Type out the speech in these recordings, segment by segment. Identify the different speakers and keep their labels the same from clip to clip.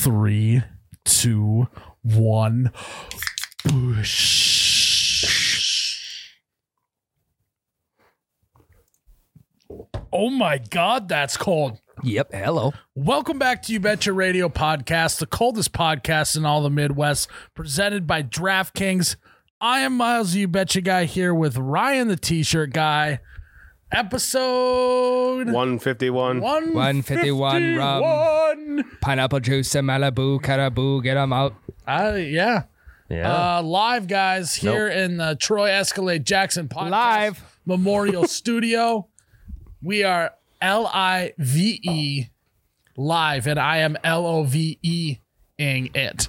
Speaker 1: three, two, one. Boosh. Oh my God, that's cold.
Speaker 2: Yep. Hello.
Speaker 1: Welcome back to You Betcha Radio Podcast, the coldest podcast in all the Midwest, presented by DraftKings. I am Miles, the You Betcha guy, here with Ryan, the T shirt guy. Episode
Speaker 3: 151.
Speaker 1: 151.
Speaker 2: 151, Rob. Pineapple juice and Malibu, Caribou, get them out.
Speaker 1: I, Uh, yeah.
Speaker 3: Yeah.
Speaker 1: Uh, live, guys, here in the Troy Escalade Jackson Podcast
Speaker 2: Live.
Speaker 1: Memorial Studio. We are L I V E live, and I am L O V E ing it.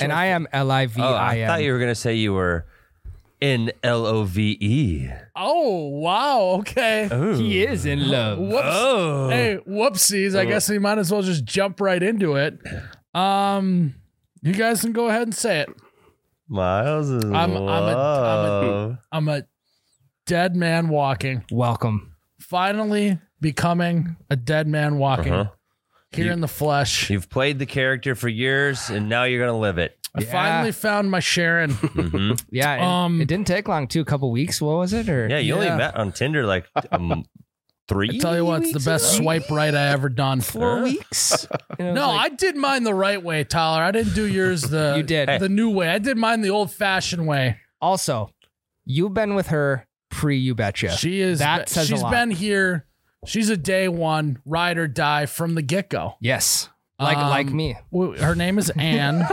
Speaker 2: And I am L I V
Speaker 4: Oh,
Speaker 2: I
Speaker 4: I thought
Speaker 2: M.
Speaker 4: you were gonna say you were in L O V E.
Speaker 1: Oh, wow. Okay.
Speaker 2: He is in love. Oh.
Speaker 1: Whoops. Hey, whoopsies. I guess we might as well just jump right into it. Um, you guys can go ahead and say it.
Speaker 4: Miles is I'm,
Speaker 1: I'm- I'm a- I'm a- I'm a dead man walking.
Speaker 2: Welcome.
Speaker 1: finally becoming a dead man walking
Speaker 4: Uh-huh.
Speaker 1: here in the flesh.
Speaker 4: You've played the character for years, and now you're gonna live it.
Speaker 1: I
Speaker 2: Yeah.
Speaker 1: finally found my Sharon.
Speaker 4: Mhm.
Speaker 2: Yeah. and
Speaker 1: Um,
Speaker 2: it didn't take long, too. A couple weeks. What was it? Or
Speaker 4: Yeah, you only
Speaker 1: Yeah.
Speaker 4: met on Tinder like um, three.
Speaker 1: I tell you what, it's the best swipe right I ever done.
Speaker 2: four weeks? And it was
Speaker 1: No,
Speaker 2: like,
Speaker 1: I did mine the right way, Tyler. I didn't do yours the
Speaker 2: You did.
Speaker 1: the new way. I did mine the old fashioned way.
Speaker 2: also, you've been with her pre You Betcha.
Speaker 1: She is
Speaker 2: That says a
Speaker 1: she's
Speaker 2: lot.
Speaker 1: been here. She's a day one ride or die from the get go.
Speaker 2: yes. Like
Speaker 1: Um,
Speaker 2: like me.
Speaker 1: W- Her name is Anne.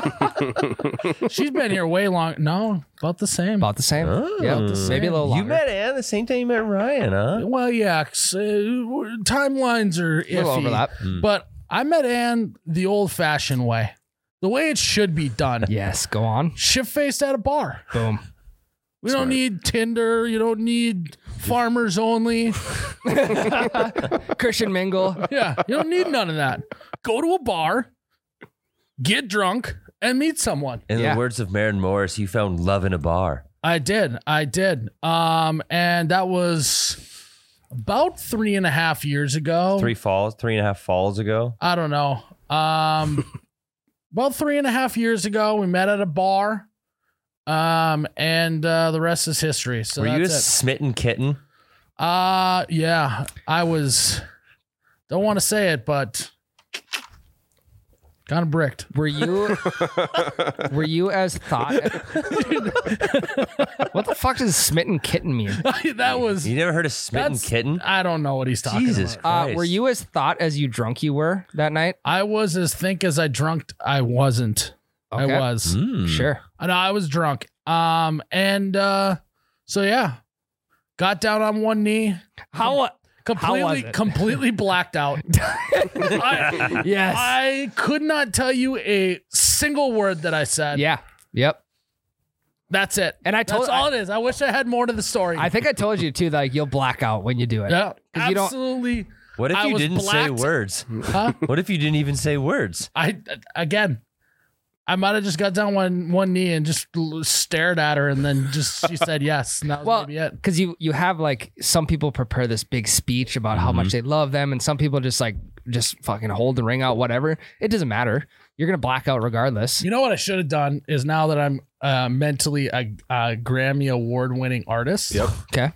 Speaker 1: she's been here way long. No, about the same.
Speaker 2: About the same.
Speaker 4: Oh.
Speaker 2: yeah. Maybe a little
Speaker 4: You
Speaker 2: longer.
Speaker 4: met Anne the same time you met Ryan, huh?
Speaker 1: Well, yeah, 'cause, uh, timelines are
Speaker 2: a little
Speaker 1: iffy.
Speaker 2: overlap.
Speaker 1: But I met Anne the old fashioned way, the way it should be done.
Speaker 2: Yes. Go on.
Speaker 1: Shift faced at a bar.
Speaker 2: Boom.
Speaker 1: We don't need Tinder. You don't need farmers only.
Speaker 2: Christian Mingle.
Speaker 1: Yeah, you don't need none of that. Go to a bar, get drunk, and meet someone.
Speaker 4: In
Speaker 2: Yeah.
Speaker 4: the words of Maren Morris, you found love in a bar.
Speaker 1: I did. I did. Um, and that was about three and a half years ago.
Speaker 4: Three falls, three and a half falls ago.
Speaker 1: I don't know. Um, about three and a half years ago, we met at a bar. Um, and uh, the rest is history. So
Speaker 4: were you a
Speaker 1: that's it.
Speaker 4: smitten kitten?
Speaker 1: Uh, yeah, I was. Don't want to say it, but kind of bricked.
Speaker 2: Were you were you as thought? what the fuck does smitten kitten mean?
Speaker 1: that was.
Speaker 4: You never heard of smitten
Speaker 1: That's-
Speaker 4: kitten?
Speaker 1: I don't know what he's talking
Speaker 4: Jesus
Speaker 1: about.
Speaker 2: Uh,
Speaker 4: Christ.
Speaker 2: were you as thought as you drunk you were that night?
Speaker 1: I was as think as I drunk. I wasn't. I
Speaker 2: Okay.
Speaker 1: was.
Speaker 4: Mm.
Speaker 2: Sure.
Speaker 1: I know I was drunk. Um, and uh, so yeah, got down on one knee,
Speaker 2: How?
Speaker 1: completely,
Speaker 2: was it?
Speaker 1: completely blacked out. I,
Speaker 2: Yes.
Speaker 1: I could not tell you a single word that I said.
Speaker 2: yeah. Yep.
Speaker 1: That's it.
Speaker 2: And I told-
Speaker 1: That's all it is. I wish I had more to the story.
Speaker 2: I think I told you too. Like you'll black out when you do it.
Speaker 1: yeah,
Speaker 2: 'Cause you don't-
Speaker 1: absolutely.
Speaker 4: What if
Speaker 1: I
Speaker 4: you
Speaker 1: was
Speaker 4: didn't say
Speaker 1: blacked-
Speaker 4: words?
Speaker 1: Huh?
Speaker 4: What if you didn't even say words?
Speaker 1: I again, I might have just got down one one knee and just l- stared at her, and then just she said yes. And that was
Speaker 2: Well,
Speaker 1: maybe it.
Speaker 2: Because you you have like some people prepare this big speech about how much they love them, and some people just like just fucking hold the ring out, whatever. It doesn't matter. You're gonna black out regardless.
Speaker 1: You know what I should have done is now that I'm uh, mentally a, a Grammy award winning artist.
Speaker 3: Yep.
Speaker 2: Okay.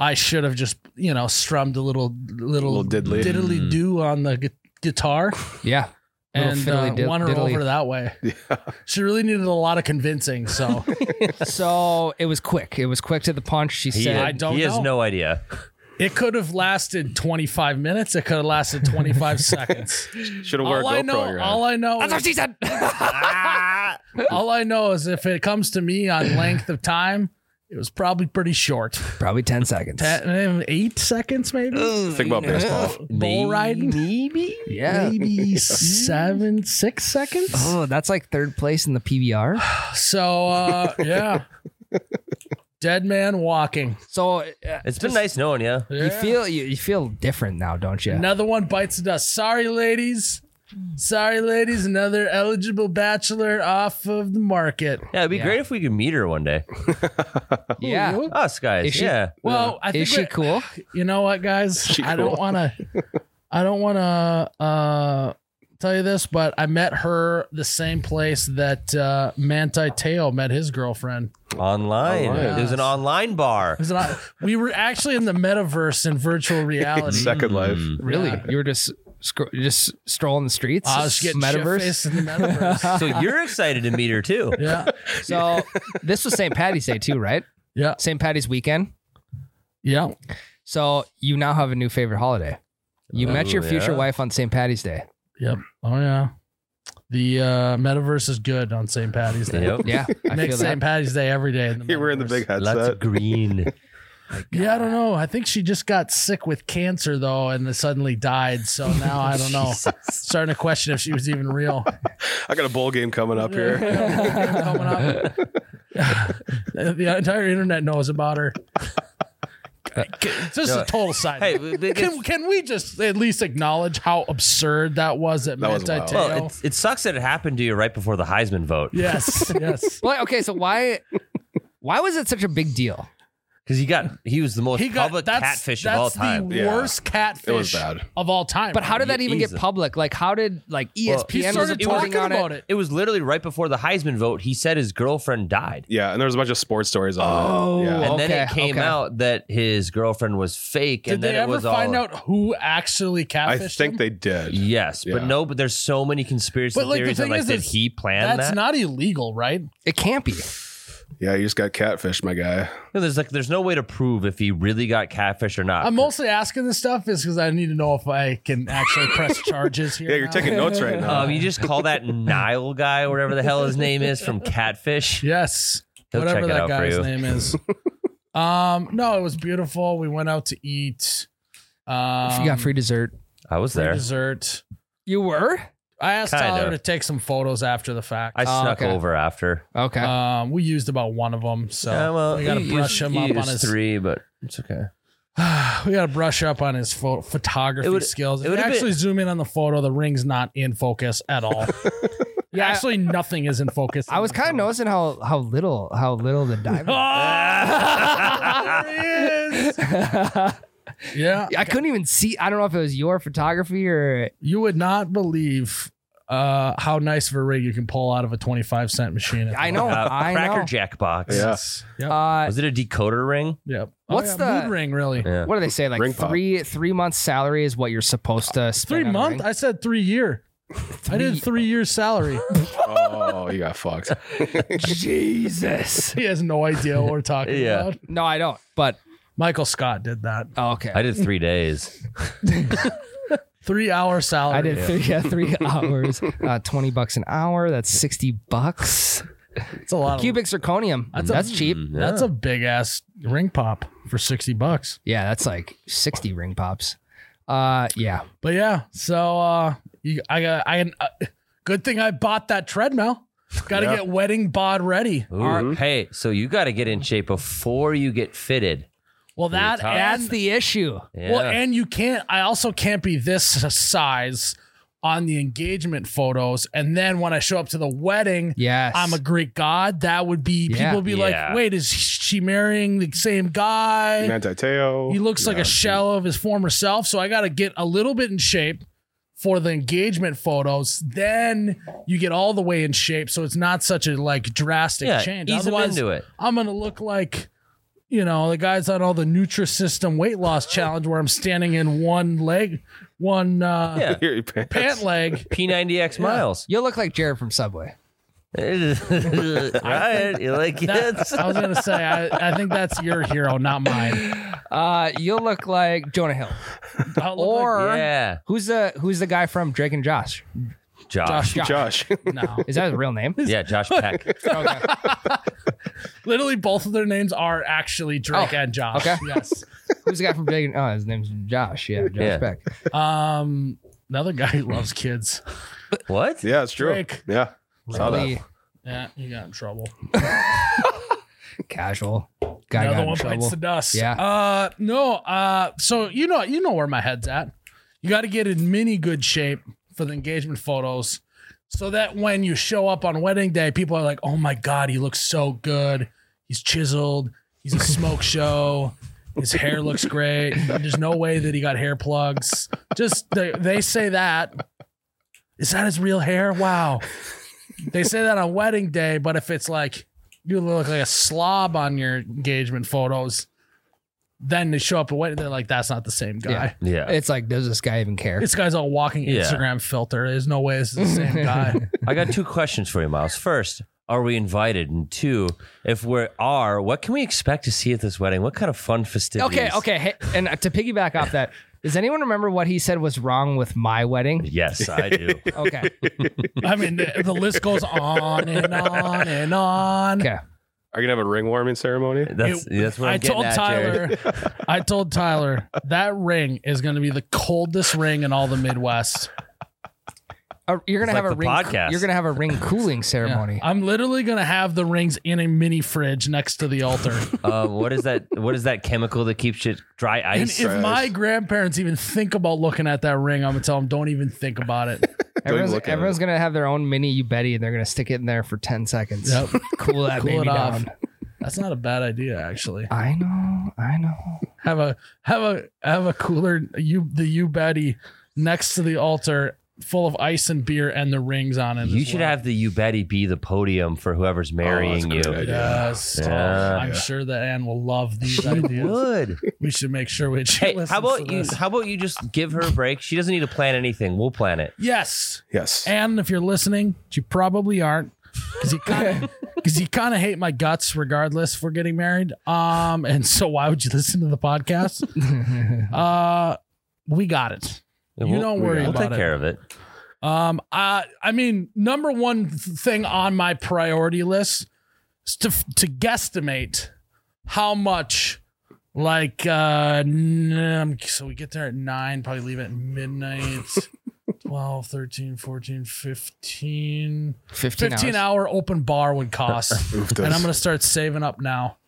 Speaker 1: I should have just you know strummed a little little,
Speaker 3: Little diddly. Mm.
Speaker 1: diddly do on the gu- guitar
Speaker 2: Yeah. Little
Speaker 1: and
Speaker 2: fiddly
Speaker 1: uh,
Speaker 2: did-
Speaker 1: won her
Speaker 2: diddly.
Speaker 1: over that way. She really needed a lot of convincing. So
Speaker 2: So it was quick. It was quick to the punch. She
Speaker 4: He,
Speaker 2: said,
Speaker 1: I don't
Speaker 4: he has
Speaker 1: know.
Speaker 4: no idea.
Speaker 1: it could have lasted 25 minutes. It could have lasted 25 seconds.
Speaker 3: Should have worn
Speaker 1: All
Speaker 3: a
Speaker 1: I
Speaker 3: GoPro.
Speaker 1: know,
Speaker 3: on your head.
Speaker 1: all I know,
Speaker 2: "That's what she said."
Speaker 1: all I know is if it comes to me on length of time, it was probably pretty short.
Speaker 2: Probably ten seconds.
Speaker 1: Ten- eight seconds, maybe.
Speaker 3: Think about baseball.
Speaker 1: Bull riding,
Speaker 4: Maybe?
Speaker 2: Yeah.
Speaker 1: maybe seven, six seconds.
Speaker 2: Oh, that's like third place in the PBR.
Speaker 1: So uh yeah. Dead man walking.
Speaker 2: So uh,
Speaker 4: It's been nice knowing you.
Speaker 2: you feel you, you feel different now, don't you?
Speaker 1: Another one bites the dust. Sorry, ladies. Sorry, ladies. Another eligible bachelor off of the market.
Speaker 4: Yeah, it'd be great if we could meet her one day.
Speaker 2: yeah.
Speaker 1: you?
Speaker 4: Us guys.
Speaker 2: Is she-
Speaker 4: yeah.
Speaker 1: Well, I think
Speaker 2: Is she
Speaker 1: we-
Speaker 2: cool?
Speaker 1: you know what, guys?
Speaker 3: She
Speaker 1: I don't
Speaker 3: cool.
Speaker 1: want to. I don't want to uh, tell you this, but I met her the same place that uh, Manti Teo met his girlfriend.
Speaker 4: Online.
Speaker 3: Online.
Speaker 4: There's an online bar.
Speaker 1: It was an- we were actually in the metaverse in virtual reality.
Speaker 3: Second Life.
Speaker 4: Mm.
Speaker 2: Really? You were just scro- just strolling the streets?
Speaker 1: I was getting metaverse
Speaker 2: metaverse.
Speaker 1: in the metaverse.
Speaker 4: So you're excited to meet her too.
Speaker 1: yeah,
Speaker 2: So this was St. Patty's Day too, right?
Speaker 1: yeah,
Speaker 2: St. Patty's weekend.
Speaker 1: yeah.
Speaker 2: So you now have a new favorite holiday. You met
Speaker 4: Ooh,
Speaker 2: your future
Speaker 4: yeah.
Speaker 2: wife on St. Patty's Day.
Speaker 1: Yep. Oh yeah. The uh, metaverse is good on St. Patty's Day.
Speaker 4: Yep.
Speaker 2: Yeah, I
Speaker 1: Make
Speaker 2: feel
Speaker 1: St.
Speaker 2: that.
Speaker 1: Patty's Day every day. In the
Speaker 3: You're wearing the big
Speaker 1: metaverse.
Speaker 3: headset.
Speaker 4: Lots of green.
Speaker 1: Yeah, I don't know. I think she just got sick with cancer though, and then suddenly died. So now I don't know. Starting to question if she was even real.
Speaker 3: I got a bowl game coming up here.
Speaker 1: Coming up. the entire internet knows about her. Just
Speaker 4: No.
Speaker 1: a total side.
Speaker 4: Hey,
Speaker 1: note.
Speaker 4: we- we-
Speaker 1: can, can we just at least acknowledge how absurd that was at
Speaker 3: That was
Speaker 1: Manti
Speaker 3: wild.
Speaker 1: Teo?
Speaker 4: Well, it, it sucks that it happened to you right before the Heisman vote.
Speaker 1: yes, yes.
Speaker 2: Well, okay, so why why was it such a big deal?
Speaker 4: Because he got he was the most
Speaker 1: He got
Speaker 4: public
Speaker 1: that's,
Speaker 4: catfish
Speaker 1: that's
Speaker 4: of all time.
Speaker 1: The
Speaker 3: Yeah.
Speaker 1: worst catfish
Speaker 3: It was bad.
Speaker 1: of all time.
Speaker 2: But how did that even
Speaker 4: easy.
Speaker 2: get public? Like, how did like E
Speaker 1: he
Speaker 2: ESPN was
Speaker 1: started
Speaker 2: reporting
Speaker 1: talking
Speaker 2: on
Speaker 1: about
Speaker 2: it?
Speaker 1: it?
Speaker 4: It was literally right before the Heisman vote. He said his girlfriend died,
Speaker 3: Yeah, and there was a bunch of sports stories on
Speaker 1: Oh.
Speaker 3: it. Yeah.
Speaker 4: and then it
Speaker 2: Okay,
Speaker 4: came
Speaker 2: okay.
Speaker 4: out that his girlfriend was fake.
Speaker 1: Did
Speaker 4: and
Speaker 1: they
Speaker 4: then it
Speaker 1: ever
Speaker 4: was
Speaker 1: find
Speaker 4: all,
Speaker 1: out who actually catfished?
Speaker 3: I think
Speaker 1: him?
Speaker 3: they did.
Speaker 4: Yes, but
Speaker 3: Yeah.
Speaker 4: no. But there's so many conspiracy
Speaker 1: But, like, the
Speaker 4: theories.
Speaker 1: thing
Speaker 4: I'm like,
Speaker 1: is,
Speaker 4: did
Speaker 1: is
Speaker 4: he plan
Speaker 1: That's
Speaker 4: that?
Speaker 1: not illegal, right?
Speaker 2: It can't be.
Speaker 3: Yeah, you just got catfished, my guy.
Speaker 4: No, there's like there's no way to prove if he really got catfish or not.
Speaker 1: I'm mostly asking this stuff is because I need to know if I can actually press charges here.
Speaker 3: Yeah, you're
Speaker 1: now.
Speaker 3: taking notes right now.
Speaker 1: Uh,
Speaker 4: um, you just call that Nile guy or whatever the hell his name is from Catfish.
Speaker 1: Yes.
Speaker 4: He'll
Speaker 1: whatever
Speaker 4: check it
Speaker 1: that
Speaker 4: out for
Speaker 1: guy's
Speaker 4: you.
Speaker 1: name is. um, no, it was beautiful. We went out to eat. Um,
Speaker 2: you got free dessert.
Speaker 4: I was
Speaker 1: free
Speaker 4: there.
Speaker 1: dessert.
Speaker 2: You were
Speaker 1: I asked
Speaker 4: Kinda.
Speaker 1: Tyler to take some photos after the fact.
Speaker 4: I
Speaker 2: Oh,
Speaker 4: snuck
Speaker 2: okay.
Speaker 4: over after.
Speaker 2: okay.
Speaker 1: Um, we used about one of them, so
Speaker 4: Yeah, well,
Speaker 1: we gotta
Speaker 4: he
Speaker 1: brush
Speaker 4: used-
Speaker 1: him
Speaker 4: he
Speaker 1: up on
Speaker 4: used
Speaker 1: his.
Speaker 4: three, but it's okay.
Speaker 1: we gotta brush up on his pho- photography
Speaker 4: It would-
Speaker 1: skills. If
Speaker 4: it
Speaker 1: you
Speaker 4: would've been-
Speaker 1: actually zoom in on the photo, the ring's not in focus at all. yeah, actually, nothing is in focus.
Speaker 2: I was kind of noticing how how little how little the diamond.
Speaker 1: Oh, there he is. yeah,
Speaker 2: I couldn't even see. I don't know if it was your photography or
Speaker 1: you would not believe uh, how nice of a rig you can pull out of a twenty-five cent machine.
Speaker 2: I know.
Speaker 4: Uh,
Speaker 2: I
Speaker 4: Cracker
Speaker 2: know.
Speaker 4: Jack box.
Speaker 3: Yeah.
Speaker 1: Yep.
Speaker 2: Uh,
Speaker 4: Was it a decoder ring?
Speaker 1: yep.
Speaker 2: What's
Speaker 1: oh, yeah,
Speaker 2: the-
Speaker 1: mood ring? Really?
Speaker 4: Yeah.
Speaker 2: what do they say? Like
Speaker 3: Ring pop.
Speaker 2: three three months salary is what you're supposed to spend.
Speaker 1: Three
Speaker 2: on a
Speaker 1: month?
Speaker 2: ring.
Speaker 1: I said three year. I did three years salary.
Speaker 3: Oh, you got fucked.
Speaker 2: Jesus.
Speaker 1: he has no idea what we're talking
Speaker 4: Yeah.
Speaker 1: about.
Speaker 2: No, I don't. But
Speaker 1: Michael Scott did that.
Speaker 2: oh, okay.
Speaker 4: I did three days.
Speaker 1: Three hour salary.
Speaker 2: I did three, yeah, three hours, uh, twenty bucks an hour. That's sixty bucks.
Speaker 1: It's a lot. Of,
Speaker 2: Cubic zirconium. That's,
Speaker 1: a- Hmm.
Speaker 2: cheap.
Speaker 4: Mm,
Speaker 1: Oh. that's
Speaker 4: yeah.
Speaker 1: a big ass ring pop for sixty bucks.
Speaker 2: Yeah, that's like sixty ring pops. Uh, yeah.
Speaker 1: But yeah, so uh, you, I got I uh, good thing I bought that treadmill. Got to
Speaker 3: Yeah.
Speaker 1: get wedding bod ready.
Speaker 4: Ooh. Hey, so you got to get in shape before you get fitted.
Speaker 1: Well, that
Speaker 4: top.
Speaker 1: and
Speaker 2: That's the issue.
Speaker 4: Yeah.
Speaker 1: well, and you can't. I also can't be this size on the engagement photos, and then when I show up to the wedding,
Speaker 2: Yes.
Speaker 1: I'm a Greek god. That would be
Speaker 2: Yeah.
Speaker 1: people would be like,
Speaker 4: Yeah.
Speaker 1: wait, is she marrying the same guy?
Speaker 3: Manti Teo.
Speaker 1: He looks like
Speaker 3: Yeah.
Speaker 1: a shell of his former self. So I got to get a little bit in shape for the engagement photos. Then you get all the way in shape. So it's not such a like drastic
Speaker 4: yeah,
Speaker 1: change.
Speaker 4: ease him
Speaker 1: Otherwise,
Speaker 4: into it.
Speaker 1: I'm going to look like, you know, the guys on all the Nutrisystem weight loss challenge where I'm standing in one leg, one uh,
Speaker 4: Yeah.
Speaker 3: Here, your pants.
Speaker 1: pant leg.
Speaker 4: P90X miles.
Speaker 2: You'll look like Jared from Subway.
Speaker 4: right? You like it?
Speaker 1: I was going to say, I, I think that's your hero, not mine.
Speaker 2: Uh, you'll look like Jonah Hill.
Speaker 1: I'll look like-
Speaker 2: Or
Speaker 4: Yeah.
Speaker 2: who's the who's the guy from Drake and Josh?
Speaker 4: Josh.
Speaker 1: Josh,
Speaker 3: Josh.
Speaker 1: no.
Speaker 2: Is that his real name?
Speaker 4: Yeah, Josh Peck.
Speaker 2: Okay.
Speaker 1: Literally, both of their names are actually Drake
Speaker 2: Oh,
Speaker 1: and Josh.
Speaker 2: okay.
Speaker 1: Yes.
Speaker 2: Who's the guy from Drake? And, oh, his name's Josh. Yeah, Josh
Speaker 4: Yeah.
Speaker 2: Beck.
Speaker 1: Um, another guy who loves kids.
Speaker 4: what?
Speaker 3: yeah, it's true.
Speaker 1: Drake.
Speaker 3: Yeah. Saw that.
Speaker 2: Really
Speaker 1: Yeah, you got in trouble.
Speaker 2: casual guy got
Speaker 1: another
Speaker 2: in
Speaker 1: one
Speaker 2: trouble.
Speaker 1: bites the dust.
Speaker 2: Yeah.
Speaker 1: Uh, no. Uh, so you know, you know where my head's at. You got to get in mini good shape for the engagement photos, so that when you show up on wedding day, people are like, "Oh my god, he looks so good. He's chiseled. He's a smoke show." His hair looks great. There's no way that he got hair plugs. Just they, they say that, Is that his real hair? Wow. they say that on wedding day, but if it's like you look like a slob on your engagement photos, then they show up at wedding, they're like, that's not the same guy.
Speaker 2: Yeah.
Speaker 4: Yeah.
Speaker 2: It's like, does this guy even care?
Speaker 1: This guy's a walking
Speaker 4: Yeah.
Speaker 1: Instagram filter. There's no way this is the same guy.
Speaker 4: I got two questions for you, Miles. First, are we invited? And two, if we are, what can we expect to see at this wedding? What kind of fun festivities?
Speaker 2: Okay, okay. Hey, and uh, to piggyback off that, does anyone remember what he said was wrong with my wedding?
Speaker 4: Yes, I do.
Speaker 2: Okay,
Speaker 1: I mean, the, the list goes on and on and on.
Speaker 2: okay.
Speaker 3: Are you gonna have a ring warming ceremony?
Speaker 4: That's
Speaker 1: It-
Speaker 4: that's what I'm
Speaker 1: I
Speaker 4: getting
Speaker 1: told
Speaker 4: at, Jared.
Speaker 1: Tyler, I told Tyler that ring is going to be the coldest ring in all the Midwest.
Speaker 2: Uh, you're gonna
Speaker 4: It's
Speaker 2: have
Speaker 4: like
Speaker 2: a
Speaker 4: the
Speaker 2: ring.
Speaker 4: podcast.
Speaker 2: You're gonna have a ring cooling
Speaker 1: Yeah.
Speaker 2: ceremony.
Speaker 1: I'm literally going to have the rings in a mini fridge next to the altar.
Speaker 4: Um, what is that? What is that chemical that keeps it dry
Speaker 1: and
Speaker 4: ice?
Speaker 1: if my grandparents even think about looking at that ring, I'm going to tell them, don't even think about it.
Speaker 3: even
Speaker 2: Everyone's,
Speaker 3: look at
Speaker 2: everyone's gonna have their own mini you Betty, and they're gonna stick it in there for ten seconds.
Speaker 1: Yep.
Speaker 2: Cool that
Speaker 1: Cool it
Speaker 2: baby
Speaker 1: off.
Speaker 2: down.
Speaker 1: That's not a bad idea, actually.
Speaker 2: I know. I know.
Speaker 1: Have a have a have a cooler you the you Betty next to the altar full of ice and beer and the rings on it.
Speaker 4: you
Speaker 1: as
Speaker 4: should
Speaker 1: well.
Speaker 4: have the you Betty be the podium for whoever's marrying
Speaker 3: a
Speaker 4: you.
Speaker 3: great idea.
Speaker 1: Yes.
Speaker 4: Yeah.
Speaker 1: I'm sure that Anne will love these ideas.
Speaker 4: Would
Speaker 1: We should make sure we
Speaker 4: hey? How about you? How about you just give her a break? She doesn't need to plan anything. We'll plan it.
Speaker 1: Yes.
Speaker 3: Yes.
Speaker 1: And if you're listening, which you probably aren't, because you kind of because you kind of hate my guts, regardless. If we're getting married, um, and so why would you listen to the podcast? Uh, we got it. You
Speaker 4: We'll-
Speaker 1: don't worry
Speaker 4: We'll
Speaker 1: about
Speaker 4: take
Speaker 1: it.
Speaker 4: care of it.
Speaker 1: Um, I I mean, number one th- thing on my priority list is to to guesstimate how much. Like, uh, n- so we get there at nine, probably leave at midnight, 12, 13, 14, 15.
Speaker 2: Fifteen,
Speaker 1: 15
Speaker 2: hours.
Speaker 1: hour open bar would cost.
Speaker 3: Oof,
Speaker 1: and
Speaker 3: that's-
Speaker 1: I'm going to start saving up now.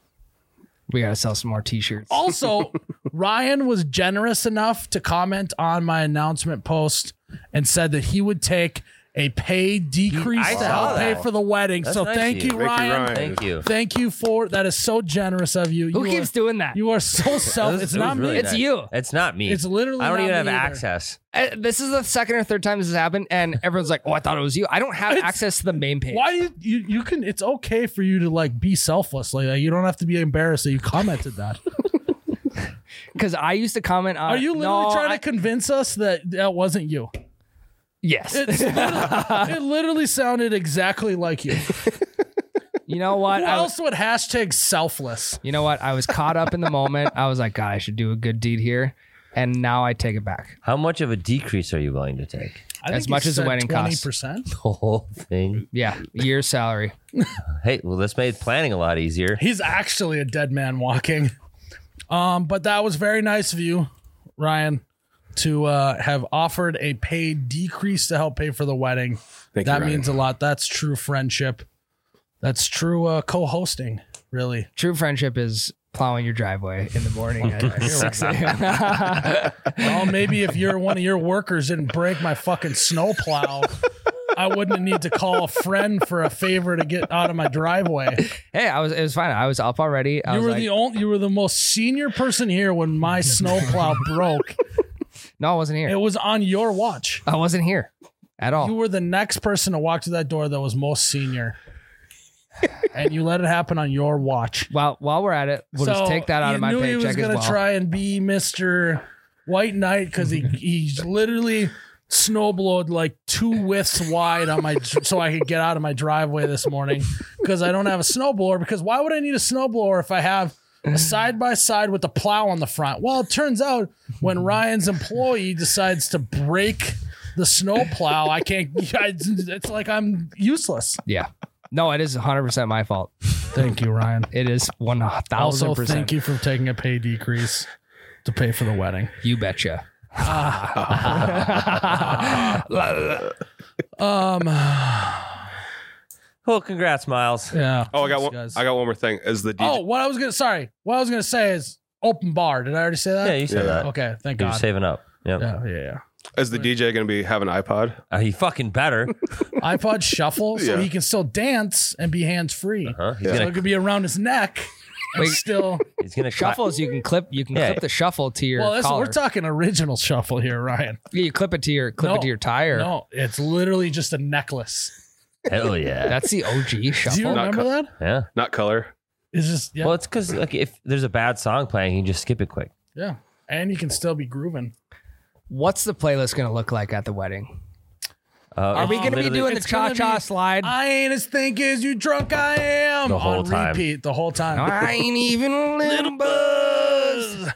Speaker 2: We gotta sell some more T-shirts.
Speaker 1: Oh, Also, Ryan was generous enough to comment on my announcement post and said that he would take a pay decrease
Speaker 4: I
Speaker 1: to
Speaker 4: saw
Speaker 1: help
Speaker 4: that.
Speaker 1: pay for the wedding.
Speaker 4: That's
Speaker 1: so
Speaker 4: nice
Speaker 1: thank
Speaker 4: of
Speaker 1: you,
Speaker 4: you.
Speaker 3: Thank
Speaker 1: Ryan.
Speaker 3: you, Ryan.
Speaker 4: Thank you.
Speaker 1: Thank you for that is so generous of you.
Speaker 2: Who
Speaker 1: you
Speaker 2: keeps
Speaker 1: are,
Speaker 2: doing that?
Speaker 1: You are so self. It's
Speaker 4: It was
Speaker 1: not
Speaker 4: really
Speaker 1: me.
Speaker 2: It's you.
Speaker 4: It's not me.
Speaker 1: It's literally
Speaker 4: I don't
Speaker 1: not
Speaker 4: even have
Speaker 1: me either.
Speaker 4: access.
Speaker 2: Uh, this is the second or third time this has happened, and everyone's like, "Oh, I thought it was you." I don't have access to the main page.
Speaker 1: Why you, you you can? It's okay for you to like be selfless. Like, like you don't have to be embarrassed that you commented that.
Speaker 2: Because I used to comment on.
Speaker 1: Are you literally
Speaker 2: No,
Speaker 1: trying
Speaker 2: I-
Speaker 1: to convince us that that wasn't you?
Speaker 2: Yes.
Speaker 1: It's literally, it literally sounded exactly like you.
Speaker 2: you know what?
Speaker 1: Who
Speaker 2: I,
Speaker 1: else would hashtag selfless?
Speaker 2: You know what? I was caught up in the moment. I was like, God, I should do a good deed here. And now I take it back.
Speaker 4: How much of a decrease are you willing to take?
Speaker 1: I
Speaker 2: As much as the wedding costs.
Speaker 1: percent.
Speaker 4: The whole thing.
Speaker 2: Yeah. Year's salary.
Speaker 4: Hey, well, this made planning a lot easier.
Speaker 1: He's actually a dead man walking. Um, but that was very nice of you, Ryan, to uh, have offered a pay decrease to help pay for the wedding.
Speaker 3: Thank you,
Speaker 1: that
Speaker 3: Ryan.
Speaker 1: means a lot. That's true friendship. That's true uh, co-hosting. Really,
Speaker 2: True friendship is plowing your driveway in the morning at 6 a.m.
Speaker 1: Well, maybe if you're one of your workers didn't break my fucking snowplow, I wouldn't need to call a friend for a favor to get out of my driveway.
Speaker 2: hey, I was it was fine. I was up already. I
Speaker 1: You
Speaker 2: was
Speaker 1: were
Speaker 2: like,
Speaker 1: the only, you were the most senior person here when my snowplow broke.
Speaker 2: no, I wasn't
Speaker 1: It
Speaker 2: here.
Speaker 1: was on your watch.
Speaker 2: I wasn't here at
Speaker 1: You
Speaker 2: all.
Speaker 1: were the next person to walk to that door that was most senior. And you let it happen on your watch.
Speaker 2: Well, while we're at it, we'll just
Speaker 1: So
Speaker 2: take that out
Speaker 1: you
Speaker 2: of my
Speaker 1: knew He was
Speaker 2: paycheck as
Speaker 1: gonna
Speaker 2: well.
Speaker 1: try and be Mister White Knight because he he literally snowblowed like two widths wide on my so I could get out of my driveway this morning because I don't have a snowblower. Because why would I need a snowblower if I have a side by side with the plow on the front? Well, it turns out when Ryan's employee decides to break. The snow plow, I can't. I, it's like I'm useless.
Speaker 2: yeah. No, it is 100% my fault.
Speaker 1: Thank you, Ryan.
Speaker 2: It is 1000%.
Speaker 1: Also, thank you for taking a pay decrease to pay for the wedding.
Speaker 2: You betcha.
Speaker 1: Um,
Speaker 4: Well, Oh, congrats, Miles.
Speaker 1: yeah.
Speaker 3: Oh, I got one.
Speaker 1: Thanks, guys.
Speaker 3: I got one more thing. As the DJ,
Speaker 1: Oh, what I was gonna sorry, what I was gonna say is open bar. Did I already say that?
Speaker 4: Yeah, you said
Speaker 3: Yeah.
Speaker 4: that.
Speaker 1: Okay, thank
Speaker 4: You're
Speaker 1: Oh, God.
Speaker 4: saving up. Yep.
Speaker 1: yeah, yeah,
Speaker 3: is the DJ going to be have an iPod?
Speaker 4: Uh, he fucking better.
Speaker 1: yeah. iPod shuffle, so
Speaker 3: Yeah.
Speaker 1: he can still dance and be hands free.
Speaker 4: Huh? Uh-huh. He's
Speaker 3: Yeah.
Speaker 1: So
Speaker 4: gonna
Speaker 1: it could be around his neck,
Speaker 2: Wait,
Speaker 1: Still,
Speaker 4: He's gonna clap.
Speaker 2: shuffles you can clip you can
Speaker 4: Yeah.
Speaker 2: clip the shuffle to your
Speaker 1: well, that's,
Speaker 2: collar.
Speaker 1: we're talking original shuffle here, Ryan.
Speaker 2: Yeah, you clip it to your clip
Speaker 1: No.
Speaker 2: it to your tire.
Speaker 1: No, it's literally just a necklace.
Speaker 4: Hell yeah.
Speaker 2: That's the OG
Speaker 1: Do you
Speaker 2: shuffle.
Speaker 3: Not
Speaker 1: remember that?
Speaker 4: yeah.
Speaker 3: Not color.
Speaker 1: It's just yeah,
Speaker 4: Well, it's because like if there's a bad song playing, you can just skip it quick.
Speaker 1: yeah, and you can still be grooving.
Speaker 2: What's the playlist going to look like at the wedding?
Speaker 4: Uh,
Speaker 2: Are
Speaker 4: it's
Speaker 2: we going to be
Speaker 4: literally-
Speaker 2: doing the
Speaker 1: it's gonna be-
Speaker 2: cha cha slide?
Speaker 1: I ain't as think as you drunk I am.
Speaker 4: The whole
Speaker 1: on
Speaker 4: time.
Speaker 1: repeat the whole time.
Speaker 2: I ain't even a little buzz.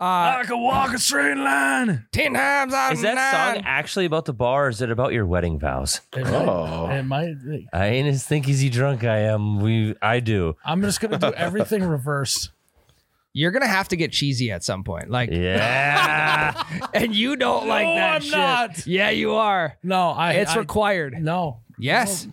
Speaker 2: Uh,
Speaker 1: I can walk a straight line.
Speaker 2: ten times out
Speaker 4: Is
Speaker 2: of
Speaker 4: that
Speaker 2: nine.
Speaker 4: song actually about the bar or is it about your wedding vows?
Speaker 1: It
Speaker 3: Oh.
Speaker 1: might, it might be.
Speaker 4: I ain't as think as you drunk I am. We I do.
Speaker 1: I'm just gonna do everything reversed.
Speaker 2: You're gonna have to get cheesy at some point, like,
Speaker 4: Yeah.
Speaker 2: and you don't like
Speaker 1: No,
Speaker 2: that
Speaker 1: I'm
Speaker 2: shit.
Speaker 1: not.
Speaker 2: Yeah, you are.
Speaker 1: No, I.
Speaker 2: It's
Speaker 1: I,
Speaker 2: required.
Speaker 1: no.
Speaker 2: Yes.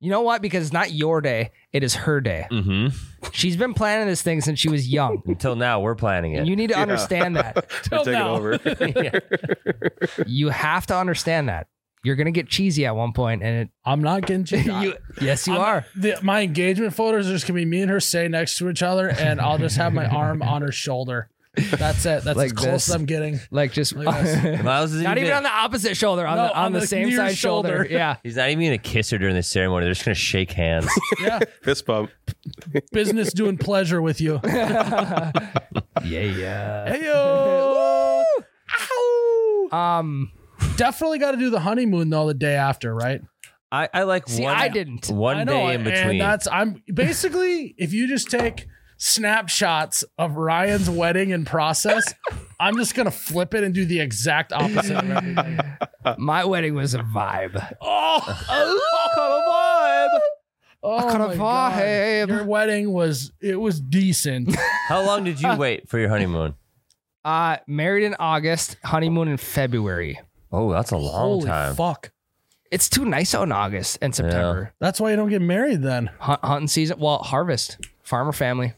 Speaker 2: You know what? Because it's not your day; it is her day.
Speaker 4: hmm
Speaker 2: She's been planning this thing since she was young.
Speaker 4: Until now, we're planning it.
Speaker 2: And you need to understand that.
Speaker 1: Till
Speaker 3: I'll take
Speaker 1: now.
Speaker 3: it over.
Speaker 4: Yeah.
Speaker 2: You have to understand that. You're gonna get cheesy at one point, and
Speaker 1: I'm not getting
Speaker 2: it.
Speaker 1: cheated.
Speaker 2: you, yes, you
Speaker 1: I'm-
Speaker 2: are.
Speaker 1: the, my engagement photos are just gonna be me and her staying next to each other, and I'll just have my arm on her shoulder. That's it. That's
Speaker 2: Like
Speaker 1: as close
Speaker 2: this.
Speaker 1: as I'm getting.
Speaker 2: Like just
Speaker 1: Look at this.
Speaker 4: Miles is
Speaker 2: not even on the opposite shoulder, on
Speaker 1: No,
Speaker 2: the on,
Speaker 1: on
Speaker 2: the,
Speaker 1: the
Speaker 2: same
Speaker 1: near
Speaker 2: side shoulder.
Speaker 1: shoulder.
Speaker 2: Yeah.
Speaker 4: He's not even gonna kiss her during the ceremony. They're just gonna shake hands.
Speaker 1: Yeah,
Speaker 3: Fist bump.
Speaker 1: business doing pleasure with you.
Speaker 2: Yeah, yeah.
Speaker 1: Hey yo.
Speaker 2: Um,
Speaker 1: Definitely got to do the honeymoon though the day after, right?
Speaker 4: I, I like
Speaker 2: see,
Speaker 4: one
Speaker 2: I didn't.
Speaker 4: one
Speaker 1: I know,
Speaker 4: day in
Speaker 1: and
Speaker 4: between.
Speaker 1: that's I'm basically if you just take snapshots of Ryan's wedding and process, I'm just gonna flip it and do the exact opposite. Of everything.
Speaker 2: My wedding was a vibe.
Speaker 1: Oh, oh
Speaker 2: kind of
Speaker 1: my God.
Speaker 2: vibe.
Speaker 1: Your wedding was it was decent.
Speaker 4: How long did you wait for your honeymoon?
Speaker 2: Uh, married in August, honeymoon in February.
Speaker 4: Oh, that's a long
Speaker 1: Holy
Speaker 4: time.
Speaker 1: fuck!
Speaker 2: It's too nice out in August and September.
Speaker 1: That's why you don't get married then.
Speaker 2: Hunt, hunting season. Well, harvest. Farmer family.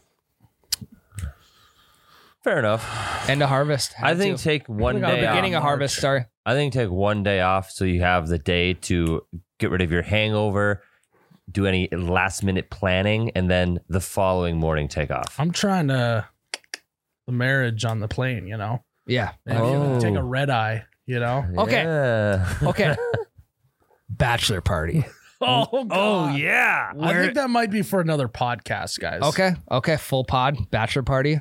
Speaker 4: Fair enough.
Speaker 2: End of harvest.
Speaker 4: I
Speaker 2: Had
Speaker 4: think
Speaker 2: to.
Speaker 4: take one
Speaker 1: think I'll
Speaker 4: day uh,
Speaker 1: be
Speaker 4: off.
Speaker 2: beginning of harvest. Sorry.
Speaker 4: I think take one day off so you have the day to get rid of your hangover, do any last minute planning, and then the following morning take off.
Speaker 1: I'm trying to the marriage on the plane. You know,
Speaker 2: Yeah.
Speaker 1: Maybe even take a
Speaker 4: Oh.
Speaker 1: red eye. You know.
Speaker 2: Okay.
Speaker 4: Yeah.
Speaker 2: Okay. Bachelor party.
Speaker 1: Oh,
Speaker 4: Oh yeah.
Speaker 1: I think that might be for another podcast, guys.
Speaker 2: Okay. Okay. Full pod. Bachelor party.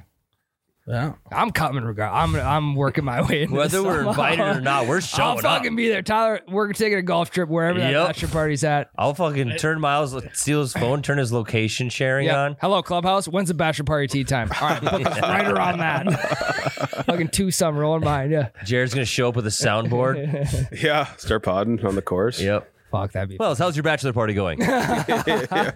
Speaker 1: Yeah.
Speaker 2: I'm coming. Regard. I'm. I'm working my way. Into
Speaker 4: Whether
Speaker 2: this
Speaker 4: we're
Speaker 2: somehow.
Speaker 4: invited or not, we're
Speaker 2: I'll
Speaker 4: showing up.
Speaker 2: fucking be there, Tyler. We're taking a golf trip wherever that
Speaker 4: Yep.
Speaker 2: bachelor party's at.
Speaker 4: I'll fucking turn Miles, steal his phone, turn his location sharing
Speaker 2: Yeah.
Speaker 4: on.
Speaker 2: Hello, Clubhouse. When's the bachelor party tea time? All right, book us right around that. Fucking two some rolling mine. Yeah.
Speaker 4: Jared's gonna show up with a soundboard.
Speaker 3: Yeah. Start podding on the course.
Speaker 4: yep. Oh,
Speaker 2: Fuck, that'd be
Speaker 4: Miles, how's your bachelor party going?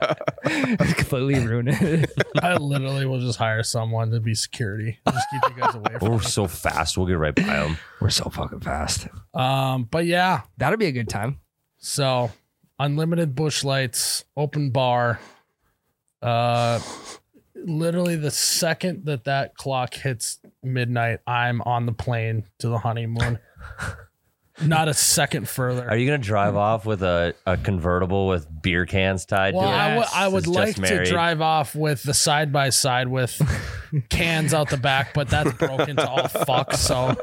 Speaker 2: completely ruined. it.
Speaker 1: I literally will just hire someone to be security. Just keep you guys away from
Speaker 4: we're so fast. We'll get right by him.
Speaker 2: We're so fucking fast.
Speaker 1: Um, but yeah,
Speaker 2: That'd be a good time.
Speaker 1: so unlimited bush lights, open bar. Uh literally the second that that clock hits midnight, I'm on the plane to the honeymoon. Not a second further.
Speaker 4: Are you gonna drive off with a, a convertible with beer cans tied
Speaker 1: well,
Speaker 4: to it?
Speaker 1: I would- I would
Speaker 4: It's just
Speaker 1: like to
Speaker 4: married.
Speaker 1: drive off with the side by side with cans out the back, but that's broken to all fuck. So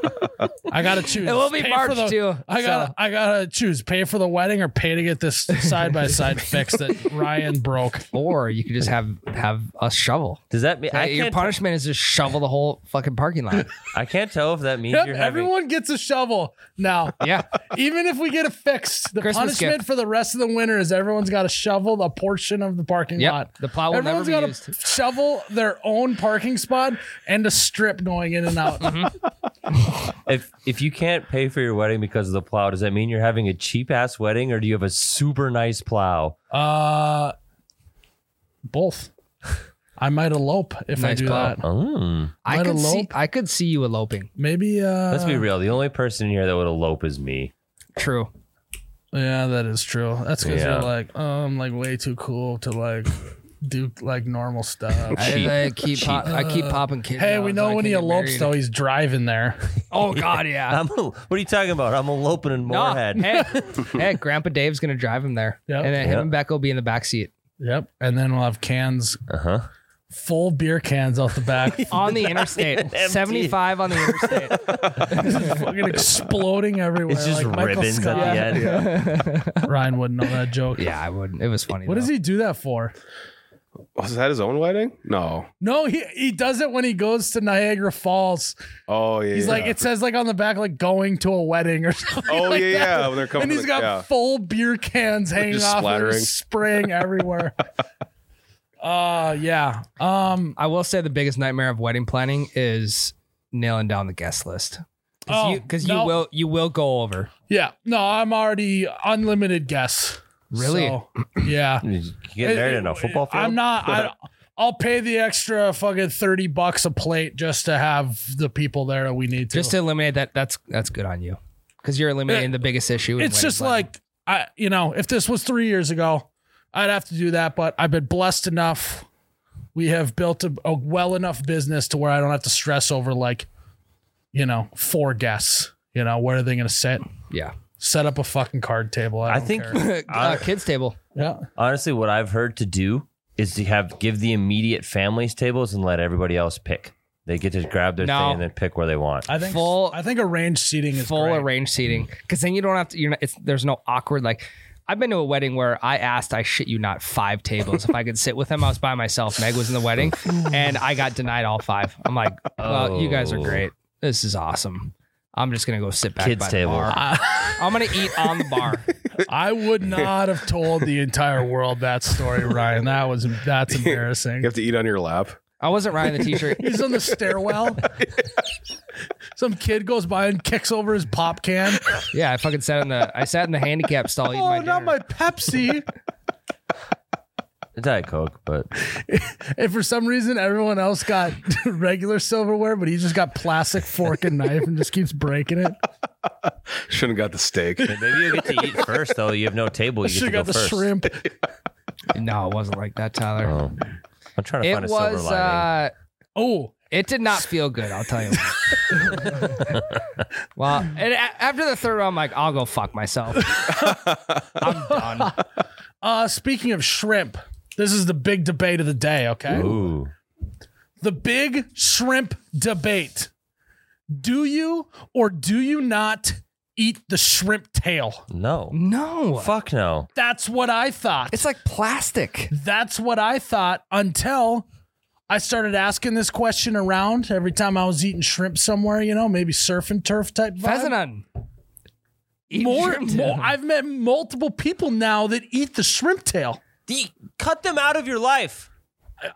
Speaker 1: I gotta choose.
Speaker 2: It will be
Speaker 1: Pay for
Speaker 2: March
Speaker 1: the-
Speaker 2: too.
Speaker 1: I gotta, I gotta choose: pay for the wedding or pay to get this side by side fixed that Ryan broke.
Speaker 2: Or you could just have have us shovel.
Speaker 4: Does that mean I
Speaker 2: Hey, your
Speaker 4: can't?
Speaker 2: punishment is just shovel the whole fucking parking lot.
Speaker 4: I can't tell if that means
Speaker 1: Yep,
Speaker 4: you're having.
Speaker 1: everyone gets a shovel now.
Speaker 2: Yeah.
Speaker 1: Even if we get it fixed, the
Speaker 2: Christmas
Speaker 1: punishment
Speaker 2: gift.
Speaker 1: for the rest of the winter is everyone's got to shovel a portion of the parking
Speaker 2: Yep.
Speaker 1: lot.
Speaker 2: The plow will
Speaker 1: Everyone's
Speaker 2: never
Speaker 1: got
Speaker 2: be
Speaker 1: to
Speaker 2: used.
Speaker 1: shovel their own parking spot and a strip going in and out.
Speaker 4: If if you can't pay for your wedding because of the plow, does that mean you're having a cheap ass wedding, or do you have a super nice plow?
Speaker 1: Uh, both. I might elope if I
Speaker 2: Nice
Speaker 1: do
Speaker 2: plow.
Speaker 1: that.
Speaker 4: Mm.
Speaker 2: I
Speaker 1: Might
Speaker 2: could see.
Speaker 1: elope.
Speaker 2: I could see you eloping.
Speaker 1: Maybe. Uh,
Speaker 4: Let's be real. The only person here that would elope is me.
Speaker 2: True.
Speaker 1: Yeah, that is true. That's because
Speaker 4: Yeah.
Speaker 1: you're like, oh, I'm like way too cool to like do like normal stuff.
Speaker 4: Cheap.
Speaker 2: I, I keep. Pop, I keep popping kids.
Speaker 1: hey,
Speaker 2: out
Speaker 1: we
Speaker 2: so I
Speaker 1: know when
Speaker 2: can
Speaker 1: he
Speaker 2: get
Speaker 1: elopes
Speaker 2: married.
Speaker 1: though, he's driving there.
Speaker 2: Oh God, yeah.
Speaker 4: I'm. el- What are you talking about? I'm eloping in
Speaker 2: No,
Speaker 4: Moorhead.
Speaker 2: hey, hey, Grandpa Dave's gonna drive him there,
Speaker 1: Yep.
Speaker 2: and then him
Speaker 4: Yep.
Speaker 2: and Becca will be in the back seat.
Speaker 1: Yep. And then we'll have cans
Speaker 4: Uh huh.
Speaker 1: full beer cans out the back,
Speaker 2: on the interstate.
Speaker 4: empty.
Speaker 2: 75 on the interstate.
Speaker 1: fucking exploding everywhere.
Speaker 4: It's just
Speaker 1: like Michael
Speaker 4: ribbons at
Speaker 1: Scott.
Speaker 4: the end.
Speaker 1: Ryan wouldn't know that joke.
Speaker 2: yeah, I wouldn't. It was funny.
Speaker 1: What does he do that for?
Speaker 3: Was Oh, that his own wedding? No.
Speaker 1: No, he he does it when he goes to Niagara Falls.
Speaker 3: Oh yeah.
Speaker 1: He's like,
Speaker 3: yeah.
Speaker 1: it says like on the back, like going to a wedding or something.
Speaker 3: Oh
Speaker 1: like
Speaker 3: yeah,
Speaker 1: that.
Speaker 3: yeah. When they're coming,
Speaker 1: And he's
Speaker 3: to the-
Speaker 1: got
Speaker 3: yeah.
Speaker 1: full beer cans hanging
Speaker 3: Just
Speaker 1: off, and
Speaker 3: splattering.
Speaker 1: just spraying everywhere. uh yeah. Um,
Speaker 2: I will say the biggest nightmare of wedding planning is nailing down the guest list.
Speaker 1: Oh,
Speaker 2: Because you, 'cause you
Speaker 1: no.
Speaker 2: will you will go over.
Speaker 1: yeah. No, I'm already unlimited guess.
Speaker 2: Really?
Speaker 1: So, yeah.
Speaker 4: You get married in a football field.
Speaker 1: I'm not. I, I'll pay the extra fucking thirty bucks a plate just to have the people there that we need to.
Speaker 2: Just to eliminate that, that's that's good on you. Because you're eliminating the biggest issue. in
Speaker 1: it's
Speaker 2: wedding
Speaker 1: just
Speaker 2: planning.
Speaker 1: like I, you know, if this was three years ago, I'd have to do that. But I've been blessed enough. We have built a, a well enough business to where I don't have to stress over like, you know, four guests. You know, where are they going to sit?
Speaker 2: yeah.
Speaker 1: Set up a fucking card table. I,
Speaker 4: I
Speaker 1: don't
Speaker 4: think
Speaker 1: care.
Speaker 2: uh, kids table.
Speaker 1: yeah.
Speaker 4: honestly, what I've heard to do is to have give the immediate families tables and let everybody else pick. They get to grab their
Speaker 2: No.
Speaker 4: thing and then pick where they want.
Speaker 1: I think
Speaker 2: Full-
Speaker 1: I think arranged seating is
Speaker 2: full
Speaker 1: great.
Speaker 2: arranged seating because then you don't have to you're not it's there's no awkward like i've been to a wedding where i asked i shit you not five tables if i could sit with them i was by myself meg was in the wedding and i got denied all five i'm like well you guys are
Speaker 4: Oh.
Speaker 2: great this is awesome i'm just gonna go sit back
Speaker 4: Kids
Speaker 2: by
Speaker 4: table.
Speaker 2: the bar i'm gonna eat on the bar
Speaker 1: I would not have told the entire world that story, Ryan. That was that's
Speaker 3: You
Speaker 1: embarrassing.
Speaker 3: have to eat on your lap.
Speaker 2: i wasn't riding the t-shirt
Speaker 1: He's on the stairwell. Some kid goes by and kicks over his pop can.
Speaker 2: yeah i fucking sat in the i sat in the handicap stall eating
Speaker 1: Oh,
Speaker 2: my
Speaker 1: not
Speaker 2: dinner.
Speaker 1: my Pepsi.
Speaker 4: Diet Coke, but
Speaker 1: and for some reason, everyone else got regular silverware, but he just got plastic fork and knife and just keeps breaking it.
Speaker 3: Shouldn't have got the steak.
Speaker 4: maybe you get to eat first though. You have no table. You get
Speaker 1: Should
Speaker 4: to
Speaker 1: have got the
Speaker 4: go first.
Speaker 1: shrimp.
Speaker 2: no it wasn't like that tyler
Speaker 4: Oh. I'm trying to find
Speaker 2: it
Speaker 4: a silver
Speaker 2: was
Speaker 4: lining.
Speaker 2: uh
Speaker 1: Oh,
Speaker 2: It did not feel good, I'll tell you. well, and a- after the third round, I'm like, I'll go fuck myself. I'm done.
Speaker 1: uh, speaking of shrimp, this is the big debate of the day, okay?
Speaker 4: Ooh,
Speaker 1: The big shrimp debate. Do you or do you not eat the shrimp tail?
Speaker 4: no.
Speaker 2: No.
Speaker 4: Fuck no.
Speaker 1: That's what I thought.
Speaker 2: It's like plastic.
Speaker 1: That's what I thought until I started asking this question around every time I was eating shrimp somewhere, you know, maybe surf and turf type vibe.
Speaker 2: Pheasant. Eat
Speaker 1: more,
Speaker 2: shrimp
Speaker 1: more-
Speaker 2: tail.
Speaker 1: I've met multiple people now that eat the shrimp tail.
Speaker 4: cut them out of your life.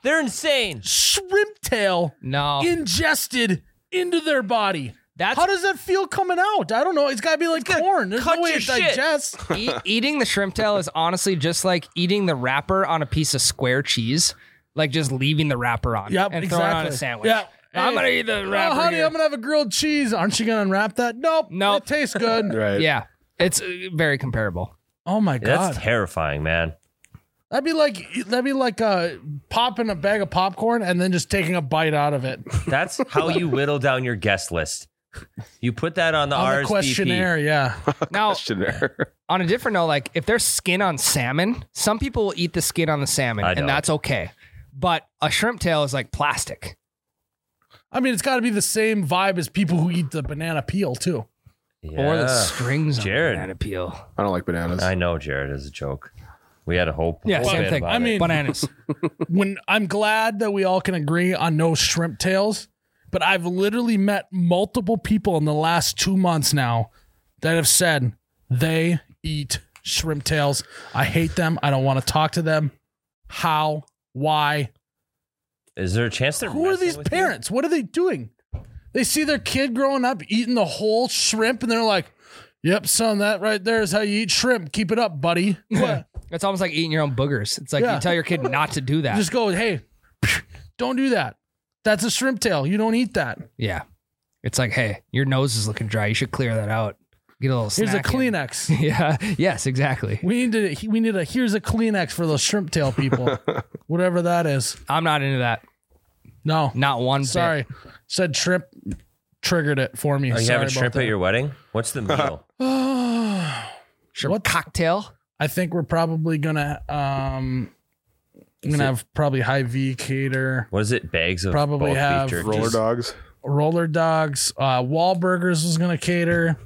Speaker 4: They're insane.
Speaker 1: Shrimp tail
Speaker 2: no.
Speaker 1: ingested into their body.
Speaker 2: That's
Speaker 1: How does that feel coming out? I don't know. It's gotta be like corn. There's
Speaker 4: cut
Speaker 1: no way
Speaker 4: your
Speaker 1: it
Speaker 4: shit.
Speaker 1: digests.
Speaker 2: e- eating the shrimp tail is honestly just like eating the wrapper on a piece of square cheese, like just leaving the wrapper on
Speaker 1: Yep,
Speaker 2: and
Speaker 1: exactly.
Speaker 2: throwing on a sandwich.
Speaker 1: Yeah.
Speaker 2: I'm
Speaker 1: Hey.
Speaker 2: gonna eat the wrapper.
Speaker 1: Oh, honey,
Speaker 2: here.
Speaker 1: I'm gonna have a grilled cheese. Aren't you gonna unwrap that? Nope.
Speaker 2: Nope.
Speaker 1: It tastes good.
Speaker 3: Right.
Speaker 2: yeah, it's uh, very comparable.
Speaker 1: oh my
Speaker 4: That's
Speaker 1: god.
Speaker 4: terrifying, man.
Speaker 1: That'd be like that'd be like uh, popping a bag of popcorn and then just taking a bite out of it.
Speaker 4: That's how you whittle down your guest list. You put that on the
Speaker 1: On the
Speaker 4: RSVP.
Speaker 1: questionnaire, yeah.
Speaker 2: Now,
Speaker 3: Questionnaire.
Speaker 2: on a different note, like if there's skin on salmon, some people will eat the skin on the salmon,
Speaker 4: I
Speaker 2: and
Speaker 4: don't.
Speaker 2: that's okay. But a shrimp tail is like plastic.
Speaker 1: I mean, it's got to be the same vibe as people who eat the banana peel too.
Speaker 2: Or the
Speaker 4: Yeah.
Speaker 2: strings on
Speaker 4: Jared.
Speaker 2: Jared. banana peel.
Speaker 3: I don't like bananas.
Speaker 4: I know, Jared, is a joke. We had a whole,
Speaker 2: Yeah,
Speaker 4: whole
Speaker 2: same
Speaker 4: bit
Speaker 2: thing.
Speaker 4: about
Speaker 1: I mean-
Speaker 4: it.
Speaker 2: Bananas.
Speaker 1: When I'm glad that we all can agree on no shrimp tails, but I've literally met multiple people in the last two months now that have said they eat shrimp tails. I hate them. I don't want to talk to them. How? Why?
Speaker 4: is there a chance they're
Speaker 1: Who are
Speaker 4: messing
Speaker 1: these
Speaker 4: with you?
Speaker 1: parents? What are they doing? They see their kid growing up eating the whole shrimp and they're like, Yep, son, that right there is how you eat shrimp. Keep it up, buddy. What?
Speaker 2: it's almost like eating your own boogers. It's like
Speaker 1: Yeah.
Speaker 2: you tell your kid not to do that.
Speaker 1: Just go, hey, don't do that. That's a shrimp tail. You don't eat that.
Speaker 2: yeah. It's like, hey, your nose is looking dry. You should clear that out. Get a little
Speaker 1: Here's a
Speaker 2: snack in.
Speaker 1: Kleenex.
Speaker 2: yeah. Yes, exactly.
Speaker 1: We need to we need a here's a Kleenex for those shrimp tail people. Whatever that is.
Speaker 2: I'm not into that.
Speaker 1: No.
Speaker 2: Not one bit.
Speaker 4: Mm-hmm.
Speaker 1: Sorry. Said shrimp triggered it for me.
Speaker 4: Are you
Speaker 1: Sorry
Speaker 4: having
Speaker 1: about
Speaker 4: shrimp at your wedding? What's the meal?
Speaker 1: that.
Speaker 2: Shrimp cocktail.
Speaker 1: I think we're probably gonna um I'm gonna have probably high V cater,
Speaker 4: What is it? Bags of
Speaker 1: Probably
Speaker 4: both beef
Speaker 1: have
Speaker 4: jerky?
Speaker 3: Roller dogs.
Speaker 1: roller dogs, uh, Wahlburgers was gonna cater.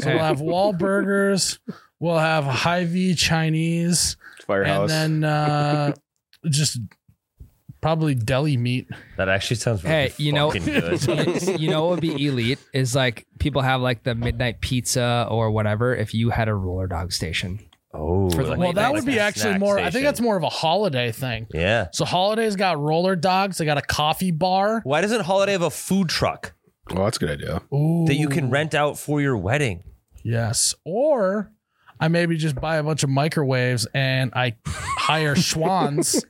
Speaker 1: So we'll have Wahlburgers. We'll have high V Chinese,
Speaker 3: Firehouse.
Speaker 1: and then uh, just probably deli meat.
Speaker 4: That actually sounds really
Speaker 2: Hey, you know-
Speaker 4: fucking good.
Speaker 2: you you know what would be elite is like people have like the midnight pizza or whatever if you had a roller dog station.
Speaker 4: Oh,
Speaker 2: For the Well,
Speaker 4: like-
Speaker 1: Well, that
Speaker 4: like
Speaker 1: would be
Speaker 4: a
Speaker 1: actually
Speaker 4: snack
Speaker 1: more. I
Speaker 4: station.
Speaker 1: think that's more of a holiday thing.
Speaker 4: Yeah.
Speaker 1: So holidays got roller dogs. They got a coffee bar
Speaker 4: Why doesn't Holiday have a food truck
Speaker 3: oh, that's a good idea.
Speaker 1: Ooh.
Speaker 4: that you can rent out for your wedding?
Speaker 1: Yes, or I maybe just buy a bunch of microwaves and I hire Schwans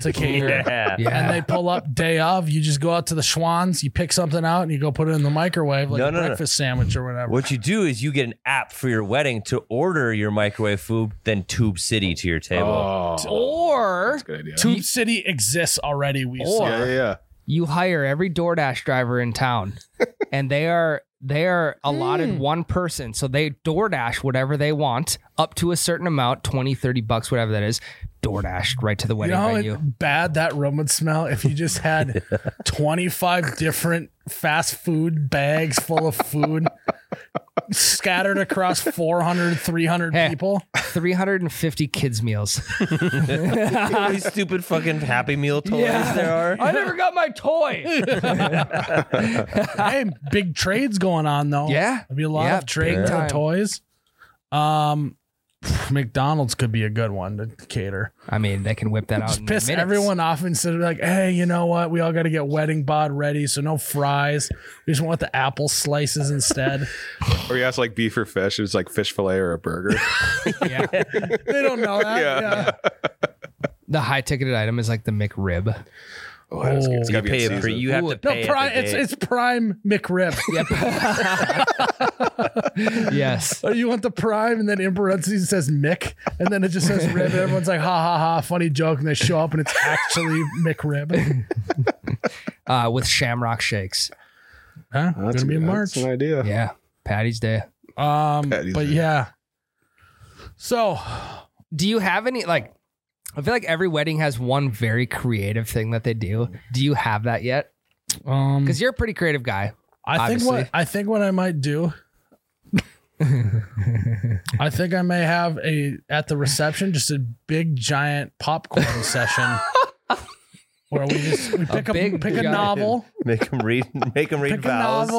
Speaker 1: to cater.
Speaker 4: Yeah.
Speaker 1: And they pull up day of. You just go out to the Schwans, you pick something out, and you go put it in the microwave like
Speaker 4: No,
Speaker 1: a
Speaker 4: no, no.
Speaker 1: breakfast sandwich or whatever.
Speaker 4: What you do is you get an app for your wedding to order your microwave food, then Tube City to your table.
Speaker 3: Oh,
Speaker 2: Or
Speaker 3: that's a good idea.
Speaker 1: Tube City exists already. We
Speaker 2: Or-
Speaker 1: saw.
Speaker 3: yeah, yeah, yeah.
Speaker 2: you hire every DoorDash driver in town and they are they are allotted one person so they DoorDash whatever they want up to a certain amount 20 30 bucks whatever that is DoorDash right to the
Speaker 1: You
Speaker 2: wedding
Speaker 1: know how
Speaker 2: venue.
Speaker 1: bad that room would smell if you just had 25 different fast food bags full of food scattered across 400, 300
Speaker 2: Hey.
Speaker 1: people.
Speaker 2: 350 kids meals.
Speaker 4: You know how many stupid fucking Happy Meal toys there are?
Speaker 2: I never got my toy.
Speaker 1: hey, big trades going on though.
Speaker 2: Yeah.
Speaker 1: There'll be a lot
Speaker 2: Yeah,
Speaker 1: of trade
Speaker 2: big
Speaker 1: for
Speaker 2: time.
Speaker 1: toys. Um, pff, McDonald's could be a good one to cater.
Speaker 2: I mean, they can whip that out
Speaker 1: Just
Speaker 2: in
Speaker 1: piss
Speaker 2: Mm, minutes.
Speaker 1: everyone off instead of like, hey, you know what? We all got to get wedding bod ready, so no fries. We just want the apple slices instead.
Speaker 3: Or you ask like beef or fish. It's like fish fillet or a burger.
Speaker 2: Yeah.
Speaker 1: they don't know that.
Speaker 3: Yeah.
Speaker 1: yeah.
Speaker 2: The high ticketed item is like the McRib.
Speaker 3: Oh, that's good. It's
Speaker 4: You
Speaker 3: gotta be in
Speaker 4: pay a
Speaker 3: season.
Speaker 4: pre- you have
Speaker 2: Ooh,
Speaker 4: to
Speaker 2: no,
Speaker 1: No,
Speaker 4: pay.
Speaker 1: prime.
Speaker 4: at the
Speaker 1: It's
Speaker 4: gate.
Speaker 1: it's prime McRib.
Speaker 2: Yep. yes.
Speaker 1: Oh, you want the prime, and then in parentheses it says Mick, and then it just says rib, and everyone's like, ha ha ha, funny joke, and they show up, and it's actually McRib.
Speaker 2: Uh, with shamrock shakes.
Speaker 1: Huh?
Speaker 3: That's
Speaker 1: Gonna
Speaker 3: a-
Speaker 1: be in March.
Speaker 3: That's an idea.
Speaker 2: Yeah. Patty's Day.
Speaker 1: Um,
Speaker 3: That is
Speaker 1: but
Speaker 3: it.
Speaker 1: yeah. So
Speaker 2: Do you have any like? I feel like every wedding has one very creative thing that they do. Do you have that yet?
Speaker 1: um,
Speaker 2: Because you're a pretty creative guy.
Speaker 1: I think
Speaker 2: obviously.
Speaker 1: what I think what I might do. I think I may have a at the reception just a big giant popcorn session where we just we pick a,
Speaker 2: big
Speaker 1: pick a
Speaker 2: giant-
Speaker 1: novel,
Speaker 4: make them read. Make them read
Speaker 1: pick
Speaker 4: vowels.
Speaker 1: a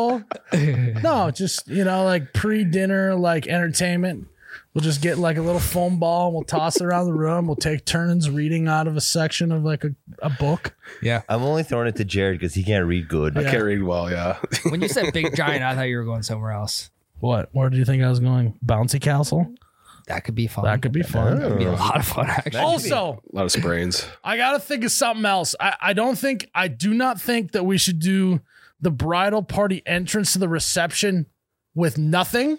Speaker 1: novel, No, just you know, like pre-dinner, like entertainment. We'll just get like a little foam ball. We'll toss it around the room. We'll take turns reading out of a section of like a, a book.
Speaker 2: yeah.
Speaker 4: I'm only throwing it to Jared because he can't read good.
Speaker 3: I can't read well. Yeah.
Speaker 2: When you said big giant, I thought you were going somewhere else.
Speaker 1: What? Where do you think I was going? Bouncy castle.
Speaker 2: That could be fun.
Speaker 1: That could be fun.
Speaker 2: That'd be a lot of fun, actually.
Speaker 1: Also,
Speaker 3: A lot of sprains.
Speaker 1: I gotta think of something else. I, I don't think I do not think that we should do the bridal party entrance to the reception with nothing.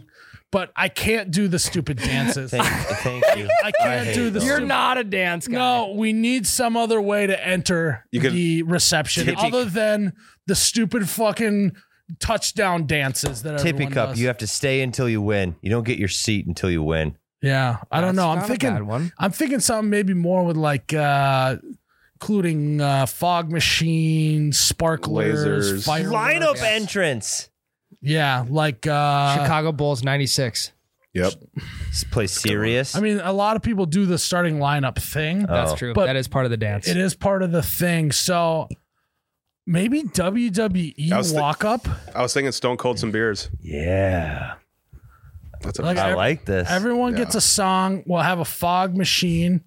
Speaker 1: But I can't do the stupid dances.
Speaker 4: Thank, thank you.
Speaker 1: I can't
Speaker 4: hate
Speaker 1: do the
Speaker 4: those.
Speaker 2: You're not a dance guy.
Speaker 1: No, we need some other way to enter
Speaker 3: You could-
Speaker 1: the reception
Speaker 4: Tippy-
Speaker 1: other than the stupid fucking touchdown dances that
Speaker 4: Tippy
Speaker 1: everyone
Speaker 4: cup.
Speaker 1: does.
Speaker 4: You have to stay until you win. You don't get your seat until you win.
Speaker 1: yeah, I don't
Speaker 2: That's
Speaker 1: know.
Speaker 2: not
Speaker 1: I'm
Speaker 2: a
Speaker 1: thinking.
Speaker 2: bad one.
Speaker 1: I'm thinking something maybe more with like, uh including uh, fog machine, sparklers,
Speaker 3: Lasers.
Speaker 1: fireworks.
Speaker 4: Lineup
Speaker 2: yes.
Speaker 4: entrance.
Speaker 1: Yeah, like uh,
Speaker 2: Chicago Bulls '96.
Speaker 3: Yep.
Speaker 4: Let's play serious.
Speaker 1: I mean, a lot of people do the starting lineup thing.
Speaker 4: Oh.
Speaker 2: That's true.
Speaker 1: But
Speaker 2: that is part of the dance.
Speaker 1: It is part of the thing. So maybe E
Speaker 3: I
Speaker 1: WWE
Speaker 3: was thi-
Speaker 1: walk up.
Speaker 3: I was thinking Stone Cold some beers.
Speaker 4: yeah.
Speaker 3: That's a
Speaker 1: Like,
Speaker 4: I
Speaker 1: ev-
Speaker 4: like this.
Speaker 1: Everyone
Speaker 3: Yeah.
Speaker 1: gets a song. We'll have a fog machine.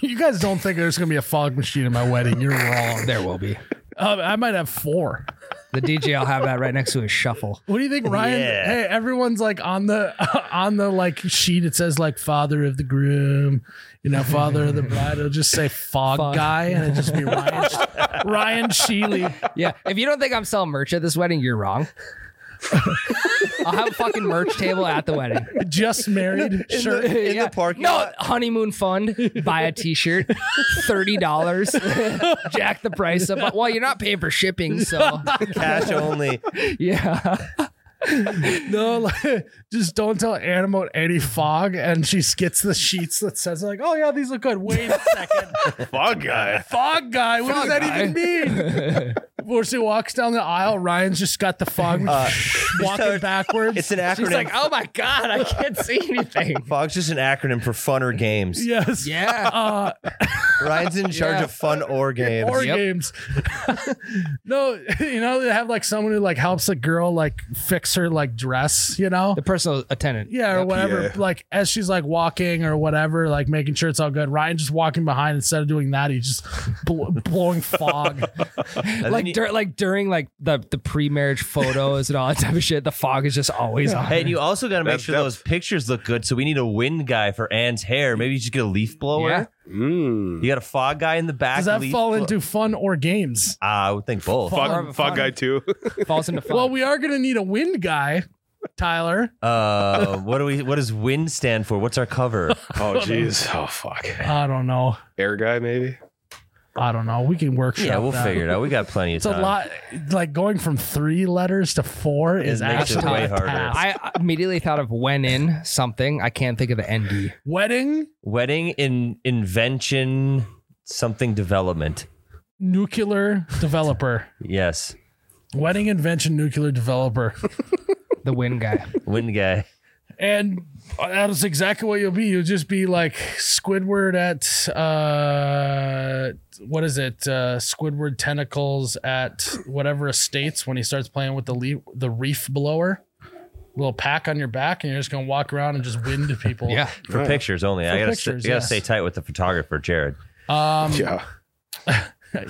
Speaker 1: You guys don't think there's gonna be a fog machine at my wedding? You're wrong.
Speaker 2: There will be.
Speaker 1: Um, I might have four.
Speaker 2: The DJ will have that right next to his shuffle.
Speaker 1: What do you think, Ryan?
Speaker 4: Yeah.
Speaker 1: Hey, everyone's like on the on the like sheet. It says like father of the groom, you know, father of the bride. It'll just say fog,
Speaker 2: Fog.
Speaker 1: guy, and it'll just be Ryan Ryan Sheely.
Speaker 2: Yeah. If you don't think I'm selling merch at this wedding, you're wrong. I'll have a fucking merch table at the wedding.
Speaker 1: Just married. Sure.
Speaker 4: in the parking
Speaker 2: No,
Speaker 4: lot.
Speaker 2: honeymoon fund. Buy a T-shirt, thirty dollars. Jack the price up. Well, you're not paying for shipping, so
Speaker 4: Cash only.
Speaker 2: yeah.
Speaker 1: No, like, just don't tell Anna about any fog. And she gets the sheets that says, like, oh, yeah, these look good. Wait a second.
Speaker 3: Fog guy.
Speaker 1: fog guy? What does that even mean? Before she walks down the aisle, Ryan's just got the fog walking backwards.
Speaker 4: It's an acronym.
Speaker 2: She's like, oh my God, I can't see anything.
Speaker 4: Fog's just an acronym for fun or games.
Speaker 1: yes.
Speaker 2: Yeah.
Speaker 1: Uh,
Speaker 4: Ryan's in charge
Speaker 2: Yeah.
Speaker 4: of fun or games.
Speaker 1: or
Speaker 2: Yep.
Speaker 1: games. no, you know they have like someone who like helps a girl like fix her like dress, you know,
Speaker 2: The personal attendant.
Speaker 1: yeah, or
Speaker 2: Yep.
Speaker 1: whatever.
Speaker 3: Yeah.
Speaker 1: Like as she's like walking or whatever, like making sure it's all good. Ryan just walking behind instead of doing that, he's just bl- blowing fog.
Speaker 4: And then
Speaker 2: Like,
Speaker 4: you-
Speaker 2: dur- like during like the, the pre-marriage photos and all that type of shit, the fog is just always on.
Speaker 4: Hey, and you also got to make
Speaker 3: That's
Speaker 4: sure
Speaker 3: depth.
Speaker 4: those pictures look good. So we need a wind guy for Anne's hair. Maybe you just get a leaf blower.
Speaker 2: Yeah.
Speaker 3: Mm.
Speaker 4: You got a fog guy in the back.
Speaker 1: Does that
Speaker 4: leaf
Speaker 1: fall
Speaker 4: blo-
Speaker 1: into fun or games?
Speaker 4: Uh, I would think both.
Speaker 1: Fog.
Speaker 2: More of a
Speaker 3: Fog, fog guy too.
Speaker 2: falls into fog.
Speaker 1: Well, we are gonna need a wind guy, Tyler.
Speaker 4: Uh, what do we? What does wind stand for? What's our cover?
Speaker 3: oh jeez. Oh fuck.
Speaker 1: I don't know.
Speaker 3: Air guy maybe.
Speaker 1: I don't know. We can workshop.
Speaker 4: yeah, we'll
Speaker 1: that.
Speaker 4: figure it out. Uh, We got plenty of
Speaker 1: It's
Speaker 4: time.
Speaker 1: a lot. Like going from three letters to four is
Speaker 4: makes
Speaker 2: it
Speaker 1: actually
Speaker 2: way
Speaker 1: a
Speaker 4: harder.
Speaker 1: task.
Speaker 2: I immediately thought of when in something. I can't think of the ND.
Speaker 1: Wedding,
Speaker 4: Wedding in invention something development.
Speaker 1: nuclear developer.
Speaker 4: Yes,
Speaker 1: Wedding invention, nuclear developer.
Speaker 2: The wind guy.
Speaker 4: wind guy.
Speaker 1: And that is exactly what you'll be. You'll just be like Squidward at uh what is it? Uh Squidward tentacles at whatever estates when he starts playing with the le- the reef blower. Little pack on your back, and you're just gonna walk around and just wind to people.
Speaker 2: Yeah.
Speaker 4: For
Speaker 3: Right.
Speaker 4: pictures only. I gotta,
Speaker 1: pictures,
Speaker 4: st- you gotta
Speaker 1: yes.
Speaker 4: stay tight with the photographer, Jared.
Speaker 1: Um
Speaker 3: Yeah.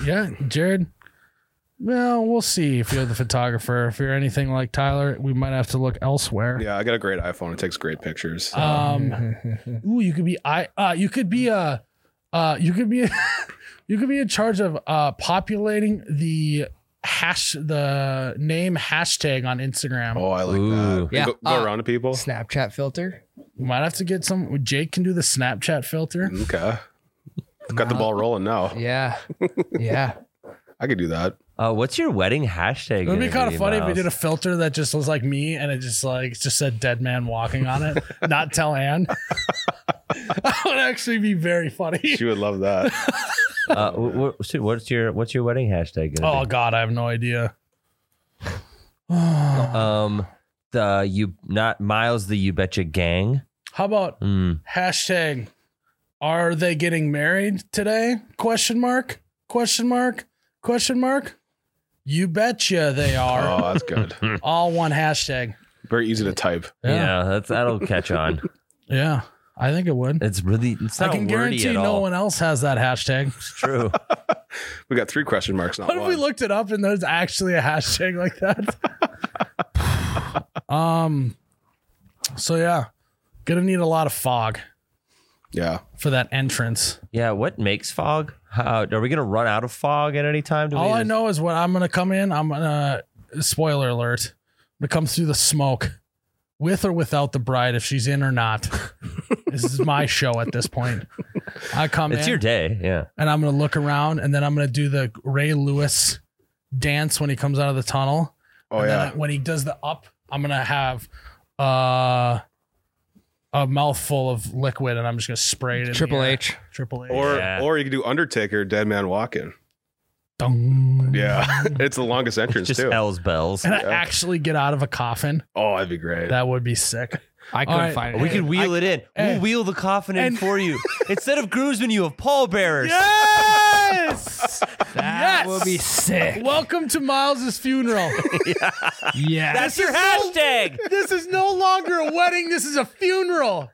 Speaker 1: yeah, Jared. Well, we'll see if you're the photographer. If you're anything like Tyler, we might have to look elsewhere.
Speaker 3: Yeah. I got a great iPhone. It takes great pictures.
Speaker 1: Um, ooh, you could be I. Uh, you could be uh, uh, you could be, you could be in charge of uh populating the hash the name hashtag on Instagram.
Speaker 3: oh, I like
Speaker 4: Ooh.
Speaker 3: that.
Speaker 2: Yeah.
Speaker 3: Go, go
Speaker 2: Uh,
Speaker 3: around to people.
Speaker 2: Snapchat filter.
Speaker 1: We might have to get some. Jake can do the Snapchat filter.
Speaker 3: Okay. Got the ball rolling now.
Speaker 2: Yeah. Yeah.
Speaker 3: I could do that.
Speaker 4: Uh, what's your wedding hashtag?
Speaker 1: It would be
Speaker 4: gonna
Speaker 1: kind of funny if we
Speaker 4: Miles?
Speaker 1: did a filter that just was like me and it just like just said dead man walking on it. Not tell Anne. that would actually be very funny.
Speaker 3: She would love that.
Speaker 4: Uh, wh- wh- so what's your what's your wedding hashtag? Gonna
Speaker 1: Oh God, I have no idea.
Speaker 4: be? um, the you not Miles the you betcha gang.
Speaker 1: How about
Speaker 4: Mm.
Speaker 1: hashtag are they getting married today question mark question mark question mark you betcha they are
Speaker 3: Oh, that's good.
Speaker 1: all one hashtag
Speaker 3: Very easy to type.
Speaker 1: yeah
Speaker 4: Yeah, that's that'll catch on.
Speaker 1: yeah, i think it would
Speaker 4: It's really it's
Speaker 1: i
Speaker 4: not
Speaker 1: can
Speaker 4: wordy
Speaker 1: guarantee
Speaker 4: at
Speaker 1: no
Speaker 4: all.
Speaker 1: one else has that hashtag
Speaker 4: It's true.
Speaker 3: We got three question marks, not
Speaker 1: what if
Speaker 3: one.
Speaker 1: we looked it up and there's actually a hashtag like that um so yeah gonna need a lot of fog
Speaker 3: yeah.
Speaker 1: for that entrance
Speaker 4: yeah, what makes fog? How, are we gonna run out of fog at any time? Do we
Speaker 1: All I
Speaker 4: just-
Speaker 1: know is when I'm gonna come in, I'm gonna spoiler alert. I'm gonna come through the smoke, with or without the bride, if she's in or not. this is my show at this point. I come
Speaker 4: It's
Speaker 1: in
Speaker 4: your day. Yeah.
Speaker 1: and I'm gonna look around, and then I'm gonna do the Ray Lewis dance when he comes out of the tunnel.
Speaker 3: Oh,
Speaker 1: and
Speaker 3: yeah.
Speaker 1: then when he does the up, I'm gonna have uh, a mouthful of liquid, and I'm just gonna spray it. In the
Speaker 2: Triple
Speaker 1: air.
Speaker 2: H.
Speaker 1: Triple H.
Speaker 3: Or
Speaker 4: Yeah.
Speaker 3: or you could do Undertaker, Dead Man Walking.
Speaker 1: Dung.
Speaker 3: Yeah. it's the longest
Speaker 4: It's
Speaker 3: entrance,
Speaker 4: just
Speaker 3: too.
Speaker 4: L's bells.
Speaker 1: And I actually get out of a coffin.
Speaker 3: oh, that'd be great.
Speaker 1: That would be sick.
Speaker 2: I couldn't
Speaker 1: right.
Speaker 2: find it.
Speaker 4: We could wheel it in.
Speaker 1: Hey.
Speaker 4: we'll wheel the coffin in
Speaker 1: eh. And-
Speaker 4: for you. Instead of groomsmen, you have pallbearers.
Speaker 1: Yes.
Speaker 2: that
Speaker 1: yes.
Speaker 2: would be sick.
Speaker 1: Welcome to Miles's funeral.
Speaker 2: Yeah.
Speaker 4: That's your hashtag.
Speaker 1: this is no longer a wedding. This is a funeral.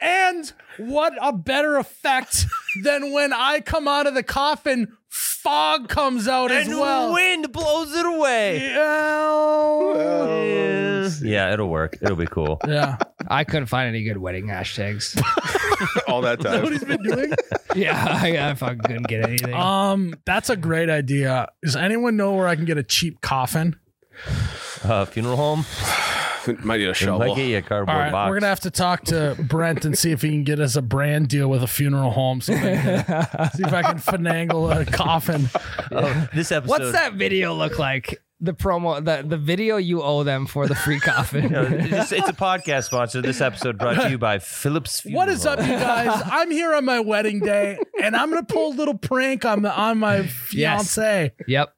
Speaker 1: And what a better effect than when I come out of the coffin, fog comes out as
Speaker 4: and
Speaker 1: well.
Speaker 4: wind blows it away.
Speaker 1: Yeah.
Speaker 4: Yeah, it'll work. It'll be cool.
Speaker 1: Yeah.
Speaker 2: I couldn't find any good wedding hashtags.
Speaker 3: All that
Speaker 1: Is that what
Speaker 3: time.
Speaker 1: he's been doing?
Speaker 2: yeah, I, I fucking couldn't get anything.
Speaker 1: Um, that's a great idea. Does anyone know where I can get a cheap coffin?
Speaker 4: Uh, funeral home.
Speaker 3: Might need a
Speaker 4: They
Speaker 3: shovel.
Speaker 4: Might get you a cardboard
Speaker 1: All right,
Speaker 4: box.
Speaker 1: we're gonna have to talk to Brent and see if he can get us a brand deal with a funeral home. So we can- see if I can finagle a coffin.
Speaker 4: Oh, this episode.
Speaker 2: What's that video look like? the promo, the, the video you owe them for the free coffin.
Speaker 4: You know, it's, it's a podcast sponsor. This episode brought to you by Phillips. Funeral.
Speaker 1: What is up, you guys? I'm here on my wedding day, and I'm gonna pull a little prank on the, on my fiance.
Speaker 2: yep.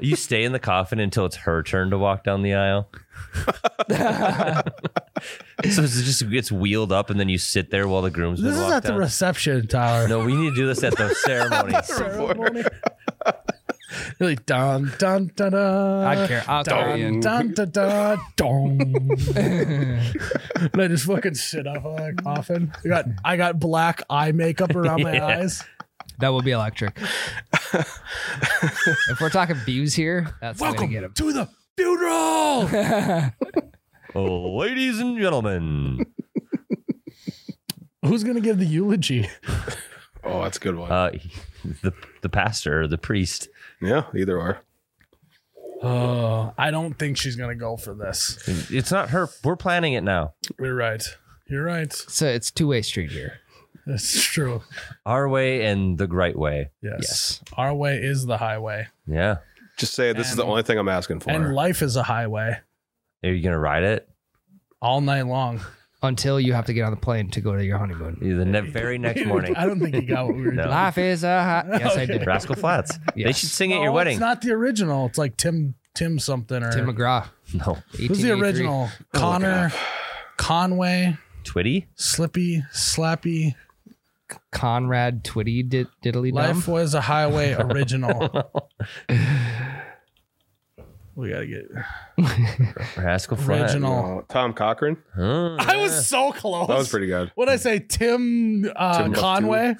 Speaker 4: You stay in the coffin until it's her turn to walk down the aisle. so it's just gets wheeled up, and then you sit there while the groomsmen
Speaker 1: This is
Speaker 4: walk
Speaker 1: at the
Speaker 4: down.
Speaker 1: reception, Tyler.
Speaker 4: no, we need to do this at the ceremony.
Speaker 1: Ceremony. Really dun dun dun dun.
Speaker 2: I don't care. I'll carry
Speaker 1: Dun
Speaker 2: in.
Speaker 1: dun dun dun dong. and I just fucking sit up on that coffin. I got I got black eye makeup around my eyes.
Speaker 2: That will be electric. if we're talking views here, that's going to
Speaker 1: Welcome
Speaker 2: get him.
Speaker 1: to the funeral.
Speaker 4: Oh, ladies and gentlemen,
Speaker 1: Who's gonna give the eulogy?
Speaker 3: Oh, that's a good one.
Speaker 4: uh, the the pastor or the priest.
Speaker 3: yeah, either or.
Speaker 1: Oh, I don't think she's gonna go for this.
Speaker 4: It's not her. We're planning it now.
Speaker 1: You're right. You're right.
Speaker 2: So it's two way street here.
Speaker 1: That's true.
Speaker 4: Our way and the right way.
Speaker 1: Yes.
Speaker 2: Yes.
Speaker 1: Our way is the highway.
Speaker 4: Yeah.
Speaker 3: Just say this is the
Speaker 1: And-
Speaker 3: only thing I'm asking for.
Speaker 1: And life is a highway
Speaker 4: Are you gonna ride it?
Speaker 1: all night long.
Speaker 2: Until you have to get on the plane to go to your honeymoon.
Speaker 4: The ne- very next morning.
Speaker 1: I don't think you got what we were
Speaker 4: No.
Speaker 1: doing.
Speaker 2: Life is a hot. Yes, I did.
Speaker 4: Rascal Flats. They
Speaker 2: Yes.
Speaker 4: should sing at your
Speaker 1: No,
Speaker 4: wedding.
Speaker 1: It's not the original. It's like Tim Tim something or
Speaker 2: Tim McGraw.
Speaker 4: no.
Speaker 1: Who's the
Speaker 2: 1883.
Speaker 1: original? Connor, Conway,
Speaker 4: Twitty?
Speaker 1: Slippy, Slappy.
Speaker 2: Conrad Twitty did, diddly
Speaker 1: Life
Speaker 2: dumb.
Speaker 1: was a highway original. we gotta get
Speaker 4: Rascal Flats.
Speaker 1: original.
Speaker 3: Uh, Tom Cochran.
Speaker 4: Huh?
Speaker 1: I was so close.
Speaker 3: That was pretty good.
Speaker 1: What would I say, Tim, uh,
Speaker 3: Timbuktu.
Speaker 1: Conway?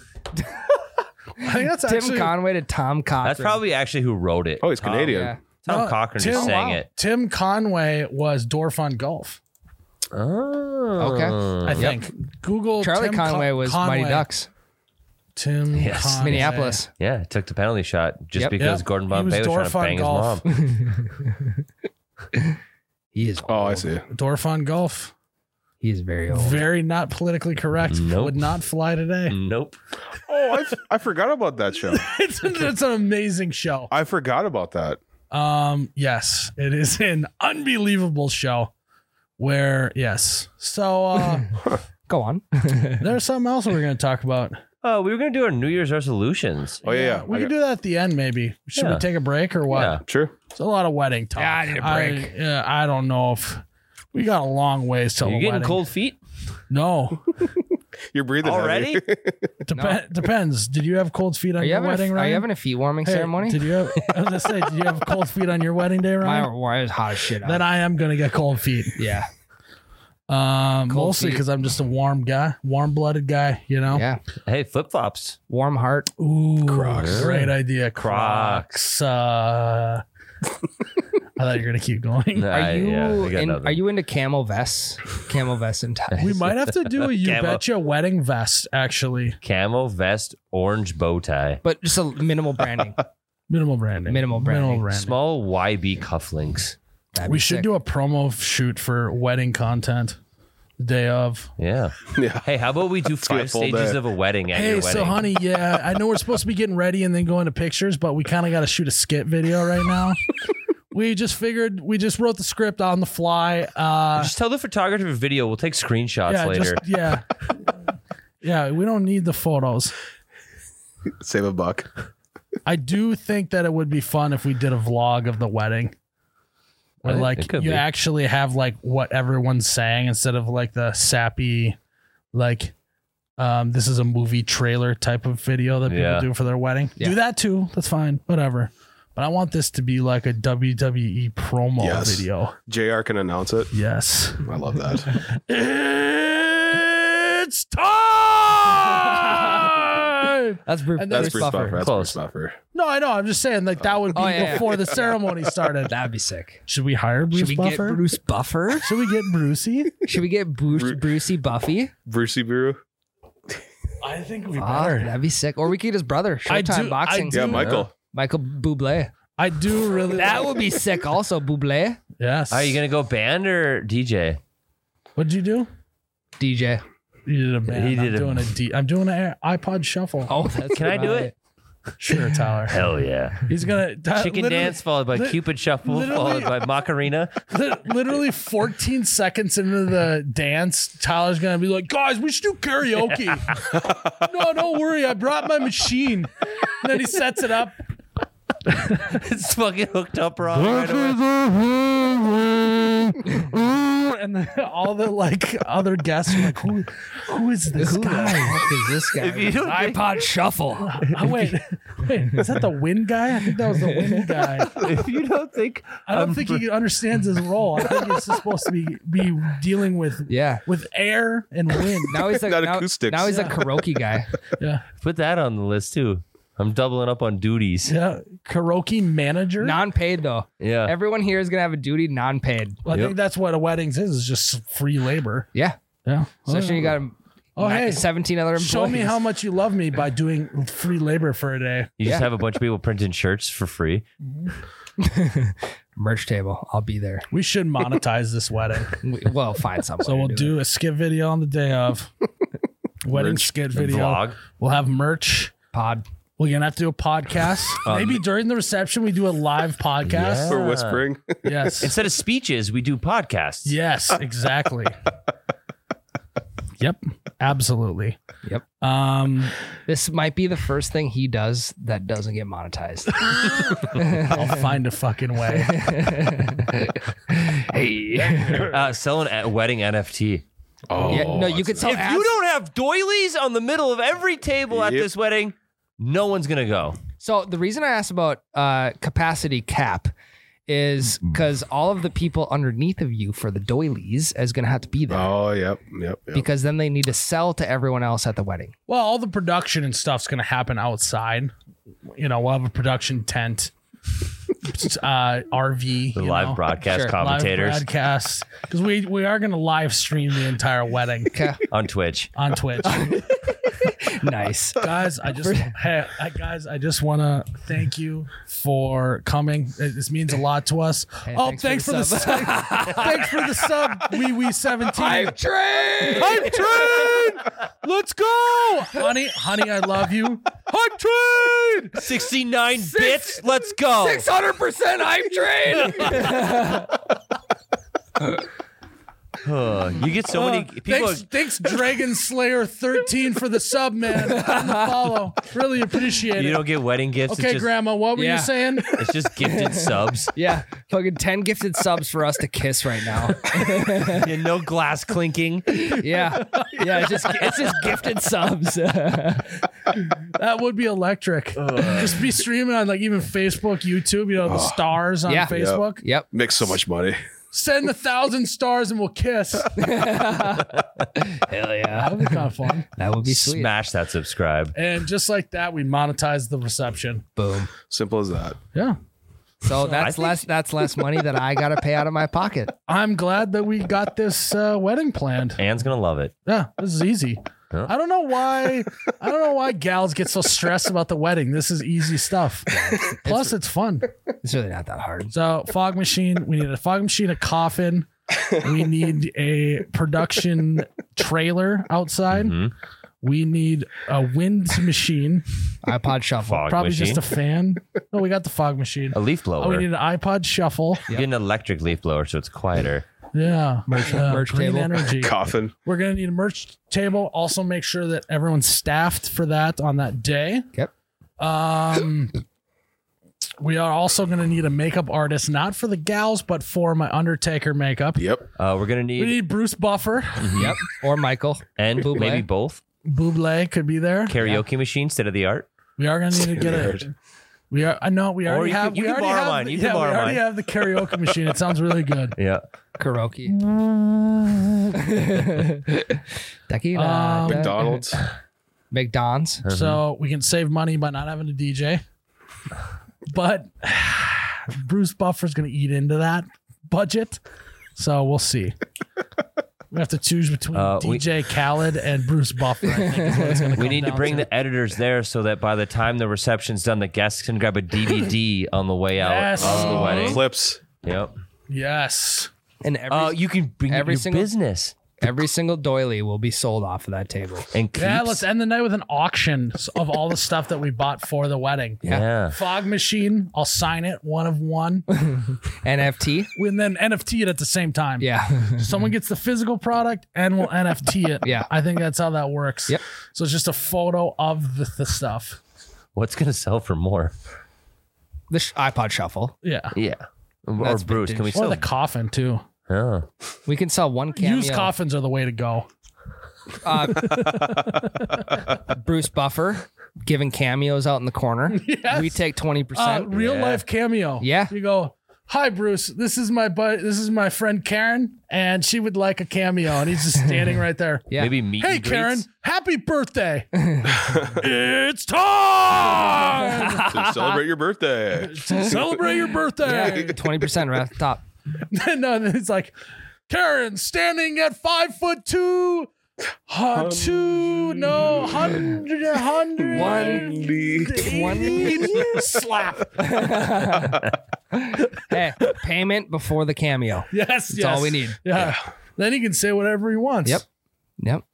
Speaker 1: I think that's
Speaker 2: Tim
Speaker 1: actually
Speaker 2: Conway to Tom Cochran.
Speaker 4: That's probably actually who wrote it.
Speaker 3: Oh, he's
Speaker 4: Tom-
Speaker 3: Canadian.
Speaker 2: Yeah.
Speaker 4: Tom
Speaker 1: No,
Speaker 4: Cochran
Speaker 1: Oh, Tim-
Speaker 4: just sang
Speaker 2: wow.
Speaker 4: it.
Speaker 1: Tim Conway was Dorf on Golf.
Speaker 4: Oh.
Speaker 2: Okay.
Speaker 1: I think. Google
Speaker 2: Charlie
Speaker 1: Tim Con-
Speaker 2: Conway was Mighty Ducks,
Speaker 1: Tim
Speaker 4: Yes.
Speaker 1: Conway.
Speaker 2: Minneapolis.
Speaker 4: Yeah, took the penalty shot just
Speaker 2: Yep.
Speaker 4: because
Speaker 1: Yep.
Speaker 4: Gordon
Speaker 1: He was
Speaker 4: Bombay was, trying
Speaker 1: dwarf
Speaker 4: to
Speaker 1: on
Speaker 4: bang
Speaker 1: golf.
Speaker 4: his mom.
Speaker 2: He is.
Speaker 3: Oh, I
Speaker 2: old.
Speaker 3: see.
Speaker 1: Dorf on Golf.
Speaker 2: He is very old.
Speaker 1: Very not politically correct.
Speaker 4: Nope. Mm.
Speaker 1: Would not fly today.
Speaker 4: nope.
Speaker 3: Oh, I, f- I forgot about that show.
Speaker 1: it's, it's an amazing show.
Speaker 3: I forgot about that.
Speaker 1: Um, yes, it is an unbelievable show where, yes. So uh,
Speaker 2: Go on.
Speaker 1: there's something else we're going to talk about.
Speaker 4: Oh, we were gonna do our New Year's resolutions.
Speaker 3: Oh yeah, yeah.
Speaker 1: We
Speaker 3: I
Speaker 1: can
Speaker 3: got-
Speaker 1: do that at the end, maybe. Should
Speaker 4: Yeah.
Speaker 1: we take a break or what?
Speaker 4: Yeah.
Speaker 3: Sure.
Speaker 1: It's a lot of wedding talk.
Speaker 2: Yeah, I need a break.
Speaker 1: I, yeah, I don't know if we got a long ways till
Speaker 4: You're
Speaker 1: the
Speaker 4: getting
Speaker 1: wedding.
Speaker 4: cold feet
Speaker 1: No,
Speaker 3: You're breathing heavy.
Speaker 4: already?
Speaker 1: Depen- depends. Did you have cold feet on
Speaker 2: Are you
Speaker 1: your
Speaker 2: having?
Speaker 1: wedding?
Speaker 2: a,
Speaker 1: Ryan?
Speaker 2: are you having a feet warming
Speaker 1: Hey,
Speaker 2: ceremony?
Speaker 1: Did you have? I was gonna say, did you have cold feet on your wedding day,
Speaker 2: My
Speaker 1: Ryan?
Speaker 2: wire is hot as shit. out.
Speaker 1: Then I am gonna get cold feet.
Speaker 2: yeah.
Speaker 1: Um,
Speaker 2: Cold
Speaker 1: mostly
Speaker 2: feet.
Speaker 1: because I'm just a warm guy, warm blooded guy. You know.
Speaker 2: Yeah.
Speaker 4: hey, flip flops.
Speaker 2: Warm heart.
Speaker 1: Ooh,
Speaker 3: Crocs.
Speaker 1: Great idea, Crocs. Uh, I thought you were gonna keep going.
Speaker 2: Are you in, are you into camel vests? Camel vests and ties.
Speaker 1: We might have to do a you
Speaker 4: Camo.
Speaker 1: betcha wedding vest, actually.
Speaker 4: Camo vest, orange bow tie,
Speaker 2: but just a minimal branding.
Speaker 1: Minimal branding.
Speaker 2: Minimal branding.
Speaker 1: Minimal branding.
Speaker 4: small YB cufflinks.
Speaker 2: That'd
Speaker 1: We
Speaker 2: be
Speaker 1: should
Speaker 2: sick.
Speaker 1: do a promo shoot for wedding content the day of.
Speaker 4: Yeah.
Speaker 3: Yeah.
Speaker 4: Hey, how about we do
Speaker 3: be a
Speaker 4: five
Speaker 3: full
Speaker 4: stages
Speaker 3: day.
Speaker 4: of a wedding at your
Speaker 1: Hey,
Speaker 4: wedding?
Speaker 1: so honey, yeah, I know we're supposed to be getting ready and then going to pictures, but we kind of got to shoot a skit video right now. we just figured we just wrote the script on the fly. Uh,
Speaker 4: Just tell the photographer of video. We'll take screenshots
Speaker 1: yeah,
Speaker 4: later.
Speaker 1: just yeah, yeah. We don't need the photos.
Speaker 3: Save a buck.
Speaker 1: I do think that it would be fun if we did a vlog of the wedding. Where
Speaker 4: I think it
Speaker 1: like you
Speaker 4: could be.
Speaker 1: actually have like what everyone sang instead of like the sappy like um this is a movie trailer type of video that people
Speaker 4: Yeah.
Speaker 1: do for their wedding.
Speaker 2: Yeah.
Speaker 1: Do that too. That's fine. Whatever. But I want this to be like a WWE promo
Speaker 3: Yes.
Speaker 1: video.
Speaker 3: JR can announce it.
Speaker 1: Yes.
Speaker 3: I love that.
Speaker 1: It's time.
Speaker 2: That's Bruce,
Speaker 1: And then-
Speaker 3: That's
Speaker 2: Bruce
Speaker 3: Bruce
Speaker 2: Buffer.
Speaker 3: Buffer. That's
Speaker 4: Close.
Speaker 3: Bruce Buffer.
Speaker 1: no, I know. I'm just saying like that would be
Speaker 2: Oh, yeah,
Speaker 1: before the ceremony started.
Speaker 2: That'd be sick.
Speaker 1: Should we hire Bruce
Speaker 2: Should we
Speaker 1: Buffer?
Speaker 2: get Bruce Buffer?
Speaker 1: Should we get Brucey?
Speaker 2: Should we get Bruce,
Speaker 3: Bru-
Speaker 2: Brucey Buffy?
Speaker 3: Brucey Brew.
Speaker 1: I think we
Speaker 2: Ah, that'd be sick. Or we could get his brother,
Speaker 1: I do-
Speaker 2: Showtime
Speaker 1: I
Speaker 2: Boxing, Uh,
Speaker 1: do-
Speaker 3: Yeah, Michael.
Speaker 2: Michael Bublé.
Speaker 1: I do really.
Speaker 2: That would be sick. Also, Bublé
Speaker 1: yes.
Speaker 4: Are you gonna go band or DJ?
Speaker 1: What did you do?
Speaker 2: DJ.
Speaker 1: You did a band.
Speaker 4: He
Speaker 1: I'm
Speaker 4: did a-
Speaker 1: doing a D. I'm doing an iPod shuffle.
Speaker 2: Oh, that's
Speaker 4: Can I do it?
Speaker 1: Sure, Tyler.
Speaker 4: Hell yeah.
Speaker 1: He's gonna Ty-
Speaker 4: Chicken
Speaker 1: Uh, literally-
Speaker 4: dance followed by
Speaker 1: lit-
Speaker 4: Cupid shuffle
Speaker 1: literally-
Speaker 4: followed by Macarena.
Speaker 1: li- Literally 14 seconds into the dance, Tyler's gonna be like, "Guys, we should do karaoke." no, don't worry, I brought my machine. And then he sets it up.
Speaker 4: It's fucking hooked up wrong. Right away.
Speaker 1: and then all the like other guests are like, "Who, who is this
Speaker 2: Who the
Speaker 1: guy?"
Speaker 2: heck is this guy?
Speaker 4: If you don't think-
Speaker 2: iPod Shuffle.
Speaker 1: Oh, wait, wait, is that the wind guy? I think that was the wind guy.
Speaker 4: if you don't think
Speaker 1: I don't think he understands his role. I think he's just supposed to be be dealing with
Speaker 2: Yeah.
Speaker 1: with air and wind.
Speaker 2: Now he's a,
Speaker 3: Not
Speaker 2: now,
Speaker 3: acoustics.
Speaker 2: now he's a karaoke guy.
Speaker 1: Yeah,
Speaker 4: put that on the list too. I'm doubling up on duties.
Speaker 1: yeah. uh, Karaoke manager.
Speaker 2: Non-paid though.
Speaker 4: Yeah.
Speaker 2: Everyone here is gonna have a duty non-paid.
Speaker 1: Well, I
Speaker 4: Yep.
Speaker 1: think that's what a weddings is. Is just free labor.
Speaker 2: Yeah.
Speaker 1: Yeah.
Speaker 2: Especially you got a
Speaker 1: Oh,
Speaker 2: ni-
Speaker 1: hey.
Speaker 2: 17 other employees.
Speaker 1: Show me how much you love me by doing free labor for a day.
Speaker 4: you just
Speaker 2: yeah.
Speaker 4: have a bunch of people printing shirts for free.
Speaker 2: merch table. I'll be there.
Speaker 1: We should monetize this wedding.
Speaker 2: We, we'll find someone.
Speaker 1: So we'll do a skit video on the day of wedding
Speaker 3: Merch
Speaker 1: skit
Speaker 4: and
Speaker 1: video.
Speaker 4: Vlog.
Speaker 1: We'll have merch.
Speaker 2: pod.
Speaker 1: We're gonna have to do a podcast.
Speaker 4: Um,
Speaker 1: Maybe during the reception we do a live podcast.
Speaker 4: Yeah.
Speaker 3: Or whispering.
Speaker 1: Yes.
Speaker 4: Instead of speeches, we do podcasts.
Speaker 1: Yes, exactly. yep. Absolutely.
Speaker 2: Yep.
Speaker 1: Um
Speaker 2: This might be the first thing he does that doesn't get monetized.
Speaker 1: I'll find a fucking way.
Speaker 2: hey.
Speaker 4: Uh, selling a wedding NFT.
Speaker 3: Oh,
Speaker 2: Yeah, no, you could sell
Speaker 4: if
Speaker 2: ads.
Speaker 4: you don't have doilies on the middle of every table at
Speaker 3: Yep.
Speaker 4: this wedding, no one's gonna go.
Speaker 2: So the reason I asked about uh, capacity cap is
Speaker 4: Mm-hmm.
Speaker 2: because all of the people underneath of you for the doilies is going to have to be there
Speaker 3: Oh, yep, yep, yep.
Speaker 2: because then they need to sell to everyone else at the wedding.
Speaker 1: Well, all the production and stuff's gonna happen outside. You know, we'll have a production tent. Uh, RV,
Speaker 4: The
Speaker 1: you
Speaker 4: live
Speaker 1: know.
Speaker 4: broadcast
Speaker 2: Sure. Live
Speaker 4: commentators
Speaker 1: live broadcast because we we are going to live stream the entire wedding
Speaker 2: Okay.
Speaker 4: on Twitch.
Speaker 1: on Twitch,
Speaker 2: nice.
Speaker 1: guys. I just hey I, guys, I just want to thank you for coming. It- This means a lot to us. oh, thanks, for the, sub. thanks for the sub. Wee wee seventeen.
Speaker 2: trained.
Speaker 1: Hype train. Let's go, honey. Honey, I love you. Hype train.
Speaker 4: 69 bits, let's go.
Speaker 2: 600% hype train.
Speaker 4: Uh, you get so many people.
Speaker 1: thanks, thanks, Dragon Slayer 13 for the sub, man. And the follow. Really appreciate
Speaker 4: You
Speaker 1: it.
Speaker 4: don't get wedding gifts.
Speaker 1: Okay,
Speaker 4: it's, just,
Speaker 1: Grandma, what were
Speaker 2: Yeah.
Speaker 1: you saying?
Speaker 4: it's just gifted subs.
Speaker 2: yeah. Fucking 10 gifted subs for us to kiss right now.
Speaker 4: Yeah, no glass clinking.
Speaker 2: Yeah. Yeah. It's just, it's just gifted subs.
Speaker 1: That would be electric. Just be streaming on like even Facebook, YouTube, you know, the stars on
Speaker 2: Yeah.
Speaker 1: Facebook.
Speaker 2: yep.
Speaker 3: Makes so much money.
Speaker 1: Send a thousand stars and we'll kiss.
Speaker 2: Hell yeah.
Speaker 1: That'd be kind of fun.
Speaker 2: That would be sweet.
Speaker 4: Smash that subscribe.
Speaker 1: And just like that, we monetize the reception.
Speaker 2: Boom.
Speaker 3: Simple as that.
Speaker 1: Yeah.
Speaker 2: So that's
Speaker 4: think-
Speaker 2: less that's less money that I gotta pay out of my pocket.
Speaker 1: I'm glad that we got this uh, wedding planned.
Speaker 4: Anne's gonna love it.
Speaker 1: Yeah, this is easy.
Speaker 4: Yeah.
Speaker 1: I don't know why I don't know why gals get so stressed about the wedding. This is easy stuff. Plus it's fun.
Speaker 2: It's really not that hard.
Speaker 1: So fog machine. We need a fog machine, a coffin. We need a production trailer outside.
Speaker 4: Mhm.
Speaker 1: We need a wind machine.
Speaker 2: iPod shuffle.
Speaker 4: Fog
Speaker 1: probably
Speaker 4: machine.
Speaker 1: just a fan. No, we got the fog machine.
Speaker 4: a leaf
Speaker 1: Oh, we
Speaker 4: blower.
Speaker 1: need an iPod shuffle.
Speaker 4: You get an electric leaf blower, so it's quieter.
Speaker 1: Yeah,
Speaker 2: Merch-
Speaker 1: Yeah,
Speaker 2: merch
Speaker 1: green
Speaker 2: table.
Speaker 1: Energy.
Speaker 3: Coffin.
Speaker 1: We're gonna need a merch table. Also, make sure that everyone's staffed for that on that day.
Speaker 2: Yep.
Speaker 1: Um, we are also gonna need a makeup artist, not for the gals, but for my Undertaker makeup.
Speaker 3: Yep.
Speaker 4: Uh, we're gonna
Speaker 1: We
Speaker 4: need
Speaker 1: need Bruce Buffer.
Speaker 2: Yep. Or Michael.
Speaker 4: and
Speaker 2: Buble.
Speaker 4: maybe both
Speaker 1: Buble could be there.
Speaker 4: karaoke machine, state of the art.
Speaker 1: We are gonna need to get a.
Speaker 3: Nerd.
Speaker 1: We are. I know we
Speaker 4: Or
Speaker 1: already
Speaker 4: you can-
Speaker 1: have.
Speaker 4: you
Speaker 1: we
Speaker 4: can
Speaker 1: already
Speaker 4: borrow
Speaker 1: have
Speaker 4: mine.
Speaker 1: the-
Speaker 4: You can
Speaker 1: yeah,
Speaker 4: borrow
Speaker 1: we already
Speaker 4: mine.
Speaker 1: have the karaoke machine. It sounds really good.
Speaker 4: Yeah,
Speaker 2: Karaoke. Tequila.
Speaker 1: Um,
Speaker 2: Da-
Speaker 3: McDonald's.
Speaker 2: McDonald's.
Speaker 4: Mhm.
Speaker 1: So we can save money by not having a DJ. But Bruce Buffer's gonna eat into that budget. So we'll see. We have to choose between
Speaker 4: Uh, we- Uh,
Speaker 1: DJ Khaled and Bruce Buffer. I think is what it's gonna
Speaker 4: we
Speaker 1: come
Speaker 4: need to
Speaker 1: down
Speaker 4: bring the editors there so that by the time the reception's done, the guests can grab a DVD on the way out
Speaker 1: Yes.
Speaker 4: of the
Speaker 1: Oh.
Speaker 4: wedding.
Speaker 3: Clips.
Speaker 4: Yep.
Speaker 1: Yes.
Speaker 2: And every
Speaker 4: Uh, you can bring
Speaker 2: every
Speaker 4: your
Speaker 2: single-
Speaker 4: business.
Speaker 2: Every single doily will be sold off of that table.
Speaker 4: and keeps.
Speaker 1: Yeah, let's end the night with an auction of all the stuff that we bought for the wedding.
Speaker 2: Uh.
Speaker 4: yeah.
Speaker 1: Fog machine, I'll sign it, one of one,
Speaker 2: NFT?
Speaker 1: and then NFT it at the same time.
Speaker 2: Yeah.
Speaker 1: Someone gets the physical product and we'll NFT it.
Speaker 2: Yeah.
Speaker 1: I think that's how that works.
Speaker 2: Yep.
Speaker 1: So it's just a photo of the, the stuff.
Speaker 4: What's gonna sell for more?
Speaker 2: the sh- iPod Shuffle.
Speaker 1: Yeah.
Speaker 4: Yeah. Or
Speaker 2: That's
Speaker 4: Bruce, can we
Speaker 2: vintage.
Speaker 1: Or
Speaker 4: sell?
Speaker 1: the coffin too.
Speaker 4: Yeah.
Speaker 2: We can sell one cameo. Uh,
Speaker 1: Used coffins are the way to go.
Speaker 2: Bruce Buffer giving cameos out in the corner.
Speaker 1: Yes.
Speaker 2: We take twenty
Speaker 1: Uh,
Speaker 2: percent.
Speaker 1: real life cameo.
Speaker 2: Yeah.
Speaker 1: You go, hi Bruce, this is my bud this is my friend Karen, and she would like a cameo. And he's just standing right there.
Speaker 2: Yeah.
Speaker 4: Maybe meet.
Speaker 1: Hey
Speaker 4: and
Speaker 1: Karen,
Speaker 4: greets?
Speaker 1: happy birthday. it's time
Speaker 3: to celebrate your birthday.
Speaker 1: to celebrate your birthday.
Speaker 2: Twenty percent right off the top.
Speaker 1: no, it's like Karen standing at five foot two. Uh, two, no, hundred, a hundred,
Speaker 2: One.
Speaker 1: one, slap.
Speaker 2: Hey, payment before the cameo.
Speaker 1: Yes, that's yes.
Speaker 2: all we need.
Speaker 1: Yeah. Then he can say whatever he wants.
Speaker 2: Yep. Yep.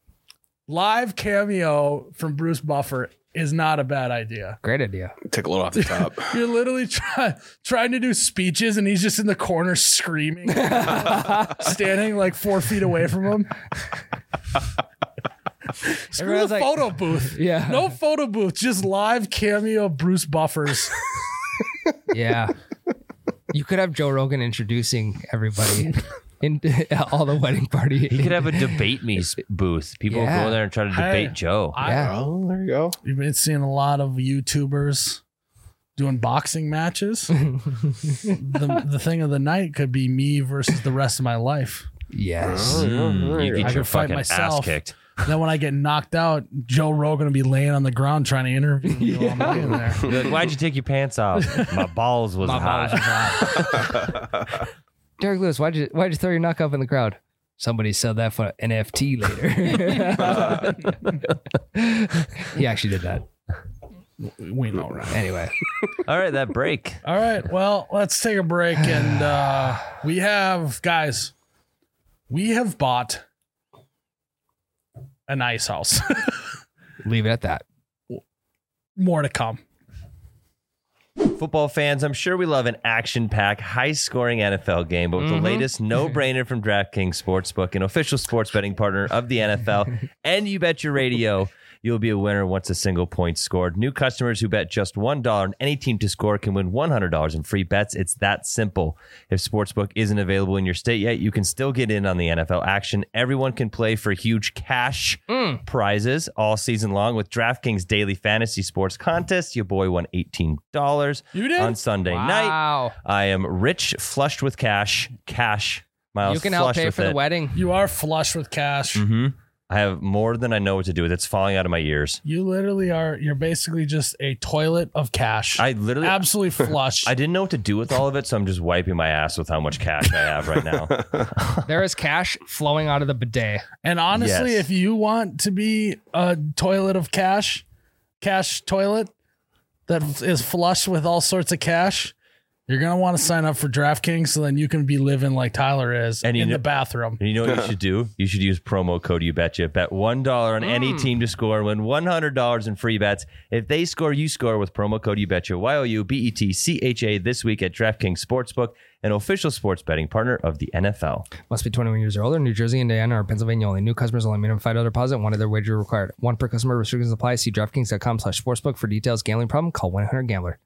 Speaker 1: Live cameo from Bruce Buffer is not a bad idea.
Speaker 2: Great idea.
Speaker 3: Take a little off the top.
Speaker 1: You're literally try, trying to do speeches, and he's just in the corner screaming, standing like four feet away from him. Screw the
Speaker 2: Everyone's like-
Speaker 1: photo booth.
Speaker 2: Yeah.
Speaker 1: No photo booth, just live cameo Bruce Buffers.
Speaker 2: Yeah. You could have Joe Rogan introducing everybody in all the wedding party.
Speaker 4: He could have a debate me s- booth. People
Speaker 2: Yeah.
Speaker 4: go there and try to debate
Speaker 1: Hey.
Speaker 4: Joe.
Speaker 1: I,
Speaker 2: yeah.
Speaker 3: Oh, there you go.
Speaker 1: you've been seeing a lot of YouTubers doing boxing matches. the, the thing of the night could be me versus the rest of my life.
Speaker 2: Yes.
Speaker 4: Mm, you
Speaker 1: I
Speaker 4: get your
Speaker 1: could fight
Speaker 4: fucking ass
Speaker 1: myself.
Speaker 4: kicked.
Speaker 1: Then when I get knocked out, Joe Rogan will be laying on the ground trying to interview me while I'm laying there.
Speaker 4: You're like, Why'd you take your pants off? My balls was
Speaker 2: My
Speaker 4: hot.
Speaker 2: balls was hot. Derek Lewis, why'd you why'd you throw your knock up in the crowd? Somebody said that for NFT later. he actually did that.
Speaker 1: We know, right?
Speaker 2: Anyway,
Speaker 4: All right, that break.
Speaker 1: All right. Well, let's take a break. And uh, we have, guys, we have bought an ice house.
Speaker 2: leave it at that.
Speaker 1: More to come.
Speaker 4: Football fans, I'm sure we love an action packed, high scoring NFL game, but with the latest no brainer from DraftKings Sportsbook, an official sports betting partner of the NFL, and you bet your radio, you'll be a winner once a single point scored. New customers who bet just $1 on any team to score can win $100 in free bets. It's that simple. If Sportsbook isn't available in your state yet, you can still get in on the NFL action. Everyone can play for huge cash
Speaker 2: Hmm.
Speaker 4: prizes all season long with DraftKings Daily Fantasy Sports Contest. Your boy won $18
Speaker 1: You did?
Speaker 4: on Sunday night.
Speaker 2: Wow.
Speaker 4: I am rich, flushed with cash. Cash. Miles,
Speaker 2: You can help
Speaker 4: flushed
Speaker 2: pay
Speaker 4: with
Speaker 2: for
Speaker 4: it.
Speaker 2: the wedding.
Speaker 1: You are flush with cash.
Speaker 4: Mhm. I have more than I know what to do with. It's falling out of my ears.
Speaker 1: You literally are, you're basically just a toilet of cash.
Speaker 4: I literally,
Speaker 1: Absolutely flush.
Speaker 4: I didn't know what to do with all of it, so I'm just wiping my ass with how much cash I have right now.
Speaker 2: There is cash flowing out of the bidet.
Speaker 1: and honestly,
Speaker 4: Yes.
Speaker 1: if you want to be a toilet of cash, cash toilet that is flush with all sorts of cash, you're going to want to sign up for DraftKings so then you can be living like Tyler is
Speaker 4: And you
Speaker 1: in
Speaker 4: kn-
Speaker 1: the bathroom.
Speaker 4: And you know what you should do? You should use promo code you betcha. Bet one dollar on any team to score and win one hundred dollars in free bets. If they score, you score with promo code you betcha. Y O U B E T C H A this week at DraftKings Sportsbook, an official sports betting partner of the NFL.
Speaker 2: Must be 21 years or older. New Jersey, Indiana, or Pennsylvania only. New customers only. Minimum $5 deposit. One other wager required. One per customer. Restrictions apply. See DraftKings.com slash sportsbook for details. Gambling problem? Call 1-800-GAMBLER.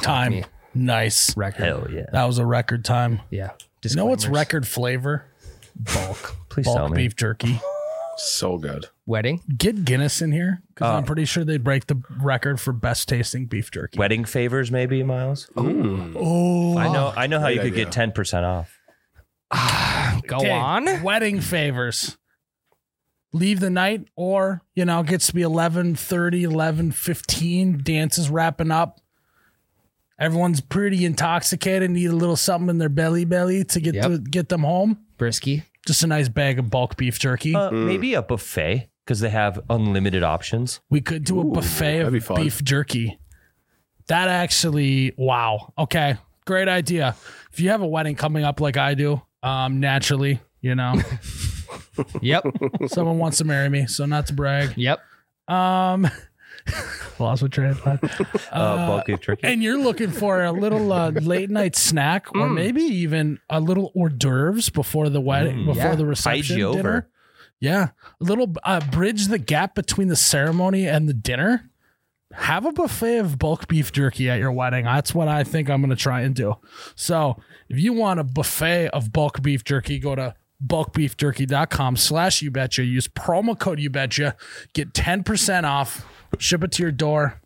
Speaker 1: time.
Speaker 2: me.
Speaker 1: Nice.
Speaker 2: Record.
Speaker 4: Hell yeah!
Speaker 1: That was a record time.
Speaker 2: Yeah.
Speaker 1: You know what's
Speaker 2: Disclaimers.
Speaker 1: record flavor? Bulk.
Speaker 4: Please tell
Speaker 1: Bulk
Speaker 4: me.
Speaker 1: beef jerky.
Speaker 3: So good.
Speaker 2: Wedding?
Speaker 1: Get Guinness in here because
Speaker 4: Uh,
Speaker 1: I'm pretty sure they break the record for best tasting beef jerky.
Speaker 4: Wedding favors, maybe Miles.
Speaker 1: Oh,
Speaker 4: I know. I know how you could
Speaker 3: idea.
Speaker 4: get ten percent off.
Speaker 2: Go on.
Speaker 1: Wedding favors. Leave the night or, you know, gets to be 11 30, 11 15. Dance is wrapping up. Everyone's pretty intoxicated, need a little something in their belly belly to get
Speaker 2: Yep.
Speaker 1: to get them home.
Speaker 2: Brisky.
Speaker 1: Just a nice bag of bulk beef jerky.
Speaker 4: Uh, Maybe a buffet because they have unlimited options.
Speaker 1: We could do a
Speaker 3: Ooh,
Speaker 1: buffet
Speaker 3: that'd be
Speaker 1: of
Speaker 3: fun.
Speaker 1: beef jerky. That actually, wow. Okay, great idea. If you have a wedding coming up like I do, um, naturally, you know,
Speaker 2: Yep.
Speaker 1: Someone wants to marry me, so not to brag.
Speaker 2: Yep.
Speaker 1: Um, lost my train of thought.
Speaker 4: uh, bulky turkey.
Speaker 1: And you're looking for a little uh, late night snack,
Speaker 4: Hmm.
Speaker 1: or maybe even a little hors d'oeuvres before the wedding, before
Speaker 2: yeah.
Speaker 1: the
Speaker 4: Hmm, Tide
Speaker 1: reception
Speaker 4: you
Speaker 1: dinner.
Speaker 4: over.
Speaker 1: Yeah, a little uh, bridge the gap between the ceremony and the dinner. Have a buffet of bulk beef jerky at your wedding. That's what I think I'm going to try and do. So, if you want a buffet of bulk beef jerky, go to bulkbeefjerky.com slash you betcha. Use promo code you betcha. Get 10% off. Ship it to your door.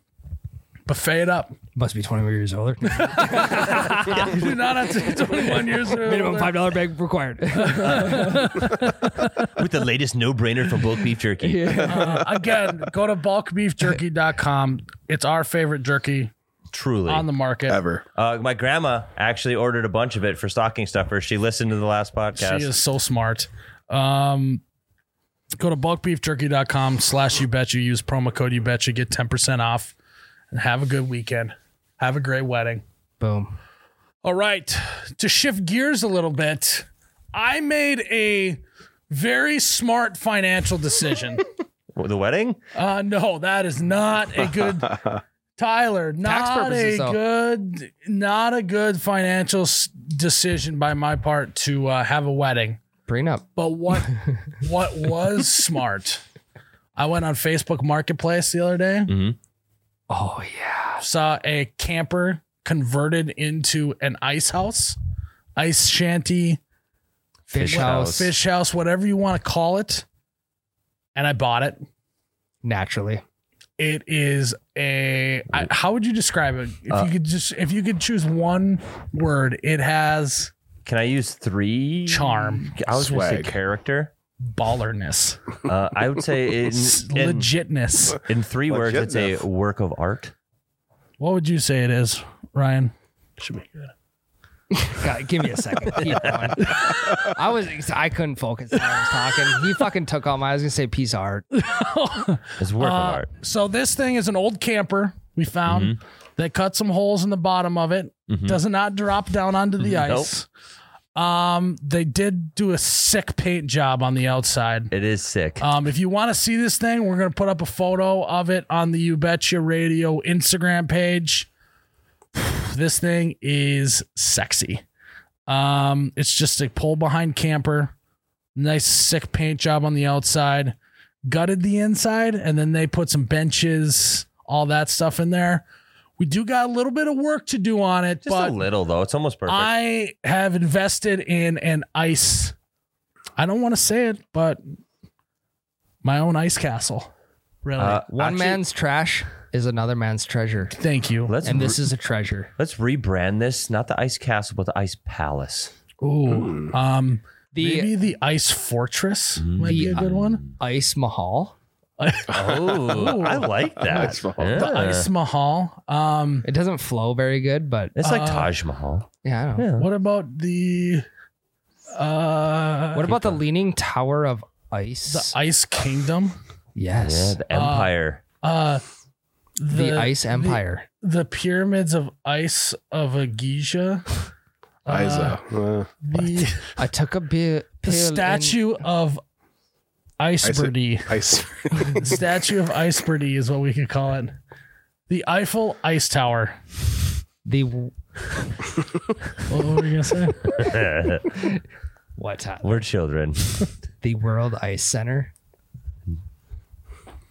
Speaker 1: Buffet it up.
Speaker 2: Must be 21 years older.
Speaker 1: You do not have to be 21 years or
Speaker 2: Minimum
Speaker 1: older.
Speaker 2: five dollar bag required.
Speaker 4: With the latest no brainer from bulk beef jerky.
Speaker 1: Uh, again, go to bulkbeefjerky.com. It's our favorite jerky
Speaker 4: Truly.
Speaker 1: on the market.
Speaker 3: Ever.
Speaker 4: Uh, my grandma actually ordered a bunch of it for stocking stuffers. She listened to the last podcast.
Speaker 1: She is so smart. Um, go to bulkbeefjerky.com slash you bet you use promo code you bet you get 10% off and have a good weekend. Have a great wedding.
Speaker 2: Boom.
Speaker 1: All right. To shift gears a little bit, I made a very smart financial decision.
Speaker 4: The wedding?
Speaker 1: uh, no, that is not a good Tyler,
Speaker 2: Tax
Speaker 1: not
Speaker 2: purposes,
Speaker 1: a
Speaker 2: though.
Speaker 1: good not a good financial s- decision by my part to uh, have a wedding.
Speaker 2: Bring up.
Speaker 1: But what what was smart? I went on Facebook Marketplace the other day,
Speaker 2: Oh yeah.
Speaker 1: saw a camper converted into an ice house, ice shanty,
Speaker 2: Fish,
Speaker 4: Fish
Speaker 2: house.
Speaker 4: house.
Speaker 1: fish house, whatever you want to call it. And I bought it.
Speaker 2: Naturally.
Speaker 1: It is a I, how would you describe it? If you could just if you could choose one word, it has
Speaker 4: Can I use three?
Speaker 1: Charm.
Speaker 4: I was going to
Speaker 3: Swag.
Speaker 4: say character.
Speaker 1: ballerness,
Speaker 4: Uh, I would say in, in,
Speaker 1: legitness.
Speaker 4: in three words, it's a
Speaker 3: Legitness.
Speaker 4: work of art.
Speaker 1: What would you say it is, Ryan?
Speaker 2: God, give me a second. Keep going. I was I couldn't focus when I was talking. He fucking took all my I was gonna say piece of art.
Speaker 4: It's work
Speaker 1: Uh,
Speaker 4: of art.
Speaker 1: So this thing is an old camper we found. They cut some holes in the bottom of it. Does not drop down onto the
Speaker 4: Mhm.
Speaker 1: ice. Um, they did do a sick paint job on the outside.
Speaker 4: It is sick.
Speaker 1: Um, if you want to see this thing, we're gonna put up a photo of it on the You Betcha Radio Instagram page. This thing is sexy. Um, it's just a pull behind camper. Nice sick paint job on the outside. Gutted the inside, and then they put some benches, all that stuff in there. We do got a little bit of work to do on it,
Speaker 4: Just
Speaker 1: but
Speaker 4: a little, though. It's almost perfect.
Speaker 1: I have invested in an ice. I don't want to say it, but my own ice castle. Really?
Speaker 4: Uh,
Speaker 2: One
Speaker 4: actually,
Speaker 2: man's trash is another man's treasure.
Speaker 1: Thank you.
Speaker 4: Let's,
Speaker 2: And this is a treasure.
Speaker 4: let's rebrand this, not the Ice Castle, but the Ice Palace. hmm.
Speaker 1: Ooh. Um,
Speaker 2: The
Speaker 1: maybe the ice fortress might be a
Speaker 2: The-
Speaker 1: good one.
Speaker 2: Ice Mahal.
Speaker 4: Oh, I like that.
Speaker 3: Ice Mahal.
Speaker 1: The
Speaker 4: Yeah.
Speaker 1: ice mahal. Um,
Speaker 2: It doesn't flow very good, but
Speaker 4: It's like
Speaker 1: Uh,
Speaker 4: Taj Mahal.
Speaker 2: yeah, I don't know.
Speaker 1: what about the uh
Speaker 2: What about the Leaning Tower of Ice?
Speaker 1: the ice kingdom?
Speaker 4: Yeah,
Speaker 2: yes.
Speaker 4: the Empire.
Speaker 1: Uh,
Speaker 2: the, Ice Empire.
Speaker 1: the pyramids of ice of a Giza,
Speaker 3: Isa. Uh,
Speaker 1: the,
Speaker 2: I took a bit.
Speaker 1: the statue of Iceberg.
Speaker 3: Ice.
Speaker 1: The statue of Iceberg is what we could call it. The Eiffel Ice Tower.
Speaker 2: The
Speaker 1: What were you gonna say?
Speaker 2: what? Tyler?
Speaker 4: We're children.
Speaker 2: The World Ice Center.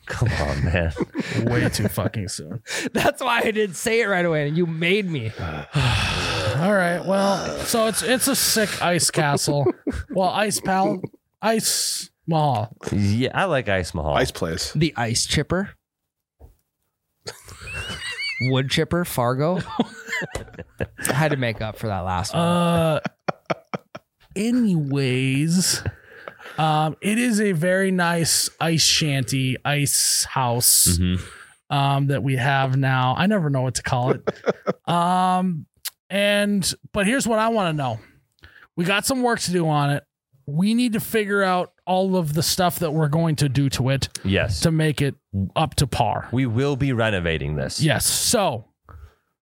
Speaker 4: Come on, man.
Speaker 1: Way too fucking soon.
Speaker 2: That's why I didn't say it right away, and you made me.
Speaker 1: All right. Well, so it's it's a sick ice castle. Well, ice pal, ice mall.
Speaker 4: Yeah, I like Ice Mahal.
Speaker 3: Ice place.
Speaker 2: The Ice Chipper. Wood Chipper, Fargo. I had to make up for that last one.
Speaker 1: Uh, anyways, um, it is a very nice ice shanty, ice house.
Speaker 4: Mhm.
Speaker 1: um, that we have now. I never know what to call it. um, and but here's what I want to know: we got some work to do on it. We need to figure out all of the stuff that we're going to do to it
Speaker 4: Yes.
Speaker 1: to make it up to par.
Speaker 4: we will be renovating this.
Speaker 1: Yes. So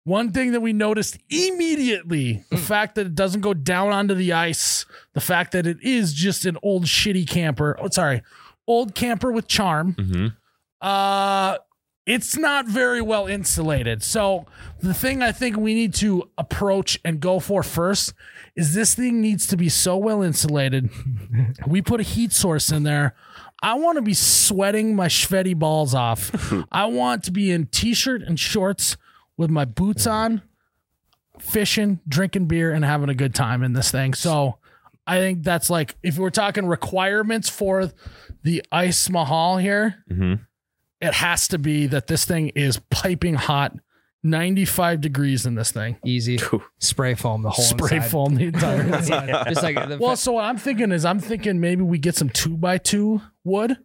Speaker 1: One thing that we noticed immediately the fact that it doesn't go down onto the ice, the fact that it is just an old shitty camper. Oh, sorry, old camper with charm.
Speaker 4: Mm-hmm.
Speaker 1: Uh, it's not very well insulated. So the thing I think we need to approach and go for first is this thing needs to be so well insulated. we put a heat source in there. I want to be sweating my Schvetty balls off. I want to be in t-shirt and shorts with my boots on, fishing, drinking beer, and having a good time in this thing. So I think that's like if we're talking requirements for the ice mahal here
Speaker 4: Mm-hmm.
Speaker 1: it has to be that this thing is piping hot, 95 degrees in this thing.
Speaker 2: Easy spray foam the whole
Speaker 1: Spray
Speaker 2: inside.
Speaker 1: foam the entire inside.
Speaker 2: Just like the
Speaker 1: Well, so what I'm thinking is I'm thinking maybe we get some two by two wood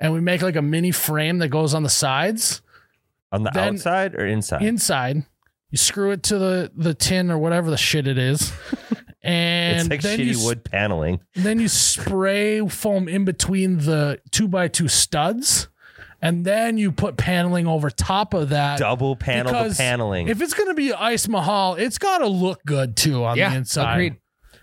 Speaker 1: and we make like a mini frame that goes on the sides
Speaker 4: On the
Speaker 1: Then-
Speaker 4: outside or inside?
Speaker 1: inside. You screw it to the, the tin or whatever the shit it is. And
Speaker 4: it's like
Speaker 1: then,
Speaker 4: shitty
Speaker 1: you,
Speaker 4: wood paneling.
Speaker 1: then you spray foam in between the two by two studs. And then you put paneling over top of that.
Speaker 4: Double panel to
Speaker 1: Uh, because
Speaker 4: paneling.
Speaker 1: If it's gonna be Ice Mahal, it's gotta look good too on
Speaker 2: yeah,
Speaker 1: the inside.
Speaker 2: agreed.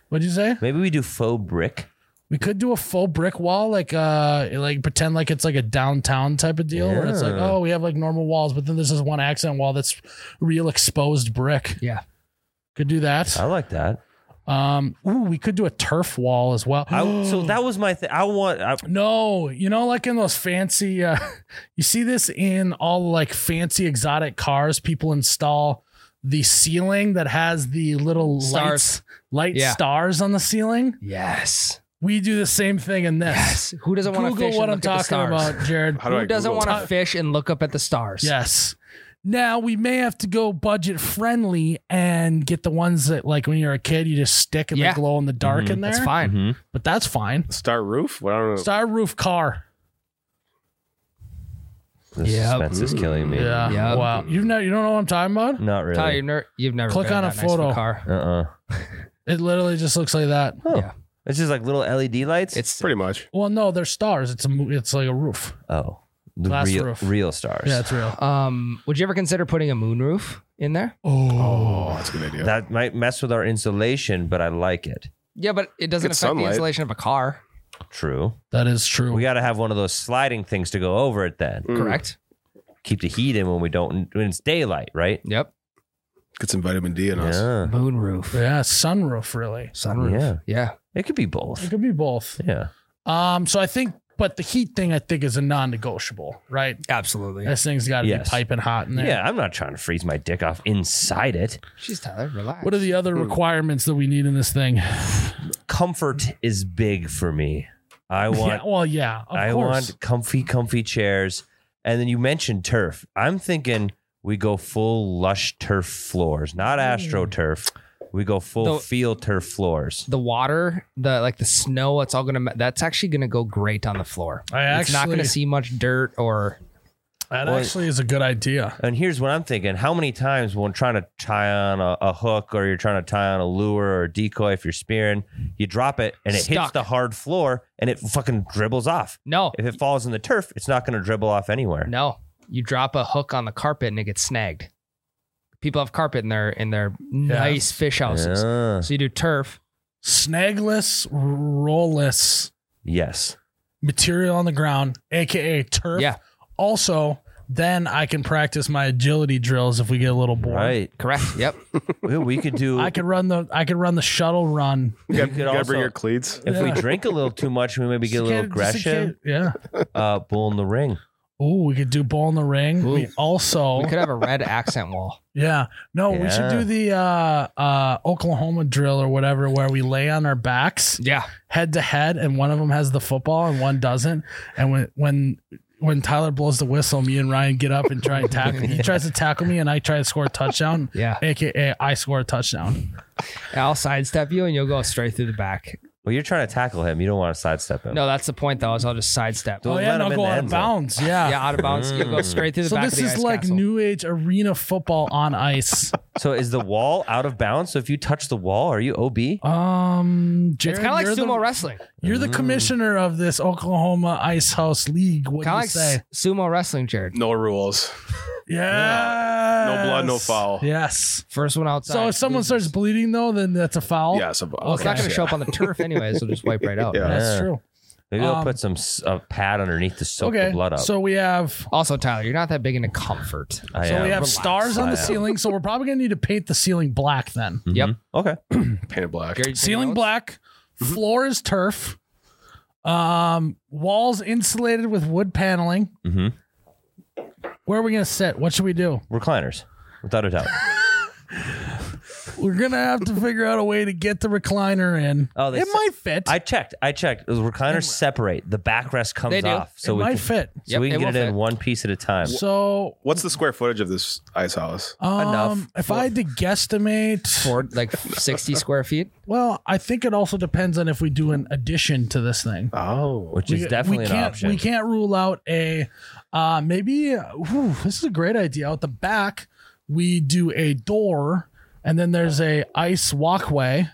Speaker 1: What'd you say?
Speaker 4: Maybe we do faux brick.
Speaker 1: We could do a full brick wall, like uh, like pretend like it's like a downtown type of deal, where it's like,
Speaker 4: Yeah.
Speaker 1: oh, we have like normal walls, but then there's this one accent wall that's real exposed brick.
Speaker 2: Yeah. Uh,
Speaker 1: Could do that.
Speaker 4: I like that.
Speaker 1: Um, ooh, we could do a turf wall as well.
Speaker 4: I, so that was my thing. I want. I,
Speaker 1: No, you know, like in those fancy, uh, you see this in all like fancy exotic cars. People install the ceiling that has the little
Speaker 2: Stars.
Speaker 1: lights, light
Speaker 2: Yeah.
Speaker 1: stars on the ceiling.
Speaker 2: Yes.
Speaker 1: We do the same thing in this.
Speaker 2: Yes. Who doesn't want to
Speaker 1: Google
Speaker 2: fish
Speaker 1: what
Speaker 2: and
Speaker 1: I'm
Speaker 2: look at the
Speaker 1: talking
Speaker 2: stars?
Speaker 1: about, Jared.
Speaker 3: How do
Speaker 2: Who
Speaker 3: I
Speaker 2: doesn't
Speaker 3: Google
Speaker 2: want
Speaker 3: it?
Speaker 2: to fish and look up at the stars?
Speaker 1: Yes. Now we may have to go budget friendly and get the ones that, like, when you're a kid, you just stick and
Speaker 2: Yeah. Mm-hmm.
Speaker 1: they glow in the dark in there.
Speaker 2: That's fine.
Speaker 3: Mm-hmm.
Speaker 4: Mhm.
Speaker 1: But that's fine.
Speaker 3: Star roof? Well, I don't know.
Speaker 1: Star roof car.
Speaker 4: The
Speaker 2: Yep.
Speaker 4: suspense is killing me.
Speaker 1: Yeah.
Speaker 2: Yeah.
Speaker 1: Wow. You've never, you don't know what I'm talking about?
Speaker 4: Not
Speaker 2: Tyler, you've
Speaker 4: really.
Speaker 2: never, you've never
Speaker 1: Click
Speaker 2: been
Speaker 1: on
Speaker 2: in
Speaker 1: a
Speaker 2: that nice of
Speaker 1: photo.
Speaker 2: car.
Speaker 4: Uh uh
Speaker 1: It literally just looks like that.
Speaker 4: Oh.
Speaker 2: Yeah.
Speaker 4: It's just like little LED lights.
Speaker 2: It's
Speaker 3: Pretty much.
Speaker 1: Well, no, they're stars. It's a mo- it's like a roof.
Speaker 4: oh, the
Speaker 1: glass
Speaker 4: real
Speaker 1: roof.
Speaker 4: real stars.
Speaker 1: Yeah, it's real.
Speaker 2: um. Would you ever consider putting a moonroof in there?
Speaker 1: Oh,
Speaker 3: That's a good idea.
Speaker 4: that might mess with our insulation, but I like it.
Speaker 2: Yeah, but it doesn't
Speaker 3: Good
Speaker 2: affect the
Speaker 3: sunlight.
Speaker 2: insulation of a car.
Speaker 4: True.
Speaker 1: that is true.
Speaker 4: We got to have one of those sliding things to go over it. Then
Speaker 3: Mm.
Speaker 2: Correct.
Speaker 4: keep the heat in when we don't when it's daylight, right?
Speaker 2: Yep.
Speaker 3: Get some vitamin D in us.
Speaker 4: Yeah.
Speaker 2: Moonroof.
Speaker 1: yeah, sunroof really.
Speaker 2: Sunroof.
Speaker 4: Yeah.
Speaker 2: Yeah.
Speaker 4: It could be
Speaker 1: It
Speaker 4: both.
Speaker 1: could be both.
Speaker 4: Yeah.
Speaker 1: Um, so I think, but the heat thing I think is a non-negotiable, right?
Speaker 2: Absolutely.
Speaker 1: This thing's got to
Speaker 4: Yes.
Speaker 1: be piping hot in there.
Speaker 4: Yeah. I'm not trying to freeze my dick off inside it.
Speaker 2: She's Tyler. Relax.
Speaker 1: What are the other requirements that we need in this thing?
Speaker 4: Comfort is big for me. I want
Speaker 1: yeah, well, yeah, of
Speaker 4: I
Speaker 1: course.
Speaker 4: want comfy, comfy chairs. And then you mentioned turf. I'm thinking we go full lush turf floors,
Speaker 1: Hmm.
Speaker 4: not astroturf. We go full
Speaker 2: The-
Speaker 4: field turf floors.
Speaker 2: the water, the like the snow, it's all gonna that's actually gonna go great on the floor.
Speaker 1: I
Speaker 2: it's not gonna
Speaker 1: actually-
Speaker 2: see much dirt or
Speaker 1: that
Speaker 4: Well-
Speaker 1: actually is a good idea.
Speaker 4: And here's what I'm thinking: How many times when trying to tie on a, a hook, or you're trying to tie on a lure or a decoy, if you're spearing, you drop it and it hits
Speaker 2: Stuck.
Speaker 4: the hard floor, and it fucking dribbles off.
Speaker 2: no,
Speaker 4: If it falls in the turf, it's not going to dribble off anywhere.
Speaker 2: no. You drop a hook on the carpet and it gets snagged. People have carpet in their in their nice fish houses.
Speaker 4: Yeah.
Speaker 2: So you do turf.
Speaker 1: Snagless, rollless
Speaker 4: Yes.
Speaker 1: material on the ground, aka turf.
Speaker 2: Yeah.
Speaker 1: Also, then I can practice my agility drills if we get a little bored.
Speaker 4: Right.
Speaker 2: Correct. Yep.
Speaker 4: Well, we could do.
Speaker 1: I could run the I could run the shuttle run.
Speaker 3: You, got,
Speaker 4: could
Speaker 3: you gotta
Speaker 4: also-
Speaker 3: bring your cleats.
Speaker 4: If we
Speaker 1: Yeah.
Speaker 4: drink a little too much, we maybe get a little
Speaker 1: Just in case- just in
Speaker 4: aggression.
Speaker 1: case- Yeah.
Speaker 4: Uh, bull in the ring.
Speaker 1: Oh, we could do ball in the ring. We
Speaker 2: Ooh.
Speaker 1: also
Speaker 2: We could have a red accent wall.
Speaker 1: Yeah. No, we should
Speaker 4: Yeah.
Speaker 1: do the uh uh Oklahoma drill or whatever where we lay on our backs
Speaker 2: Yeah.
Speaker 1: head to head and one of them has the football and one doesn't. And when when when Tyler blows the whistle, me and Ryan get up and try and tackle. He tries to tackle me and I try to score a touchdown.
Speaker 2: Yeah.
Speaker 1: AKA I score a touchdown.
Speaker 2: I'll sidestep you and you'll go straight through the back.
Speaker 4: Well, you're trying to tackle him. You don't want to sidestep him.
Speaker 2: No, that's the point though, is I'll just sidestep.
Speaker 4: Don't
Speaker 1: oh
Speaker 4: let
Speaker 1: yeah,
Speaker 4: him
Speaker 1: no
Speaker 4: in
Speaker 1: go
Speaker 4: the
Speaker 1: out
Speaker 4: end
Speaker 1: of
Speaker 4: zone.
Speaker 1: bounds. Yeah.
Speaker 2: Yeah, out of bounds. You'll go straight through the
Speaker 1: So
Speaker 2: back
Speaker 1: this
Speaker 2: of the
Speaker 1: is
Speaker 2: ice
Speaker 1: like
Speaker 2: castle.
Speaker 1: new age arena football on ice.
Speaker 4: So is the wall out of bounds? So if you touch the wall, are you OB?
Speaker 1: Um,
Speaker 2: It's
Speaker 1: Jared,
Speaker 2: kinda like
Speaker 1: you're the-
Speaker 2: sumo wrestling.
Speaker 1: You're
Speaker 4: Mm.
Speaker 1: the commissioner of this Oklahoma Ice House League. What do
Speaker 2: Kind
Speaker 1: you
Speaker 2: of like
Speaker 1: say?
Speaker 2: s- sumo wrestling, Jared.
Speaker 3: No rules.
Speaker 1: Yeah.
Speaker 3: No blood, no foul.
Speaker 1: Yes.
Speaker 2: First one outside.
Speaker 1: So if someone
Speaker 2: loses.
Speaker 1: starts bleeding though, then that's a foul.
Speaker 3: Yeah, so
Speaker 2: well, Oh, it's not
Speaker 3: okay.
Speaker 2: going to show up on the turf anyway, so just wipe right out.
Speaker 3: Yeah.
Speaker 2: right?
Speaker 1: That's
Speaker 4: Yeah.
Speaker 1: true.
Speaker 4: Maybe they'll
Speaker 1: Um,
Speaker 4: put some s- a pad underneath to soak
Speaker 1: okay.
Speaker 4: the blood up.
Speaker 1: So we have
Speaker 2: Also, Tyler, you're not that big into comfort.
Speaker 4: I
Speaker 1: so
Speaker 4: am.
Speaker 1: we have
Speaker 2: relax.
Speaker 1: stars on the
Speaker 4: I am.
Speaker 1: ceiling. So we're probably gonna need to paint the ceiling black then.
Speaker 4: Mhm.
Speaker 2: Yep.
Speaker 4: Okay.
Speaker 3: painted black.
Speaker 2: Gary,
Speaker 1: Ceiling
Speaker 2: anything
Speaker 1: black.
Speaker 4: Mm-hmm.
Speaker 1: Floor is turf. Um, walls insulated with wood paneling.
Speaker 4: Mhm.
Speaker 1: Where are we gonna sit? What should we do?
Speaker 4: Recliners, without a doubt.
Speaker 1: We're gonna have to figure out a way to get the recliner in.
Speaker 4: Oh, they
Speaker 1: it
Speaker 4: se-
Speaker 1: might fit.
Speaker 4: I checked. I checked. The recliners separate. The backrest comes
Speaker 2: They do.
Speaker 4: off, so
Speaker 1: it
Speaker 4: we
Speaker 1: might
Speaker 4: can,
Speaker 1: fit.
Speaker 4: so
Speaker 2: Yep,
Speaker 4: we can
Speaker 2: it
Speaker 4: get
Speaker 2: will
Speaker 4: it in
Speaker 2: fit.
Speaker 4: one piece at a time.
Speaker 1: So
Speaker 3: What's the square footage of this ice house?
Speaker 1: um,
Speaker 4: Enough.
Speaker 1: If I had to guesstimate,
Speaker 2: else? Four, like 60 square feet.
Speaker 1: well, I think it also depends on if we do an addition to this thing.
Speaker 3: Oh,
Speaker 4: which is definitely an
Speaker 1: can't,
Speaker 4: option.
Speaker 1: We can't rule out a uh, maybe. Whew, this is a great idea. At the back, we do a door, and then there's a ice walkway,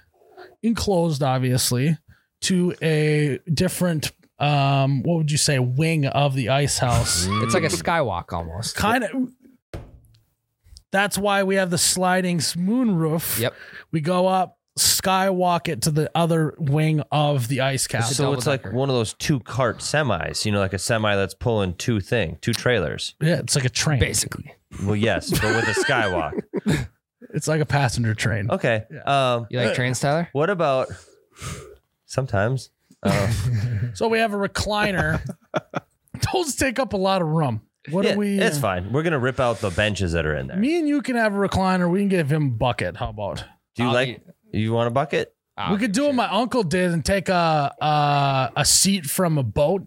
Speaker 1: enclosed, obviously, to a different. Um, what would you say? Wing of the ice house.
Speaker 2: It's
Speaker 4: Mm.
Speaker 2: like a skywalk almost.
Speaker 1: kind of. That's why we have the sliding s- moon roof.
Speaker 2: Yep.
Speaker 1: We go up, skywalk it to the other wing of the ice castle.
Speaker 4: so it's like
Speaker 2: double-decker.
Speaker 4: one of those two cart semis, you know, like a semi that's pulling two thing, two trailers.
Speaker 1: yeah, it's like a train.
Speaker 2: Basically.
Speaker 4: Well, yes, but with a skywalk.
Speaker 1: It's like a passenger train.
Speaker 4: Okay. Um,
Speaker 2: You
Speaker 1: Uh,
Speaker 2: like trains, Tyler?
Speaker 4: what about sometimes? Uh,
Speaker 1: So we have a recliner. Those take up a lot of room. What
Speaker 4: yeah,
Speaker 1: do we?
Speaker 4: it's fine. We're gonna rip out the benches that are in there.
Speaker 1: Me and you can have a recliner. We can give him a bucket. How about?
Speaker 4: Do you
Speaker 2: I'll
Speaker 4: like? You want a bucket?
Speaker 2: Ah,
Speaker 1: we could do what my uncle did and take a a, a seat from a boat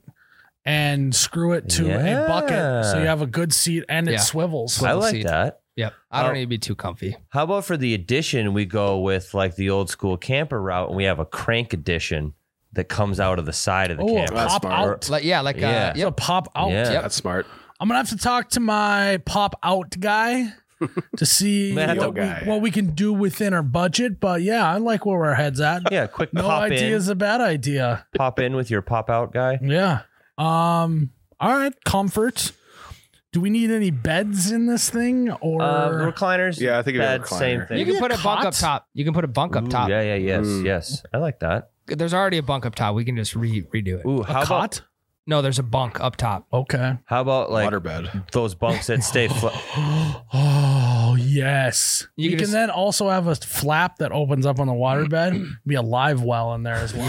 Speaker 1: and screw it to a
Speaker 4: Yeah.
Speaker 1: bucket, so you have a good seat and it
Speaker 2: Yeah.
Speaker 1: swivels.
Speaker 4: I
Speaker 2: Little
Speaker 4: like
Speaker 2: seat.
Speaker 4: that.
Speaker 2: Yep. I don't
Speaker 4: Oh.
Speaker 2: need to be too comfy.
Speaker 4: How about for the addition, we go with like the old school camper route, and we have a crank edition that comes out of the side of the
Speaker 1: Oh, a
Speaker 4: camper.
Speaker 3: That's
Speaker 1: pop
Speaker 3: smart.
Speaker 1: out.
Speaker 2: Like, yeah, like,
Speaker 4: Yeah.
Speaker 2: yeah.
Speaker 1: Yeah, pop out.
Speaker 4: Yeah.
Speaker 2: Yep.
Speaker 3: that's smart.
Speaker 1: I'm gonna have to talk to my pop out guy to see
Speaker 4: Man, that's
Speaker 1: what
Speaker 4: a
Speaker 1: we,
Speaker 3: guy.
Speaker 1: what we can do within our budget. But yeah, I like where our heads at.
Speaker 4: Yeah, quick
Speaker 1: No
Speaker 4: pop
Speaker 1: idea
Speaker 4: in,
Speaker 1: is a bad idea.
Speaker 4: pop in with your pop out guy.
Speaker 1: Yeah. Um. All right. Comfort. Do we need any beds in this thing or?
Speaker 4: Uh, recliners.
Speaker 3: Yeah, I think it'd be a
Speaker 4: bed, same
Speaker 3: recliner.
Speaker 4: thing.
Speaker 2: You can
Speaker 1: Maybe
Speaker 2: put
Speaker 1: a
Speaker 2: a bunk
Speaker 1: cot?
Speaker 2: up top. You can put a bunk up
Speaker 4: Ooh,
Speaker 2: top.
Speaker 4: yeah, yeah, yes,
Speaker 3: Mm.
Speaker 4: yes. I like that.
Speaker 2: There's already a bunk up top. We can just re redo it.
Speaker 4: Ooh,
Speaker 1: a
Speaker 4: how about
Speaker 1: cot?
Speaker 2: No, there's a bunk up top.
Speaker 1: okay.
Speaker 4: how about like
Speaker 3: Waterbed.
Speaker 4: those bunks that stay flat?
Speaker 1: Oh yes.
Speaker 2: You
Speaker 1: we
Speaker 2: can
Speaker 1: can
Speaker 2: just-
Speaker 1: then also have a flap that opens up on the water bed. Be a live well in there as well.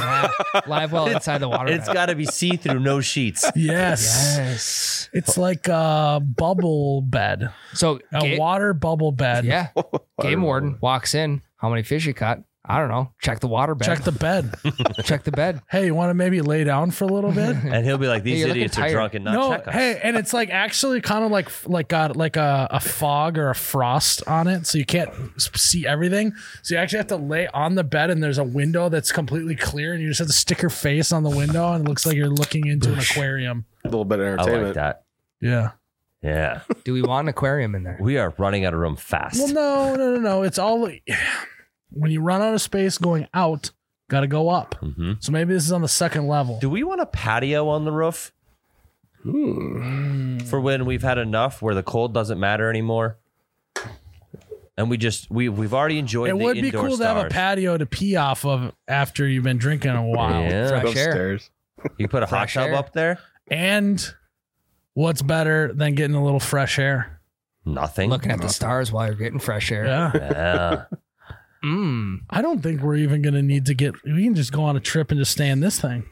Speaker 2: Yeah. Live well inside the water.
Speaker 4: It's
Speaker 2: bed.
Speaker 4: got to be see through, no sheets.
Speaker 1: Yes.
Speaker 2: yes.
Speaker 1: It's like a bubble bed,
Speaker 2: So,
Speaker 1: a
Speaker 2: ga-
Speaker 1: water bubble bed.
Speaker 2: yeah. Game warden walks in. How many fish you caught? I don't know. Check the water bed.
Speaker 1: Check the bed.
Speaker 2: Check the bed.
Speaker 1: hey, you want to maybe lay down for a little bit?
Speaker 4: And he'll be like, "These
Speaker 2: you're looking
Speaker 4: idiots are
Speaker 2: tired.
Speaker 4: drunk and not
Speaker 1: no,
Speaker 4: check us."
Speaker 1: hey, and it's like actually kind of like like got like a, a fog or a frost on it, so you can't s- see everything. So you actually have to lay on the bed, and there's a window that's completely clear, and you just have to stick your face on the window, and it looks like you're looking into an aquarium.
Speaker 3: A little bit of
Speaker 4: I like
Speaker 3: entertainment.
Speaker 4: that.
Speaker 1: Yeah.
Speaker 4: Yeah,
Speaker 2: Do we want an aquarium in there?
Speaker 4: we are running out of room fast.
Speaker 1: Well, no, no, no, no. It's all when you run out of space going out, got to go up.
Speaker 4: hmm
Speaker 1: So maybe this is on the second level.
Speaker 4: Do we want a patio on the roof
Speaker 3: Hmm.
Speaker 4: for when we've had enough, where the cold doesn't matter anymore, and we just we we've already enjoyed.
Speaker 1: It
Speaker 4: the
Speaker 1: would be
Speaker 4: indoor
Speaker 1: cool to have a
Speaker 4: stars.
Speaker 1: patio to pee off of after you've been drinking a while.
Speaker 4: Yeah,
Speaker 2: Fresh air.
Speaker 3: Upstairs.
Speaker 4: you put a hot
Speaker 2: Fresh
Speaker 4: tub
Speaker 2: air.
Speaker 4: up there.
Speaker 1: And what's better than getting a little fresh air?
Speaker 4: Nothing.
Speaker 2: Looking at the stars while you're getting fresh air.
Speaker 1: Yeah.
Speaker 4: Yeah.
Speaker 2: Mmm.
Speaker 1: I don't think we're even going to need to get, we can just go on a trip and just stay in this thing.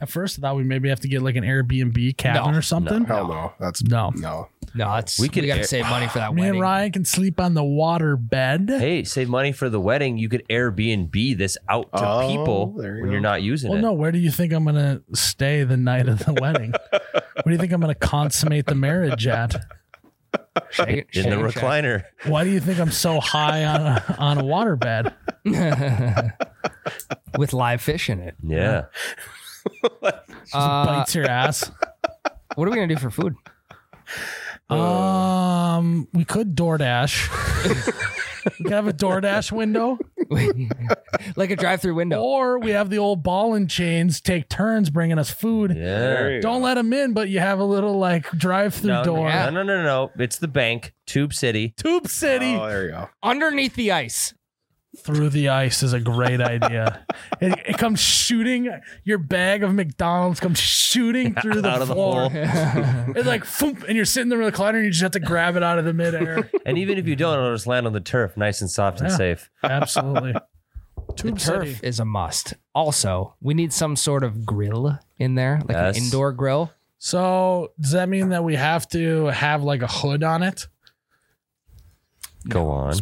Speaker 1: At first, I thought we maybe have to get like an Airbnb cabin
Speaker 2: No,
Speaker 1: or something.
Speaker 3: Hell no. That's
Speaker 1: No.
Speaker 3: no.
Speaker 2: No, that's
Speaker 4: We
Speaker 2: we,
Speaker 4: could
Speaker 2: gotta
Speaker 4: air-
Speaker 2: save money for that
Speaker 1: Me
Speaker 2: wedding.
Speaker 1: and Ryan can sleep on the water bed.
Speaker 4: hey, save money for the wedding. You could Airbnb this out to
Speaker 3: Oh,
Speaker 4: people
Speaker 3: there you
Speaker 4: when
Speaker 3: go.
Speaker 4: you're not using
Speaker 1: well,
Speaker 4: it.
Speaker 1: no, where do you think I'm going to stay the night of the wedding? Where do you think I'm going to consummate the marriage at?
Speaker 2: Shake it-
Speaker 4: In the
Speaker 2: shake it, shake
Speaker 4: recliner.
Speaker 1: Why do you think I'm so high on a, on a water bed?
Speaker 2: it. with live fish in it.
Speaker 4: Yeah.
Speaker 2: Uh,
Speaker 1: Bites your ass.
Speaker 2: what are we gonna do for food?
Speaker 1: Um, we could DoorDash. we could have a DoorDash window.
Speaker 2: like a drive-through window.
Speaker 1: Or we have the old ball and chains take turns bringing us food.
Speaker 4: Yeah.
Speaker 1: Don't let them in, but you have a little like drive through
Speaker 4: No,
Speaker 1: door.
Speaker 4: no, no, no, no. It's the bank, Tube City.
Speaker 1: Tube City
Speaker 3: Oh, there you go.
Speaker 2: Underneath the ice.
Speaker 1: through the ice is a great idea. it, it comes shooting, your bag of McDonald's comes shooting through the
Speaker 4: Out of the
Speaker 1: floor.
Speaker 4: hole.
Speaker 1: It's like, foomp, and you're sitting there with a collider and you just have to grab it out of the midair.
Speaker 4: And even if you don't, it'll just land on the turf, nice and soft and
Speaker 1: Yeah.
Speaker 4: safe.
Speaker 1: Absolutely.
Speaker 2: The
Speaker 1: Tube City.
Speaker 2: turf is a must. Also, we need some sort of grill in there, like
Speaker 4: Yes.
Speaker 2: an indoor grill.
Speaker 1: So does that mean that we have to have like a hood on it?
Speaker 4: Go on.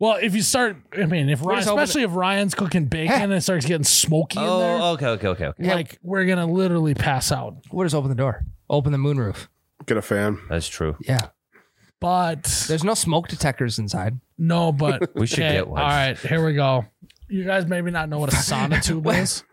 Speaker 1: Well, if you start, I mean, if Ryan,
Speaker 2: just open
Speaker 1: especially if Ryan's cooking bacon and it starts getting smoky in there,
Speaker 4: Oh, okay, okay, okay. okay.
Speaker 1: like we're gonna literally pass out.
Speaker 2: We'll just open the door. Open the moonroof.
Speaker 3: Get a fan.
Speaker 4: That's true.
Speaker 2: Yeah.
Speaker 1: But
Speaker 2: There's no smoke detectors inside.
Speaker 1: no, but
Speaker 4: We should
Speaker 1: okay,
Speaker 4: get one.
Speaker 1: All right, here we go. You guys maybe not know what a sauna tube
Speaker 2: What?
Speaker 1: is.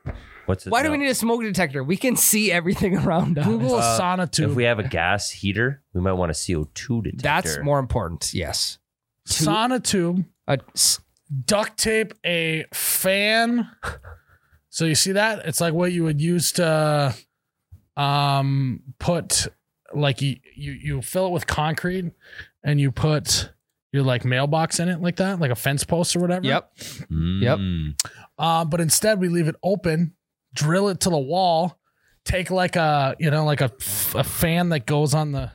Speaker 4: What's it
Speaker 2: Why do
Speaker 4: no.
Speaker 2: we need a smoke detector? We can see everything around us.
Speaker 1: Google a sauna
Speaker 4: uh, If
Speaker 1: tube.
Speaker 4: we have a gas heater, we might want a CO2 detector.
Speaker 2: That's more important. Yes.
Speaker 1: sauna tube.
Speaker 2: A s-
Speaker 1: Duct tape a fan. So you see that? It's like what you would use to, um, put like you you, you fill it with concrete, and you put your like mailbox in it like that, like a fence post or whatever.
Speaker 2: yep. Yep.
Speaker 4: Mm.
Speaker 1: Um, but instead, we leave it open, drill it to the wall, take like a you know like a, f- a fan that goes on the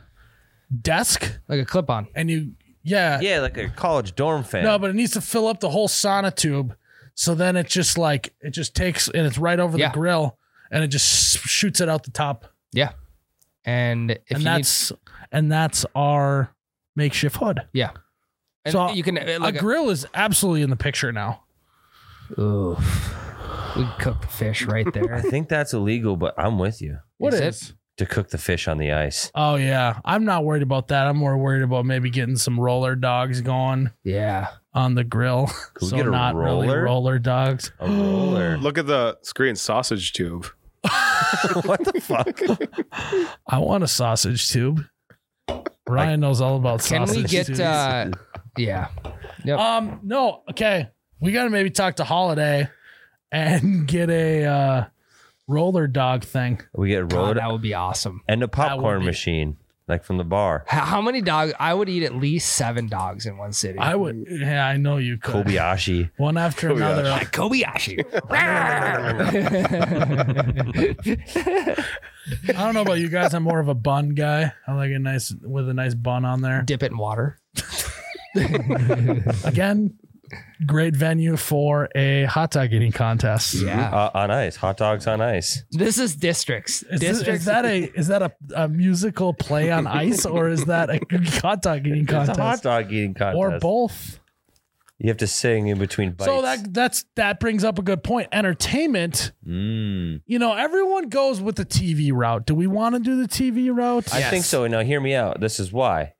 Speaker 1: desk,
Speaker 2: Like a clip on.
Speaker 1: and you yeah,
Speaker 4: Yeah, like a college dorm fan.
Speaker 1: no, but it needs to fill up the whole sauna tube. So then it just like it just takes and it's right over
Speaker 2: Yeah.
Speaker 1: the grill, and it just s- shoots it out the top,
Speaker 2: Yeah. And if you
Speaker 1: and
Speaker 2: need-
Speaker 1: that's and that's our makeshift hood.
Speaker 2: yeah. And
Speaker 1: So,
Speaker 2: you can uh, like
Speaker 1: a grill is absolutely in the picture now.
Speaker 2: a- oof. We can cook the fish right there.
Speaker 4: I think that's illegal, but I'm with you
Speaker 1: What
Speaker 2: Is
Speaker 1: is?
Speaker 2: it?
Speaker 4: to cook the fish on the ice.
Speaker 1: Oh yeah, I'm not worried about that. I'm more worried about maybe getting some roller dogs going.
Speaker 2: yeah.
Speaker 1: on the grill.
Speaker 4: Could we
Speaker 1: so
Speaker 4: get a
Speaker 1: not really
Speaker 4: roller?
Speaker 1: roller dogs.
Speaker 4: A roller.
Speaker 3: Mm. Look at the screen sausage tube.
Speaker 4: what the fuck?
Speaker 1: I want a sausage tube. Ryan knows all about
Speaker 2: Can
Speaker 1: sausage
Speaker 2: we get
Speaker 1: tubes.
Speaker 2: uh yeah.
Speaker 1: um no, okay. We gotta maybe talk to Holiday and get a uh roller dog thing.
Speaker 4: We get a roller
Speaker 2: God, that would be awesome.
Speaker 4: and a
Speaker 1: would
Speaker 4: popcorn
Speaker 1: be-
Speaker 4: machine, like from the bar.
Speaker 2: How, how many dogs? I would eat at least seven dogs in one city.
Speaker 1: I would yeah, I know you could
Speaker 4: Kobayashi.
Speaker 1: one after another.
Speaker 2: like Kobayashi.
Speaker 1: I don't know about you guys. I'm more of a bun guy. I like a nice with a nice bun on there.
Speaker 2: Dip it in water.
Speaker 1: Again, great venue for a hot dog eating contest.
Speaker 2: Yeah.
Speaker 4: Uh, on ice, hot dogs on ice.
Speaker 2: This is districts.
Speaker 1: Is, this-
Speaker 2: districts.
Speaker 1: is that a is that a, a musical play on ice or is that a hot dog eating
Speaker 4: It's
Speaker 1: contest,
Speaker 4: a hot dog eating contest.
Speaker 1: or both?
Speaker 4: You have to sing in between bites.
Speaker 1: So that that's that brings up a good point. Entertainment,
Speaker 4: Mm.
Speaker 1: you know, everyone goes with the TV route. Do we want to do the TV route?
Speaker 4: I think
Speaker 2: Yes.
Speaker 4: so. Now, hear me out. This is why.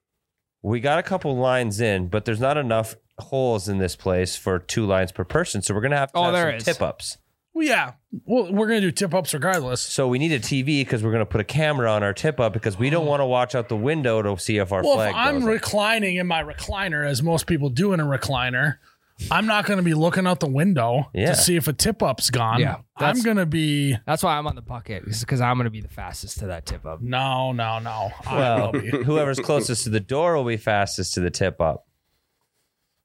Speaker 4: We got a couple lines in, but there's not enough holes in this place for two lines per person. So we're going to have to
Speaker 2: Oh,
Speaker 4: have
Speaker 2: there
Speaker 4: some
Speaker 2: is.
Speaker 4: tip ups.
Speaker 1: well, yeah. Well, we're gonna do tip ups regardless.
Speaker 4: So we need a TV because we're going to put a camera on our tip up because we don't want to watch out the window to see if our
Speaker 1: Well,
Speaker 4: flag
Speaker 1: if I'm
Speaker 4: goes.
Speaker 1: reclining in my recliner, as most people do in a recliner, I'm not gonna be looking out the window
Speaker 4: Yeah.
Speaker 1: to see if a tip up's gone.
Speaker 2: Yeah,
Speaker 1: I'm
Speaker 2: that's-
Speaker 1: gonna be
Speaker 2: That's why I'm on the bucket. because I'm gonna be the fastest to that tip up.
Speaker 1: no, no, no. I
Speaker 4: Well,
Speaker 1: will be.
Speaker 4: whoever's closest to the door will be fastest to the tip up.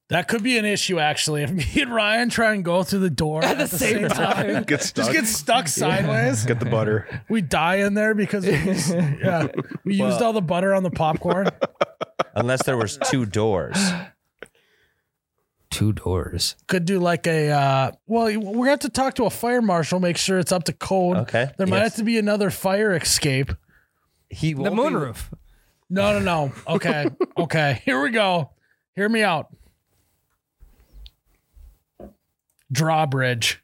Speaker 1: That could be an issue, actually. If me and Ryan try and go through the door at, the, same, time,
Speaker 3: Get stuck.
Speaker 1: just get stuck sideways.
Speaker 3: Get the butter.
Speaker 1: We die in there because we, used- yeah, we used all the butter on the popcorn.
Speaker 4: Unless there was two doors.
Speaker 2: Two doors.
Speaker 1: Could do like a uh, well, we're gonna have to talk to a fire marshal, make sure it's up to code.
Speaker 4: Okay.
Speaker 1: There might
Speaker 4: Yes.
Speaker 1: have to be another fire escape.
Speaker 4: He
Speaker 2: The moonroof.
Speaker 1: No, no, no. Okay, okay. Here we go. Hear me out. Drawbridge.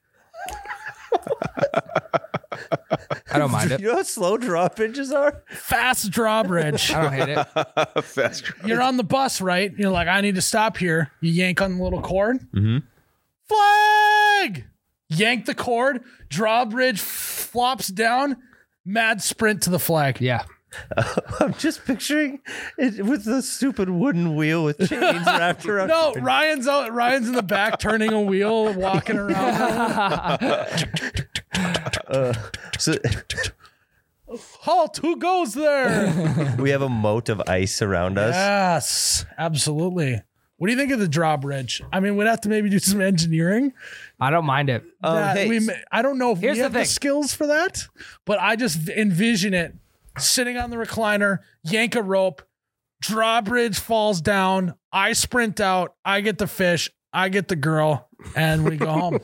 Speaker 2: I don't mind it.
Speaker 4: You know how slow drawbridges are?
Speaker 1: Fast drawbridge.
Speaker 2: I don't hate it.
Speaker 3: Fast.
Speaker 1: you're on the bus, right? You're like, I need to stop here. You yank on the little cord.
Speaker 4: Mhm.
Speaker 1: Flag! Yank the cord. Drawbridge flops down. Mad sprint to the flag.
Speaker 2: Yeah.
Speaker 4: I'm just picturing it with the stupid wooden wheel with chains wrapped around.
Speaker 1: No, Ryan's out. Ryan's in the back turning a wheel, walking around.
Speaker 4: So,
Speaker 1: Halt, who goes there?
Speaker 4: we have a moat of ice around us.
Speaker 1: yes, absolutely. What do you think of the drawbridge? I mean, we'd have to maybe do some engineering.
Speaker 2: I don't mind it.
Speaker 4: Um,
Speaker 1: that
Speaker 4: hey,
Speaker 1: we ma- I don't know if we
Speaker 2: Oh, Here's the
Speaker 1: have the
Speaker 2: thing.
Speaker 1: skills for that, but I just envision it sitting on the recliner, yank a rope, drawbridge falls down, I sprint out, I get the fish, I get the girl, and we go home.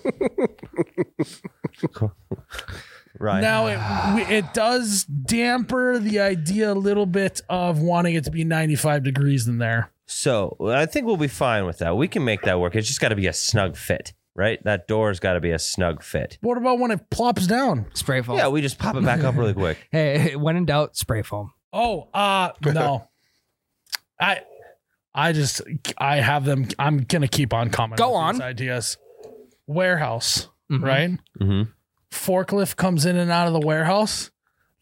Speaker 4: Ryan.
Speaker 1: now it we, it does damper the idea a little bit of wanting it to be 95 degrees in there.
Speaker 4: So I think we'll be fine with that. We can make that work. It's just got to be a snug fit, right? That door's got to be a snug fit.
Speaker 1: What about when it plops down?
Speaker 2: Spray foam.
Speaker 4: Yeah, we just pop it back up really quick.
Speaker 2: Hey, when in doubt, spray foam.
Speaker 1: Oh, uh no. I I just I have them I'm gonna keep on coming.
Speaker 2: Go
Speaker 1: with
Speaker 2: on.
Speaker 1: these ideas. Warehouse,
Speaker 2: Mhm.
Speaker 1: right?
Speaker 3: Mm-hmm.
Speaker 4: Mhm.
Speaker 1: Forklift comes in and out of the warehouse.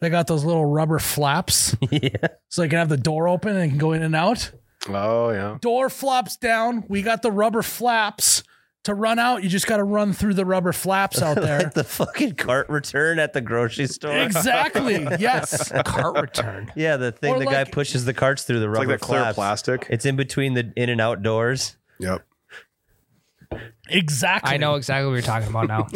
Speaker 1: They got those little rubber flaps
Speaker 4: yeah.
Speaker 1: so they can have the door open and it can go in and out.
Speaker 3: Oh yeah.
Speaker 1: Door flops down. We got the rubber flaps. To run out, you just got to run through the rubber flaps out there.
Speaker 4: Like the fucking cart return at the grocery store.
Speaker 1: exactly. Yes.
Speaker 2: Cart return.
Speaker 4: Yeah, the thing
Speaker 1: Or
Speaker 4: the guy
Speaker 1: like-
Speaker 4: pushes the carts through the
Speaker 3: It's like
Speaker 4: rubber
Speaker 3: that clear
Speaker 4: flaps.
Speaker 3: plastic.
Speaker 4: It's in between the in and out doors.
Speaker 3: Yep.
Speaker 1: Exactly.
Speaker 2: I know exactly what you're talking about now.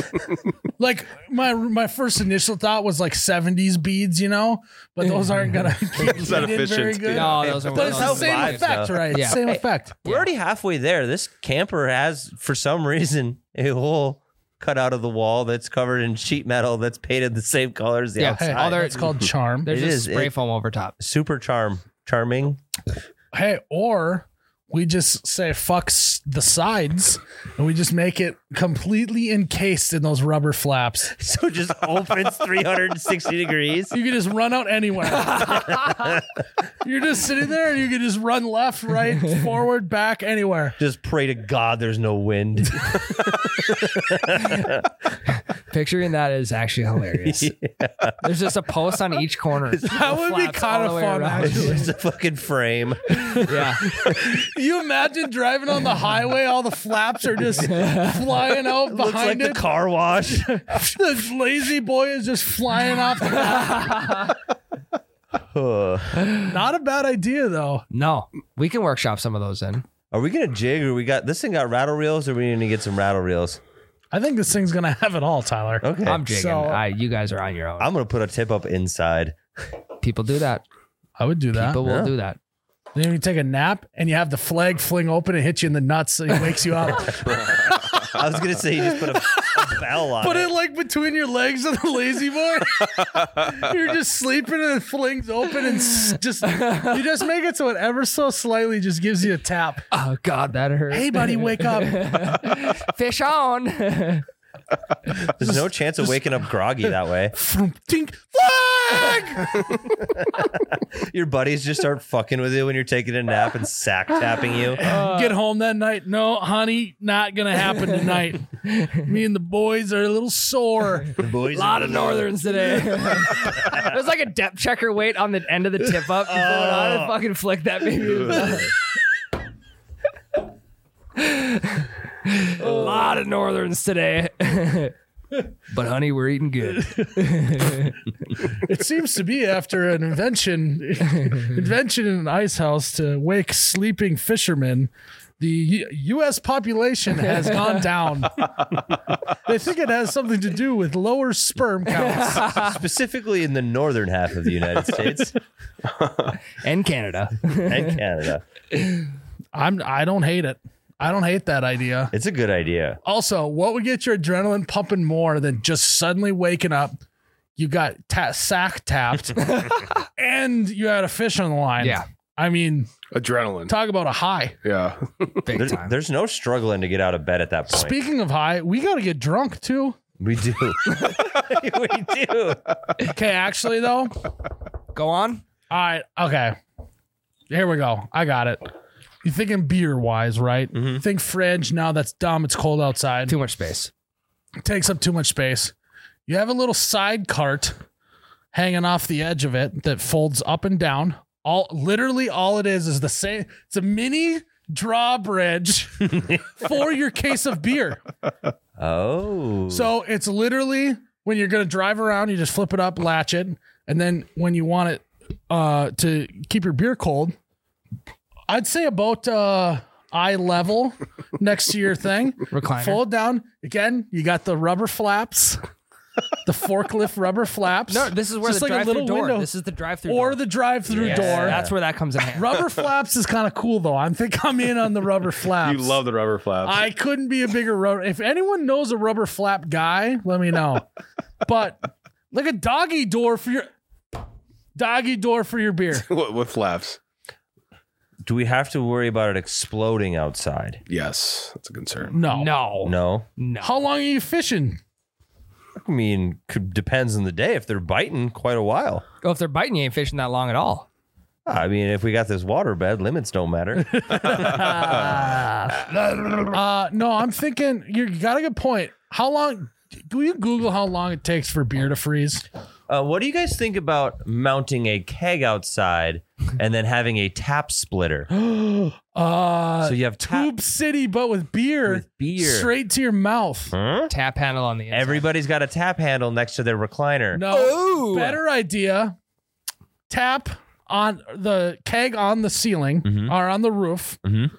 Speaker 1: Like my my first initial thought was like '70s beads, you know, but those aren't gonna keep
Speaker 3: It's not
Speaker 1: it in very
Speaker 3: efficient,
Speaker 1: good.
Speaker 2: No, those are
Speaker 1: But it's the
Speaker 4: Those
Speaker 1: same
Speaker 4: vibes,
Speaker 1: effect,
Speaker 4: though.
Speaker 1: right?
Speaker 2: Yeah.
Speaker 1: Same effect.
Speaker 4: We're already halfway there. This camper has, for some reason, a hole cut out of the wall that's covered in sheet metal that's painted the same color as the
Speaker 2: Yeah.
Speaker 4: outside.
Speaker 1: Hey,
Speaker 2: all there-
Speaker 1: it's called charm.
Speaker 2: There's
Speaker 4: It
Speaker 2: just
Speaker 4: is,
Speaker 2: spray
Speaker 4: it-
Speaker 2: foam over top.
Speaker 4: Super charm, charming.
Speaker 1: Hey, or we just say fuck s- the sides, and we just make it completely encased in those rubber flaps.
Speaker 4: So just opens 360 degrees.
Speaker 1: You can just run out anywhere. You're just sitting there, and you can just run left, right, forward, back, anywhere.
Speaker 4: Just pray to God there's no wind.
Speaker 2: Picturing that is actually hilarious. There's just a post on each corner.
Speaker 1: That would be
Speaker 2: Flaps
Speaker 1: kind
Speaker 2: all
Speaker 1: of
Speaker 2: the way
Speaker 1: fun.
Speaker 2: around.
Speaker 1: Actually.
Speaker 4: It's a fucking frame.
Speaker 2: Yeah.
Speaker 1: You imagine driving on the highway, all the flaps are just flying out
Speaker 4: Looks like
Speaker 1: behind
Speaker 4: the
Speaker 1: it.
Speaker 4: car wash.
Speaker 1: this lazy boy is just flying off the
Speaker 4: Ugh.
Speaker 1: Not a bad idea though.
Speaker 2: No, we can workshop some of those in.
Speaker 4: Are we gonna jig or we got this thing got rattle reels or we need to get some rattle reels?
Speaker 1: I think this thing's gonna have it all, Tyler.
Speaker 4: Okay.
Speaker 2: I'm
Speaker 4: I'm,
Speaker 2: jigging.
Speaker 1: so-
Speaker 2: I, you guys are on your own.
Speaker 4: gonna put a tip up inside.
Speaker 2: People do that.
Speaker 1: I would do that.
Speaker 2: People will
Speaker 4: Uh, Yeah.
Speaker 2: do that.
Speaker 1: Then you take a nap and you have the flag fling open and hit you in the nuts so it wakes you up.
Speaker 4: I was gonna say you just put a, a bell on
Speaker 1: Put
Speaker 4: it.
Speaker 1: it like between your legs of the lazy boy. You're just sleeping and it flings open and s- just you just make it so it ever so slightly just gives you a tap.
Speaker 2: Oh God, that hurt.
Speaker 1: Hey buddy, wake up.
Speaker 2: fish on.
Speaker 4: There's no chance of waking up groggy that way.
Speaker 1: Tink flag.
Speaker 4: Your buddies just start fucking with you when you're taking a nap and sack tapping you.
Speaker 1: Get home that night. No, honey, not gonna happen tonight. Me and the boys are a little sore.
Speaker 4: The boys
Speaker 2: A lot of northerns today. There's like a depth checker weight on the end of the tip up. You put it on
Speaker 1: Oh.
Speaker 2: and fucking flick that baby. A lot of northerns today. but honey, we're eating good.
Speaker 1: It seems to be after an invention, invention in an ice house to wake sleeping fishermen. The U- U.S. population has gone down. they think it has something to do with lower sperm counts.
Speaker 4: specifically in the northern half of the United States
Speaker 2: And Canada.
Speaker 4: and Canada.
Speaker 1: I'm I don't hate it. I don't hate that idea.
Speaker 4: It's a good idea.
Speaker 1: Also, what would get your adrenaline pumping more than just suddenly waking up? You got ta- sack tapped, and you had a fish on the line.
Speaker 2: Yeah.
Speaker 1: I mean,
Speaker 3: Adrenaline.
Speaker 1: talk about a high.
Speaker 3: Yeah.
Speaker 2: Big
Speaker 4: There's,
Speaker 2: time.
Speaker 4: there's no struggling to get out of bed at that point.
Speaker 1: Speaking of high, we got to get drunk too.
Speaker 4: we do. we do.
Speaker 1: Okay, actually though. All
Speaker 2: Go on.
Speaker 1: right, okay. Here we go. I got it. You're thinking beer wise, right? Think fridge. Now that's dumb. It's cold outside.
Speaker 2: Too much space.
Speaker 1: It takes up too much space. You have a little side cart. hanging off the edge of it that folds up and down. All literally all it is is the same. It's a mini drawbridge for your case of beer.
Speaker 4: Oh.
Speaker 1: So it's literally when you're gonna drive around, you just flip it up, latch it, and then when you want it uh, to keep your beer cold, I'd say about uh, eye level next to your thing.
Speaker 2: Recliner.
Speaker 1: Fold down again. You got the rubber flaps, the forklift rubber flaps.
Speaker 2: No, this is where
Speaker 1: Just
Speaker 2: the
Speaker 1: like a
Speaker 2: drive-through
Speaker 1: little
Speaker 2: door.
Speaker 1: window.
Speaker 2: This is the drive-through
Speaker 1: or
Speaker 2: door.
Speaker 1: the drive-through
Speaker 2: Yes,
Speaker 1: door.
Speaker 2: That's where that comes in handy.
Speaker 1: Rubber flaps is kind of cool though. I think I'm in on the rubber flaps.
Speaker 3: You love the rubber flaps.
Speaker 1: I couldn't be a bigger rubber. If anyone knows a rubber flap guy, let me know. But like a doggy door for your doggy door for your beer.
Speaker 3: what, what flaps?
Speaker 4: Do we have to worry about it exploding outside?
Speaker 3: Yes, that's a concern.
Speaker 1: No,
Speaker 2: No,
Speaker 4: No.
Speaker 2: no.
Speaker 1: How long are you fishing?
Speaker 4: I mean, could, depends on the day. If they're biting, quite a while.
Speaker 2: Oh, if they're biting, you ain't fishing that long at all.
Speaker 4: I mean, if we got this water bed, limits don't matter.
Speaker 1: Uh, no, I'm thinking you got a good point. How long? Do you Google how long it takes for beer to freeze?
Speaker 4: Uh, what do you guys think about mounting a keg outside and then having a tap splitter?
Speaker 1: Uh,
Speaker 4: So you have tap.
Speaker 1: Tube City, but with beer,
Speaker 4: With beer.
Speaker 1: straight to your mouth.
Speaker 4: Huh?
Speaker 2: Tap handle on the inside.
Speaker 4: Everybody's got a tap handle next to their recliner.
Speaker 1: No,
Speaker 2: Oh.
Speaker 1: better idea. Tap on the keg on the ceiling
Speaker 4: Mhm.
Speaker 1: or on the roof.
Speaker 4: Mhm.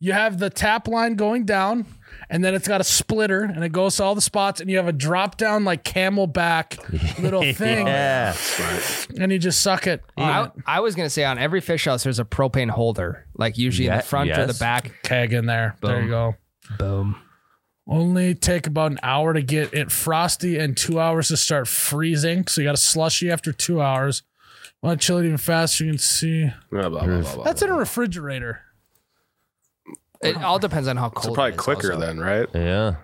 Speaker 1: You have the tap line going down, and then it's got a splitter, and it goes to all the spots, and you have a drop down like camelback little thing,
Speaker 4: Yeah.
Speaker 1: and you just suck it.
Speaker 2: I, I was gonna say on every fish house there's a propane holder, like usually in
Speaker 4: Yeah,
Speaker 2: the front or
Speaker 4: yes.
Speaker 2: the back.
Speaker 1: Keg in there. There you
Speaker 2: Boom.
Speaker 1: go.
Speaker 2: Boom.
Speaker 1: Only take about an hour to get it frosty and two hours to start freezing. So you got a slushy after two hours. Want to chill it even faster? You can see
Speaker 3: Blah, blah, blah, blah, blah.
Speaker 1: that's in a refrigerator.
Speaker 2: It all depends on how cold.
Speaker 3: so
Speaker 2: it
Speaker 3: probably
Speaker 2: is
Speaker 3: quicker
Speaker 2: also.
Speaker 3: then, right?
Speaker 4: Yeah.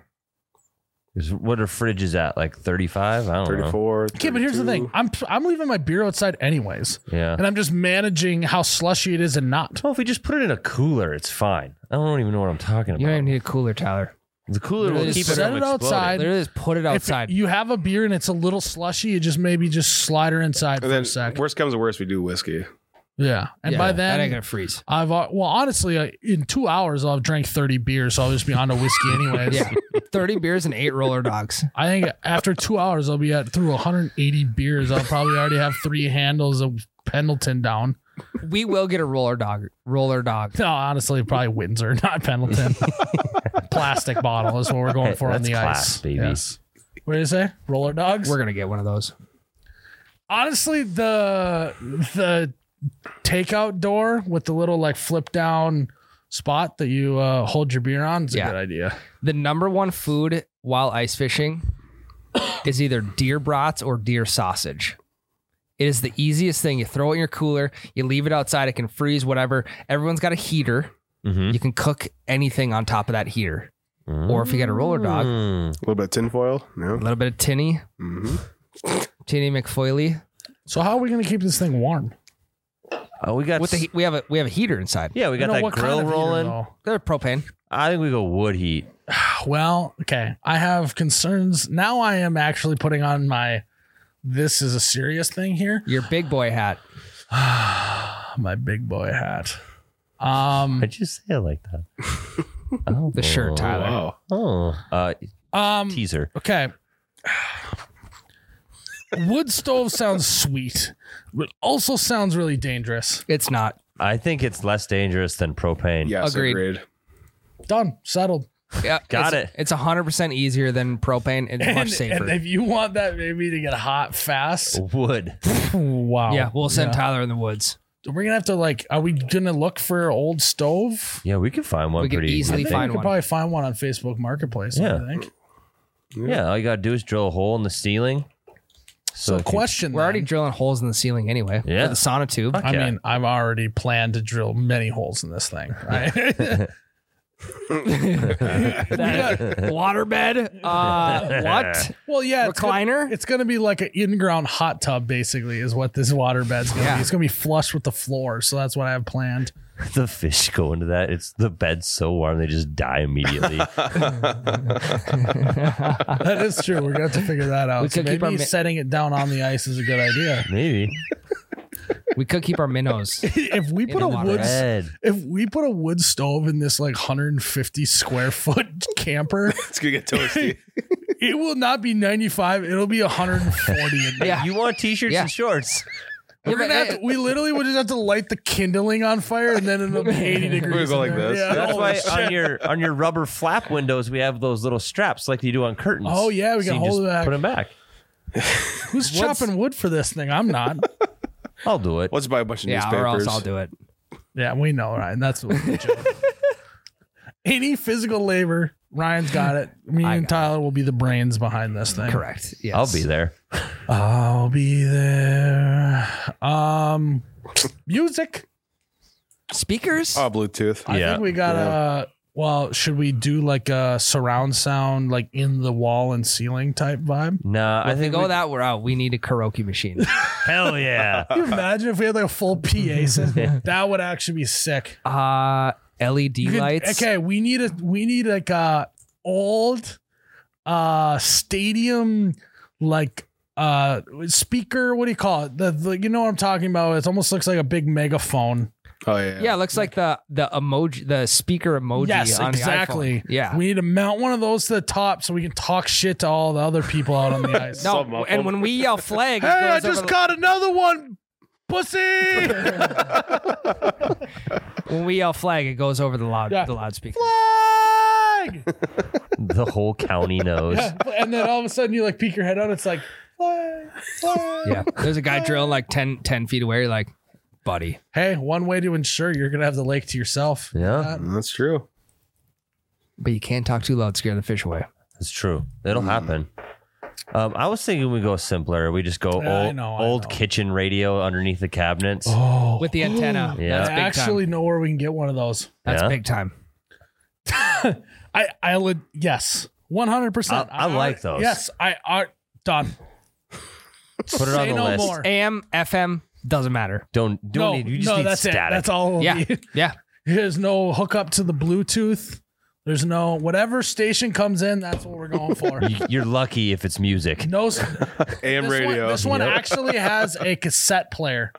Speaker 4: Is- What are fridges at? Like 35? I don't know.
Speaker 3: 34.
Speaker 1: Okay, but here's the thing.
Speaker 3: 32.
Speaker 1: I'm I'm leaving my beer outside anyways,
Speaker 4: Yeah.
Speaker 1: and I'm just managing how slushy it is and not.
Speaker 4: Oh, if we just put it in a cooler, it's fine. I don't even know what I'm talking
Speaker 2: You
Speaker 4: about.
Speaker 2: don't even need a cooler, Tyler.
Speaker 4: the cooler
Speaker 2: Really
Speaker 4: will keep it,
Speaker 2: set
Speaker 4: from
Speaker 1: it
Speaker 4: exploding.
Speaker 1: outside.
Speaker 2: Literally just put it outside.
Speaker 1: If you have a beer and it's a little slushy, you just maybe just slide her inside for a
Speaker 3: And then
Speaker 1: sec.
Speaker 3: worst comes to worst, we do whiskey.
Speaker 1: Yeah, and
Speaker 2: Yeah,
Speaker 1: by
Speaker 2: that ain't
Speaker 1: then.
Speaker 2: gonna freeze.
Speaker 1: I've al- well, honestly, I- in two hours I'll have drank thirty beers, so I'll just be on to whiskey anyways.
Speaker 2: Yeah, thirty beers and eight roller dogs.
Speaker 1: I think after two hours, I'll be at through 180 beers. I'll probably already have three handles of Pendleton down.
Speaker 2: We will get a roller dog. Roller dog.
Speaker 1: No, honestly, probably Windsor, not Pendleton. Plastic bottle is what we're going for on
Speaker 4: That's
Speaker 1: the
Speaker 4: class,
Speaker 1: ice.
Speaker 4: baby.
Speaker 1: What do you say? Roller dogs?
Speaker 2: We're gonna get one of those.
Speaker 1: honestly, the the takeout door with the little like flip down spot that you uh, hold your beer on is
Speaker 2: Yeah.
Speaker 1: a good idea.
Speaker 2: The number one food while ice fishing is either deer brats or deer sausage. It is the easiest thing. You throw it in your cooler, you leave it outside, it can freeze, whatever. Everyone's got a heater.
Speaker 4: Mhm.
Speaker 2: You can cook anything on top of that heater.
Speaker 4: Mm-hmm.
Speaker 2: Or if you got a roller dog, a
Speaker 4: Mm.
Speaker 3: A little bit of tinfoil. No.
Speaker 2: little bit of tinny,
Speaker 3: hmm
Speaker 2: tinny McFoily.
Speaker 1: So how are we going to keep this thing warm?
Speaker 4: Oh, we got.
Speaker 2: With the
Speaker 4: s-
Speaker 2: he- we have a we have a heater inside.
Speaker 4: yeah, we got
Speaker 1: You know,
Speaker 4: that
Speaker 1: what kind
Speaker 4: grill
Speaker 1: of heater,
Speaker 4: rolling.
Speaker 1: though?
Speaker 2: They're propane.
Speaker 4: I think we go wood heat.
Speaker 1: Well, okay. I have concerns. Now I am actually putting on my this is a serious thing here.
Speaker 2: Your big boy hat.
Speaker 1: My big boy hat. Um
Speaker 4: I just say it like that.
Speaker 2: The shirt, Tyler.
Speaker 3: Wow.
Speaker 4: Oh, uh,
Speaker 1: um
Speaker 4: teaser.
Speaker 1: okay. Wood stove sounds sweet, but also sounds really dangerous.
Speaker 2: It's not.
Speaker 4: I think it's less dangerous than propane.
Speaker 3: Yes,
Speaker 2: Agreed.
Speaker 3: agreed.
Speaker 1: Done, settled.
Speaker 2: Yeah,
Speaker 4: Got
Speaker 2: it's-
Speaker 4: it.
Speaker 2: It's hundred percent easier than propane. It's much
Speaker 1: And,
Speaker 2: safer.
Speaker 1: and if you want that baby to get hot fast,
Speaker 4: Wood.
Speaker 1: wow.
Speaker 2: yeah, we'll send Tyler in the woods.
Speaker 1: We're gonna have to like, are we gonna look for old stove?
Speaker 4: Yeah, we could find one
Speaker 2: We could
Speaker 4: pretty
Speaker 2: easily
Speaker 1: I
Speaker 4: I think.
Speaker 1: think
Speaker 2: Find
Speaker 1: we could
Speaker 2: one.
Speaker 1: probably find one on Facebook Marketplace.
Speaker 4: Yeah.
Speaker 1: I think.
Speaker 4: Yeah, all you gotta do is drill a hole in the ceiling. So, if you-
Speaker 1: Question:
Speaker 2: We're
Speaker 1: then.
Speaker 2: already drilling holes in the ceiling anyway.
Speaker 4: Yeah.
Speaker 2: For the sauna tube.
Speaker 4: Fuck
Speaker 1: I
Speaker 4: yeah.
Speaker 1: mean, I've already planned to drill many holes in this thing. Right?
Speaker 2: Waterbed. Uh, what?
Speaker 1: well, yeah, it's gonna-
Speaker 2: Recliner?
Speaker 1: it's going to be like an in-ground hot tub, basically, is what this water bed's going to
Speaker 2: Yeah.
Speaker 1: be. It's going to be flush with the floor, so that's what I have planned.
Speaker 4: the fish go into that. It's the bed's so warm they just die immediately.
Speaker 1: That is true. We're gonna have to figure that out.
Speaker 2: We
Speaker 1: So
Speaker 2: could keep
Speaker 1: maybe
Speaker 2: our mi-
Speaker 1: setting it down on the ice is a good idea.
Speaker 4: Maybe
Speaker 2: We could keep our minnows.
Speaker 1: if we put
Speaker 2: the
Speaker 1: a
Speaker 2: water.
Speaker 1: wood
Speaker 4: red.
Speaker 1: if we put a wood stove in this like 150 square foot camper,
Speaker 3: It's gonna get toasty.
Speaker 1: it will not be 95. It'll be 140. In there.
Speaker 2: Yeah.
Speaker 4: You want t-shirts
Speaker 2: Yeah.
Speaker 4: and shorts?
Speaker 1: We're
Speaker 2: Yeah,
Speaker 1: gonna
Speaker 2: but,
Speaker 1: have to, we literally would just have to light the kindling on fire and then it'll be 80 degrees.
Speaker 3: go
Speaker 1: in
Speaker 3: like
Speaker 1: there.
Speaker 3: this.
Speaker 1: Yeah.
Speaker 4: That's
Speaker 1: oh,
Speaker 4: why on your on your rubber flap windows we have those little straps like you do on curtains.
Speaker 1: Oh, yeah, we
Speaker 4: So
Speaker 1: can
Speaker 4: you
Speaker 1: hold it
Speaker 4: just
Speaker 1: back.
Speaker 4: Put them back.
Speaker 1: Who's chopping wood for this thing? I'm not.
Speaker 4: I'll do it.
Speaker 3: Let's buy a bunch of
Speaker 2: yeah,
Speaker 3: newspapers.
Speaker 2: or else I'll do it.
Speaker 1: Yeah, we know, Ryan. That's what we're doing. Any physical labor, Ryan's got it. Me
Speaker 2: I
Speaker 1: and
Speaker 2: got
Speaker 1: Tyler will be the brains behind this thing.
Speaker 2: Correct. Yes.
Speaker 4: I'll be there.
Speaker 1: I'll be there. Um, music.
Speaker 2: Speakers.
Speaker 3: Oh, Bluetooth.
Speaker 1: I
Speaker 4: Yeah.
Speaker 1: think we got a. Well, should we do like a surround sound, like in the wall and ceiling type vibe?
Speaker 4: Nah, I
Speaker 2: if we
Speaker 4: think
Speaker 2: go
Speaker 4: we-
Speaker 2: that we're out. We need a karaoke machine.
Speaker 4: hell yeah.
Speaker 1: Can you imagine if we had like a full PA system? that would actually be sick.
Speaker 2: uh LED
Speaker 1: You could-
Speaker 2: lights.
Speaker 1: okay, we need a we need like a old uh stadium like uh speaker. What do you call it? The, the you know what I'm talking about. It almost looks like a big megaphone.
Speaker 3: Oh yeah.
Speaker 2: Yeah, it looks like the the emoji, the speaker emoji.
Speaker 1: yes,
Speaker 2: on the
Speaker 1: exactly.
Speaker 2: iPhone. Yeah.
Speaker 1: we need to mount one of those to the top so we can talk shit to all the other people out on the ice.
Speaker 2: no,
Speaker 3: Some of
Speaker 2: and
Speaker 3: them.
Speaker 2: when we yell flag, it
Speaker 1: hey, I
Speaker 2: goes over
Speaker 1: just
Speaker 2: the-
Speaker 1: caught another one, pussy.
Speaker 2: when we yell flag, it goes over the loud
Speaker 1: Yeah.
Speaker 2: the loudspeaker.
Speaker 1: Flag!
Speaker 4: the whole county knows.
Speaker 1: and then all of a sudden you like peek your head out. It's like flag, flag.
Speaker 2: Yeah, there's a guy drilling like 10, 10 feet away. You're like, buddy,
Speaker 1: Hey, one way to ensure you're gonna have the lake to yourself.
Speaker 4: Yeah.
Speaker 3: That's true.
Speaker 2: but you can't talk too loud, scare the fish away.
Speaker 4: It's true.
Speaker 2: Hmm.
Speaker 4: It'll happen. Um, I was thinking we go simpler. We just go
Speaker 1: Yeah, I
Speaker 4: old,
Speaker 1: know, I
Speaker 4: old
Speaker 1: know.
Speaker 4: kitchen radio underneath the cabinets.
Speaker 1: Oh,
Speaker 2: With the antenna,
Speaker 4: Yeah.
Speaker 2: that's
Speaker 1: I
Speaker 2: big
Speaker 1: actually
Speaker 2: time.
Speaker 1: know where we can get one of those.
Speaker 2: That's
Speaker 4: Yeah.
Speaker 2: big time.
Speaker 1: I, I would, yes, 100%.
Speaker 4: I- I like those.
Speaker 1: Yes, I are done.
Speaker 4: Put it on the list.
Speaker 2: AM, FM doesn't matter.
Speaker 4: Don't do
Speaker 1: no,
Speaker 4: it. You just
Speaker 1: no,
Speaker 4: need
Speaker 1: that's
Speaker 4: static.
Speaker 1: it. That's all. we'll
Speaker 2: Yeah,
Speaker 1: need.
Speaker 2: yeah.
Speaker 1: There's no hookup to the Bluetooth. There's no whatever station comes in. That's what we're going for.
Speaker 4: You- You're lucky if it's music.
Speaker 1: No, s- this
Speaker 3: AM radio.
Speaker 1: One, this one actually has a cassette player.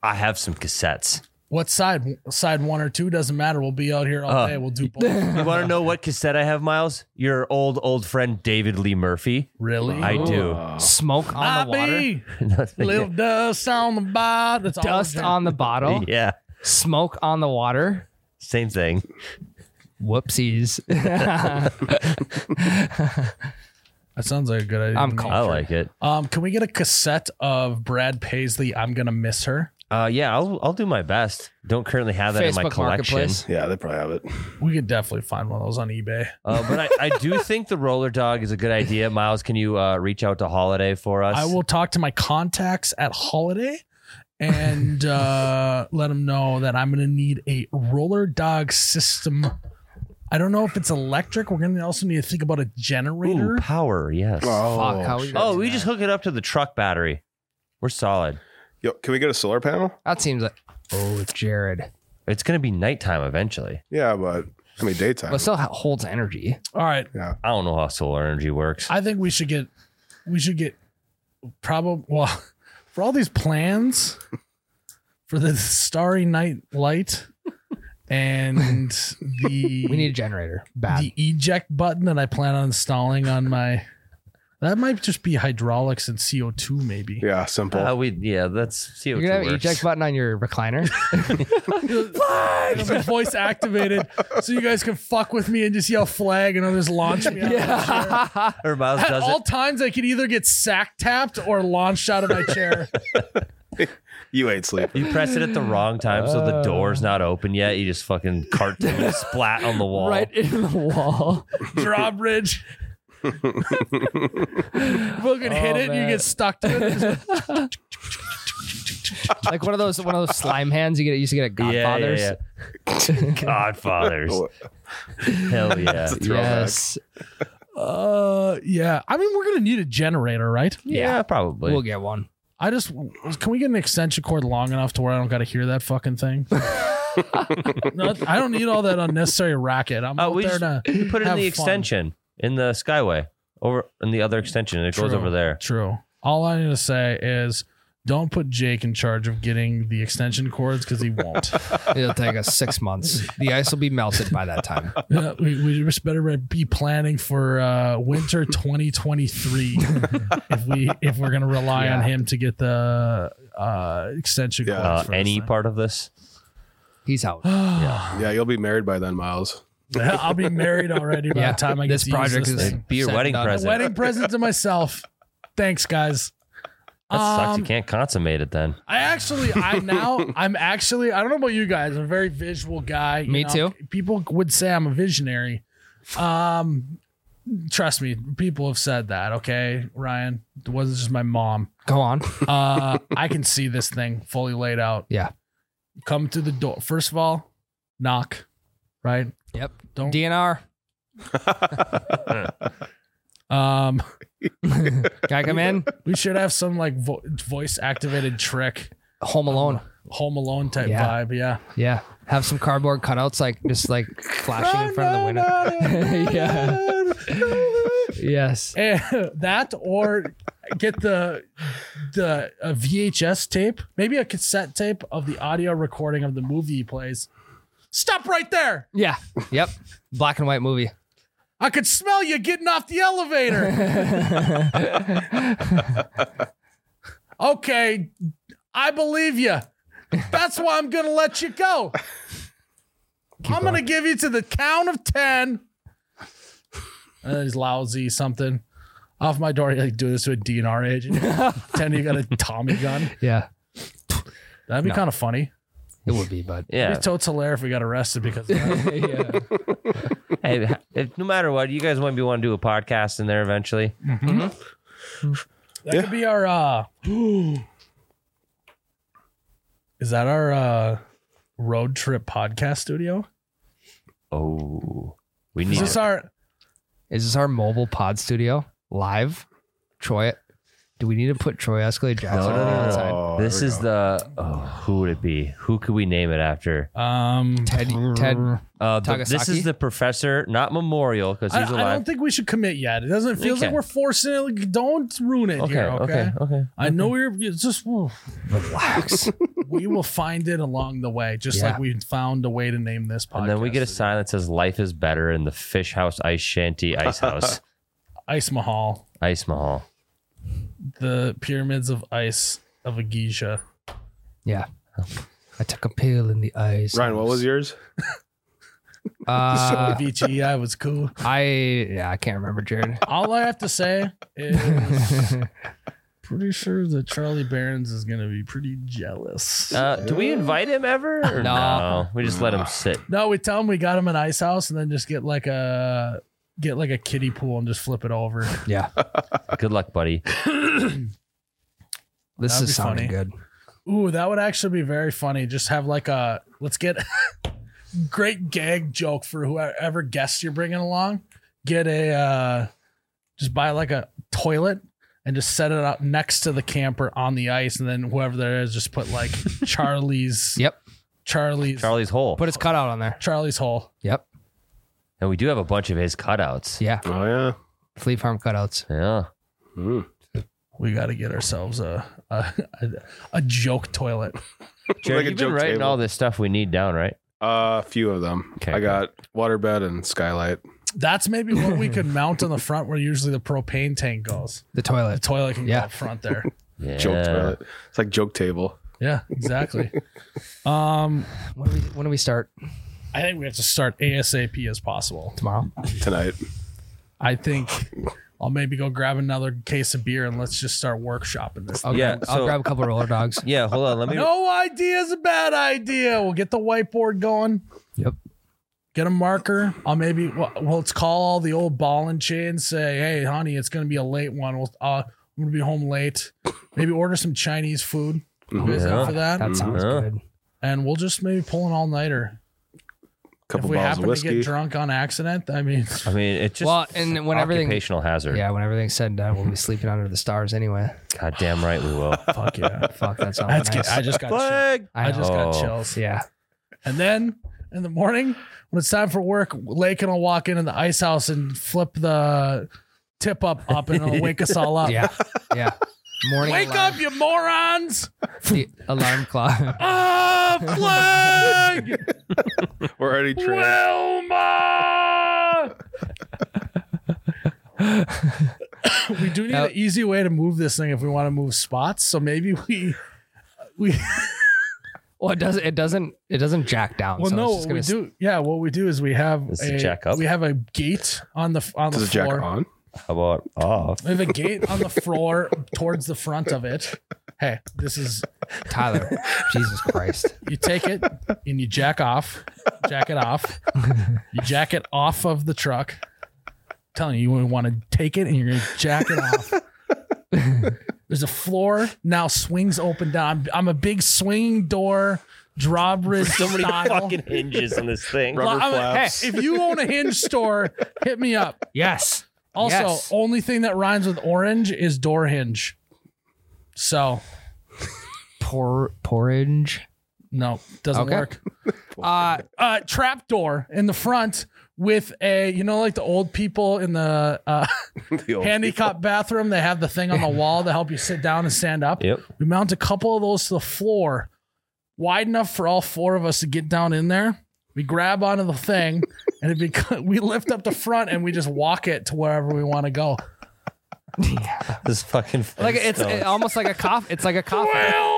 Speaker 4: I have some cassettes.
Speaker 1: What side? Side one or two doesn't matter. We'll be out here all
Speaker 4: Uh.
Speaker 1: day. We'll do both.
Speaker 4: You want to know what cassette I have, Miles? Your old, old friend David Lee Murphy.
Speaker 1: really?
Speaker 4: I do.
Speaker 2: Smoke on the water,
Speaker 1: Bobby, little dust on the bottom. That's all we're
Speaker 2: dust
Speaker 1: doing.
Speaker 2: on the bottle,
Speaker 4: Yeah,
Speaker 2: smoke on the water.
Speaker 4: same thing.
Speaker 2: Whoopsies.
Speaker 1: That sounds like a good idea.
Speaker 2: I'm
Speaker 1: to me.
Speaker 2: calm.
Speaker 4: I like it.
Speaker 1: Um, can we get a cassette of Brad Paisley? I'm gonna miss her.
Speaker 4: Uh, yeah, I'll, I'll do my best. Don't currently have that in my
Speaker 2: Facebook
Speaker 4: collection.
Speaker 2: Marketplace.
Speaker 3: Yeah, they probably have it.
Speaker 1: We could definitely find one of those on eBay.
Speaker 4: Uh, but I, I do think the roller dog is a good idea. Miles, can you uh, reach out to Holiday for us?
Speaker 1: I will talk to my contacts at Holiday and uh, let them know that I'm gonna need a roller dog system. I don't know if it's electric. We're gonna also need to think about a generator.
Speaker 4: Ooh, power, yes. Oh,
Speaker 2: Fuck, how we
Speaker 3: shit.
Speaker 2: gonna do
Speaker 4: we
Speaker 2: that?
Speaker 4: just hook it up to the truck battery. We're solid.
Speaker 3: Yo, can we get a solar panel?
Speaker 2: That seems like oh, Jared.
Speaker 4: It's going to be nighttime eventually.
Speaker 3: Yeah, but I mean daytime.
Speaker 2: But it still ha- holds energy.
Speaker 1: All right,
Speaker 4: I don't know how solar energy works.
Speaker 1: I think we should get we should get probably well for all these plans for the Starry Night Light and the
Speaker 2: We need a generator. Bad.
Speaker 1: the eject button that I plan on installing on my that might just be hydraulics and CO two maybe.
Speaker 3: yeah, simple.
Speaker 4: Uh, we yeah, that's CO2.
Speaker 2: You're gonna have an E
Speaker 4: works.
Speaker 2: eject button on your recliner.
Speaker 1: It'll be voice activated, so you guys can fuck with me and just yell flag and others launch me. Out of my chair.
Speaker 4: or Miles
Speaker 1: At
Speaker 4: does
Speaker 1: all
Speaker 4: it.
Speaker 1: times, I could either get sack tapped or launched out of my chair.
Speaker 3: you ain't sleeping.
Speaker 4: You press it at the wrong time, so the door's not open yet. You just fucking cartoon splat on the wall.
Speaker 2: in the wall.
Speaker 1: drawbridge. Fucking hit
Speaker 4: Oh,
Speaker 1: it, and you
Speaker 2: man.
Speaker 1: get stuck to it.
Speaker 2: like one of those one of those slime hands you get used to get at
Speaker 4: Yeah, yeah,
Speaker 2: Godfathers.
Speaker 4: yeah. Godfathers. Hell yeah.
Speaker 2: Yes.
Speaker 1: uh, yeah. I mean, we're gonna need a generator, right?
Speaker 4: Yeah, probably.
Speaker 2: We'll get one.
Speaker 1: I just can we get an extension cord long enough to where I don't got to hear that fucking thing? No, I don't need all that unnecessary racket. I'm
Speaker 4: Oh,
Speaker 1: out
Speaker 4: we
Speaker 1: there
Speaker 4: just
Speaker 1: to
Speaker 4: we put it in
Speaker 1: have
Speaker 4: the
Speaker 1: fun.
Speaker 4: extension in the Skyway over in the other extension, and it goes
Speaker 1: True.
Speaker 4: over there.
Speaker 1: True. All I need to say is don't put Jake in charge of getting the extension cords because he won't.
Speaker 2: It'll take us six months. The ice will be melted by that time.
Speaker 1: Yeah, we, we just better be planning for uh, winter 2023 if we if we're gonna rely on
Speaker 2: Yeah.
Speaker 1: him to get the uh, extension
Speaker 3: Yeah.
Speaker 1: cords.
Speaker 4: Uh,
Speaker 1: for
Speaker 4: any
Speaker 1: us.
Speaker 4: part of this?
Speaker 2: He's out.
Speaker 3: Oh, Yeah, you'll be married by then, Miles.
Speaker 1: I'll be married already by
Speaker 2: Yeah,
Speaker 1: the time I get
Speaker 2: this
Speaker 1: to use
Speaker 2: project
Speaker 1: this
Speaker 2: is
Speaker 1: thing.
Speaker 4: Be your
Speaker 2: said and
Speaker 4: wedding
Speaker 2: done.
Speaker 4: present.
Speaker 1: wedding present to myself. Thanks, guys.
Speaker 4: That sucks. You
Speaker 1: Um,
Speaker 4: can't consummate it then.
Speaker 1: I actually, I now, I'm actually, I don't know about you guys. I'm a very visual guy. you
Speaker 2: Me
Speaker 1: know.
Speaker 2: too.
Speaker 1: People would say I'm a visionary. Um, trust me, people have said that. Okay, Ryan, it wasn't just my mom.
Speaker 2: Go on.
Speaker 1: Uh, I can see this thing fully laid out.
Speaker 2: Yeah.
Speaker 1: Come to the door. First of all, knock. Right.
Speaker 2: Yep.
Speaker 1: Don't.
Speaker 2: DNR.
Speaker 1: um,
Speaker 2: Can I come in?
Speaker 1: we should have some like vo- voice activated trick,
Speaker 2: Home Alone.
Speaker 1: Home Alone type
Speaker 2: Yeah.
Speaker 1: vibe. Yeah.
Speaker 2: Yeah. Have some cardboard cutouts, like just like flashing in front of the window. yeah. yes.
Speaker 1: Eh, that or get the the a VHS tape, maybe a cassette tape of the audio recording of the movie he plays. Stop right there!
Speaker 2: Yeah. Yep. Black and white movie.
Speaker 1: I could smell you getting off the elevator. okay, I believe you. That's why I'm gonna let you go. I'm gonna give you to the count of ten. And then he's lousy something. Off my door, you like do this to a DNR agent. Pretend you got a Tommy gun.
Speaker 2: Yeah.
Speaker 1: That'd be kind of funny.
Speaker 2: It would be, bud.
Speaker 1: It'd
Speaker 4: Yeah.
Speaker 1: be totes hilarious if we got arrested because of that.
Speaker 2: yeah.
Speaker 4: Hey, if, no matter what, you guys want me want to do a podcast in there eventually.
Speaker 1: Mm-hmm. that could be our. uh
Speaker 3: Oh,
Speaker 1: Is that our uh road trip podcast studio?
Speaker 4: Oh, we
Speaker 1: Is
Speaker 4: need.
Speaker 1: this our?
Speaker 2: Is this our mobile pod studio live? Troy, do we need to put Troy Escalade Jackson
Speaker 4: No, no, no, no.
Speaker 2: outside?
Speaker 4: this is the. Oh, who would it be? Who could we name it after?
Speaker 1: Um,
Speaker 2: Ted, Ted,
Speaker 4: Uh, the- this
Speaker 2: Tagasaki?
Speaker 4: is the professor, not memorial, because
Speaker 1: I,
Speaker 4: he's
Speaker 1: I
Speaker 4: alive.
Speaker 1: don't think we should commit yet. It doesn't. It feels like
Speaker 4: can.
Speaker 1: we're forcing it. Like, don't ruin it
Speaker 4: okay,
Speaker 1: here.
Speaker 4: okay,
Speaker 1: Okay.
Speaker 4: okay,
Speaker 1: I know you're it's just. oof.
Speaker 2: relax.
Speaker 1: we will find it along the way, just
Speaker 2: Yeah.
Speaker 1: like we found a way to name this podcast.
Speaker 4: And then we get a sign that says "Life is better" in the Fish House Ice Shanty Ice House
Speaker 1: Ice Mahal,
Speaker 4: Ice Mahal.
Speaker 1: the pyramids of ice of a Giza.
Speaker 2: yeah. I took a pill in the eyes.
Speaker 3: Ryan, what was yours?
Speaker 2: Uh,
Speaker 1: VGI was cool.
Speaker 2: I yeah, I can't remember Jared.
Speaker 1: All I have to say is pretty sure that Charlie Barons is gonna be pretty jealous.
Speaker 4: Uh, do we invite him ever? or
Speaker 2: No.
Speaker 4: we just let him sit.
Speaker 1: no, we tell him we got him an ice house, and then just get like a get like a kiddie pool and just flip it over.
Speaker 2: yeah,
Speaker 4: Good luck, buddy.
Speaker 2: this
Speaker 1: That'd be
Speaker 2: is sounding good.
Speaker 1: Ooh, that would actually be very funny. Just have like a let's get great gag joke for whoever guests you're bringing along. Get a uh, just buy like a toilet and just set it up next to the camper on the ice, and then whoever there is just put like Charlie's
Speaker 2: Yep,
Speaker 1: Charlie's
Speaker 4: Charlie's hole,
Speaker 2: put his cutout on there.
Speaker 1: Charlie's hole.
Speaker 2: Yep,
Speaker 4: and we do have a bunch of his cutouts.
Speaker 2: yeah,
Speaker 3: Oh yeah.
Speaker 2: Flea Farm cutouts.
Speaker 4: Yeah.
Speaker 3: Mm.
Speaker 1: We got to get ourselves a a, a a joke toilet.
Speaker 3: Like
Speaker 4: Jared,
Speaker 3: a
Speaker 4: you've been
Speaker 3: joke
Speaker 4: writing
Speaker 3: table.
Speaker 4: all this stuff we need down, right?
Speaker 3: Uh, a few of them.
Speaker 4: Okay,
Speaker 3: I got waterbed and skylight.
Speaker 1: That's maybe what we could mount on the front where usually the propane tank goes.
Speaker 2: The
Speaker 1: The
Speaker 2: toilet.
Speaker 1: toilet can go
Speaker 2: Yeah.
Speaker 1: up front there.
Speaker 4: Yeah.
Speaker 3: Joke toilet. It's like joke table.
Speaker 1: Yeah, exactly. um,
Speaker 2: When do we when do we start
Speaker 1: I think we have to start ASAP as possible.
Speaker 2: tomorrow?
Speaker 3: tonight.
Speaker 1: I think I'll maybe go grab another case of beer and let's just start workshopping this.
Speaker 2: I'll
Speaker 4: Yeah,
Speaker 2: grab, I'll
Speaker 4: so-
Speaker 2: grab a couple roller dogs.
Speaker 4: Yeah. Hold on. Let me.
Speaker 1: No idea is a bad idea. We'll get the whiteboard going.
Speaker 2: Yep.
Speaker 1: Get a marker. I'll maybe well, well, let's call all the old ball and chain. Say, hey, honey, it's gonna be a late one. We'll, uh, I'm gonna be home late. Maybe order some Chinese food. You guys
Speaker 4: Yeah.
Speaker 1: up for that?
Speaker 2: That sounds
Speaker 1: Uh-huh.
Speaker 4: Yeah.
Speaker 2: good.
Speaker 1: and we'll just maybe pull an all nighter. If
Speaker 3: Couple
Speaker 1: we
Speaker 3: bottles
Speaker 1: happen
Speaker 3: of
Speaker 1: to
Speaker 3: whiskey.
Speaker 1: get drunk on accident, I mean,
Speaker 4: I mean, it just
Speaker 2: Well, and when everything-
Speaker 4: occupational hazard.
Speaker 2: Yeah, when everything's said and done, we'll be sleeping under the stars anyway.
Speaker 4: God damn right we will.
Speaker 1: fuck yeah.
Speaker 2: Fuck, that sounds
Speaker 1: That's
Speaker 2: nice.
Speaker 1: good. I just got chill.
Speaker 4: Flag.
Speaker 1: I just got
Speaker 4: Oh.
Speaker 1: chills.
Speaker 2: Yeah.
Speaker 1: And then in the morning, when it's time for work, Lake and I'll walk into the ice house and flip the tip up up and it'll wake us all up.
Speaker 2: Yeah. Yeah. Morning.
Speaker 1: Uh. Wake
Speaker 2: alarm,
Speaker 1: up, you morons!
Speaker 2: The alarm clock.
Speaker 1: Ah, flag!
Speaker 3: We're already trained.
Speaker 1: Wilma! we do need
Speaker 2: Now-
Speaker 1: an easy way to move this thing if we want to move spots. So maybe we we
Speaker 2: well, it doesn't. It doesn't. It doesn't jack down.
Speaker 1: well
Speaker 2: so
Speaker 1: no
Speaker 2: it's just
Speaker 1: what we
Speaker 2: gonna s-
Speaker 1: do yeah what we do is we have
Speaker 4: Does it
Speaker 1: a
Speaker 4: jack up?
Speaker 1: we have a gate on the on
Speaker 3: Does
Speaker 1: the
Speaker 3: it jack
Speaker 1: floor.
Speaker 3: on?
Speaker 4: How about off?
Speaker 1: We have a gate on the floor towards the front of it. Hey, this is
Speaker 2: Tyler. Jesus Christ.
Speaker 1: you take it and you jack off, jack it off, you jack it off of the truck. telling you, you want to take it and you're gonna jack it off. There's a floor now, swings open down. I'm, I'm a big swinging door drawbridge.
Speaker 4: So many
Speaker 1: style.
Speaker 4: fucking hinges in this thing.
Speaker 1: Well,
Speaker 3: Rubber
Speaker 1: I'm a- hey,
Speaker 3: flaps.
Speaker 1: if you own a hinge store, hit me up.
Speaker 2: Yes.
Speaker 1: Also,
Speaker 2: Yes.
Speaker 1: only thing that rhymes with orange is door hinge. So
Speaker 2: Por- porridge.
Speaker 1: no, doesn't
Speaker 2: Okay.
Speaker 1: work.
Speaker 2: Uh,
Speaker 1: uh trap door in the front with a you know like the old people in the uh
Speaker 3: The old-
Speaker 1: handicap bathroom they have the thing on the wall to help you sit down and stand up
Speaker 4: Yep.
Speaker 1: we mount a couple of those to the floor wide enough for all four of us to get down in there we grab onto the thing and it becomes we lift up the front and we just walk it to wherever we want to go
Speaker 4: This fucking
Speaker 2: like it's uh,
Speaker 4: Flintstones.
Speaker 2: it- almost like a coffin. It's like a coffin.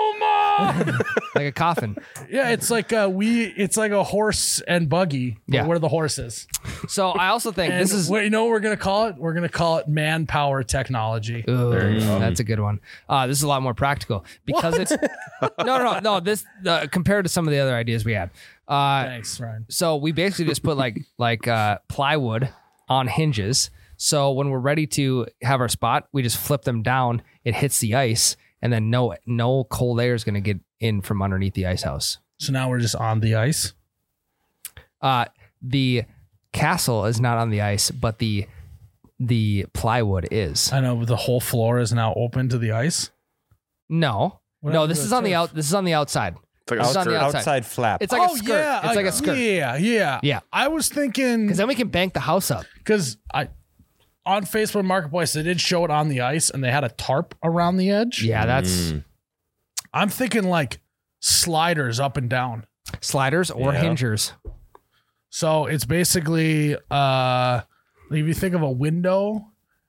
Speaker 2: like a coffin.
Speaker 1: yeah it's like uh we it's like a horse and buggy but
Speaker 2: Yeah.
Speaker 1: where the horse is
Speaker 2: So I also think
Speaker 1: and
Speaker 2: this is.
Speaker 1: what you know what we're gonna call it we're gonna call it manpower technology
Speaker 2: Ooh, that's a good one. Uh, this is a lot more practical because it's no, no, no, no. This uh, compared to some of the other ideas we had. Uh,
Speaker 1: thanks ryan
Speaker 2: so we basically just put like like uh, plywood on hinges. So when we're ready to have our spot, we just flip them down. It hits the ice, and then no no cold air is going to get in from underneath the ice house.
Speaker 1: So now we're just on the ice.
Speaker 2: Uh, the castle is not on the ice, but the the plywood is.
Speaker 1: I know but the whole floor is now open to the ice.
Speaker 2: No,
Speaker 1: What
Speaker 2: no.
Speaker 1: happened
Speaker 2: This
Speaker 1: to
Speaker 2: is
Speaker 1: the
Speaker 2: on the
Speaker 1: turf?
Speaker 2: out. This is on the outside.
Speaker 3: It's like
Speaker 2: It's on the
Speaker 3: outdoor-
Speaker 2: outside.
Speaker 4: flap.
Speaker 2: It's like
Speaker 1: Oh,
Speaker 2: a skirt. it's like a skirt.
Speaker 1: Yeah, yeah,
Speaker 2: Yeah.
Speaker 1: I was
Speaker 2: Because
Speaker 1: thinking
Speaker 2: then we can bank the house up.
Speaker 1: because I on Facebook Marketplace they did show it on the ice and they had a tarp around the edge.
Speaker 2: Yeah,
Speaker 4: Mm.
Speaker 2: that's
Speaker 4: Hmm.
Speaker 1: I'm thinking like sliders up and down.
Speaker 2: sliders or
Speaker 4: Yeah.
Speaker 2: hingers.
Speaker 1: So it's basically uh if you think of a window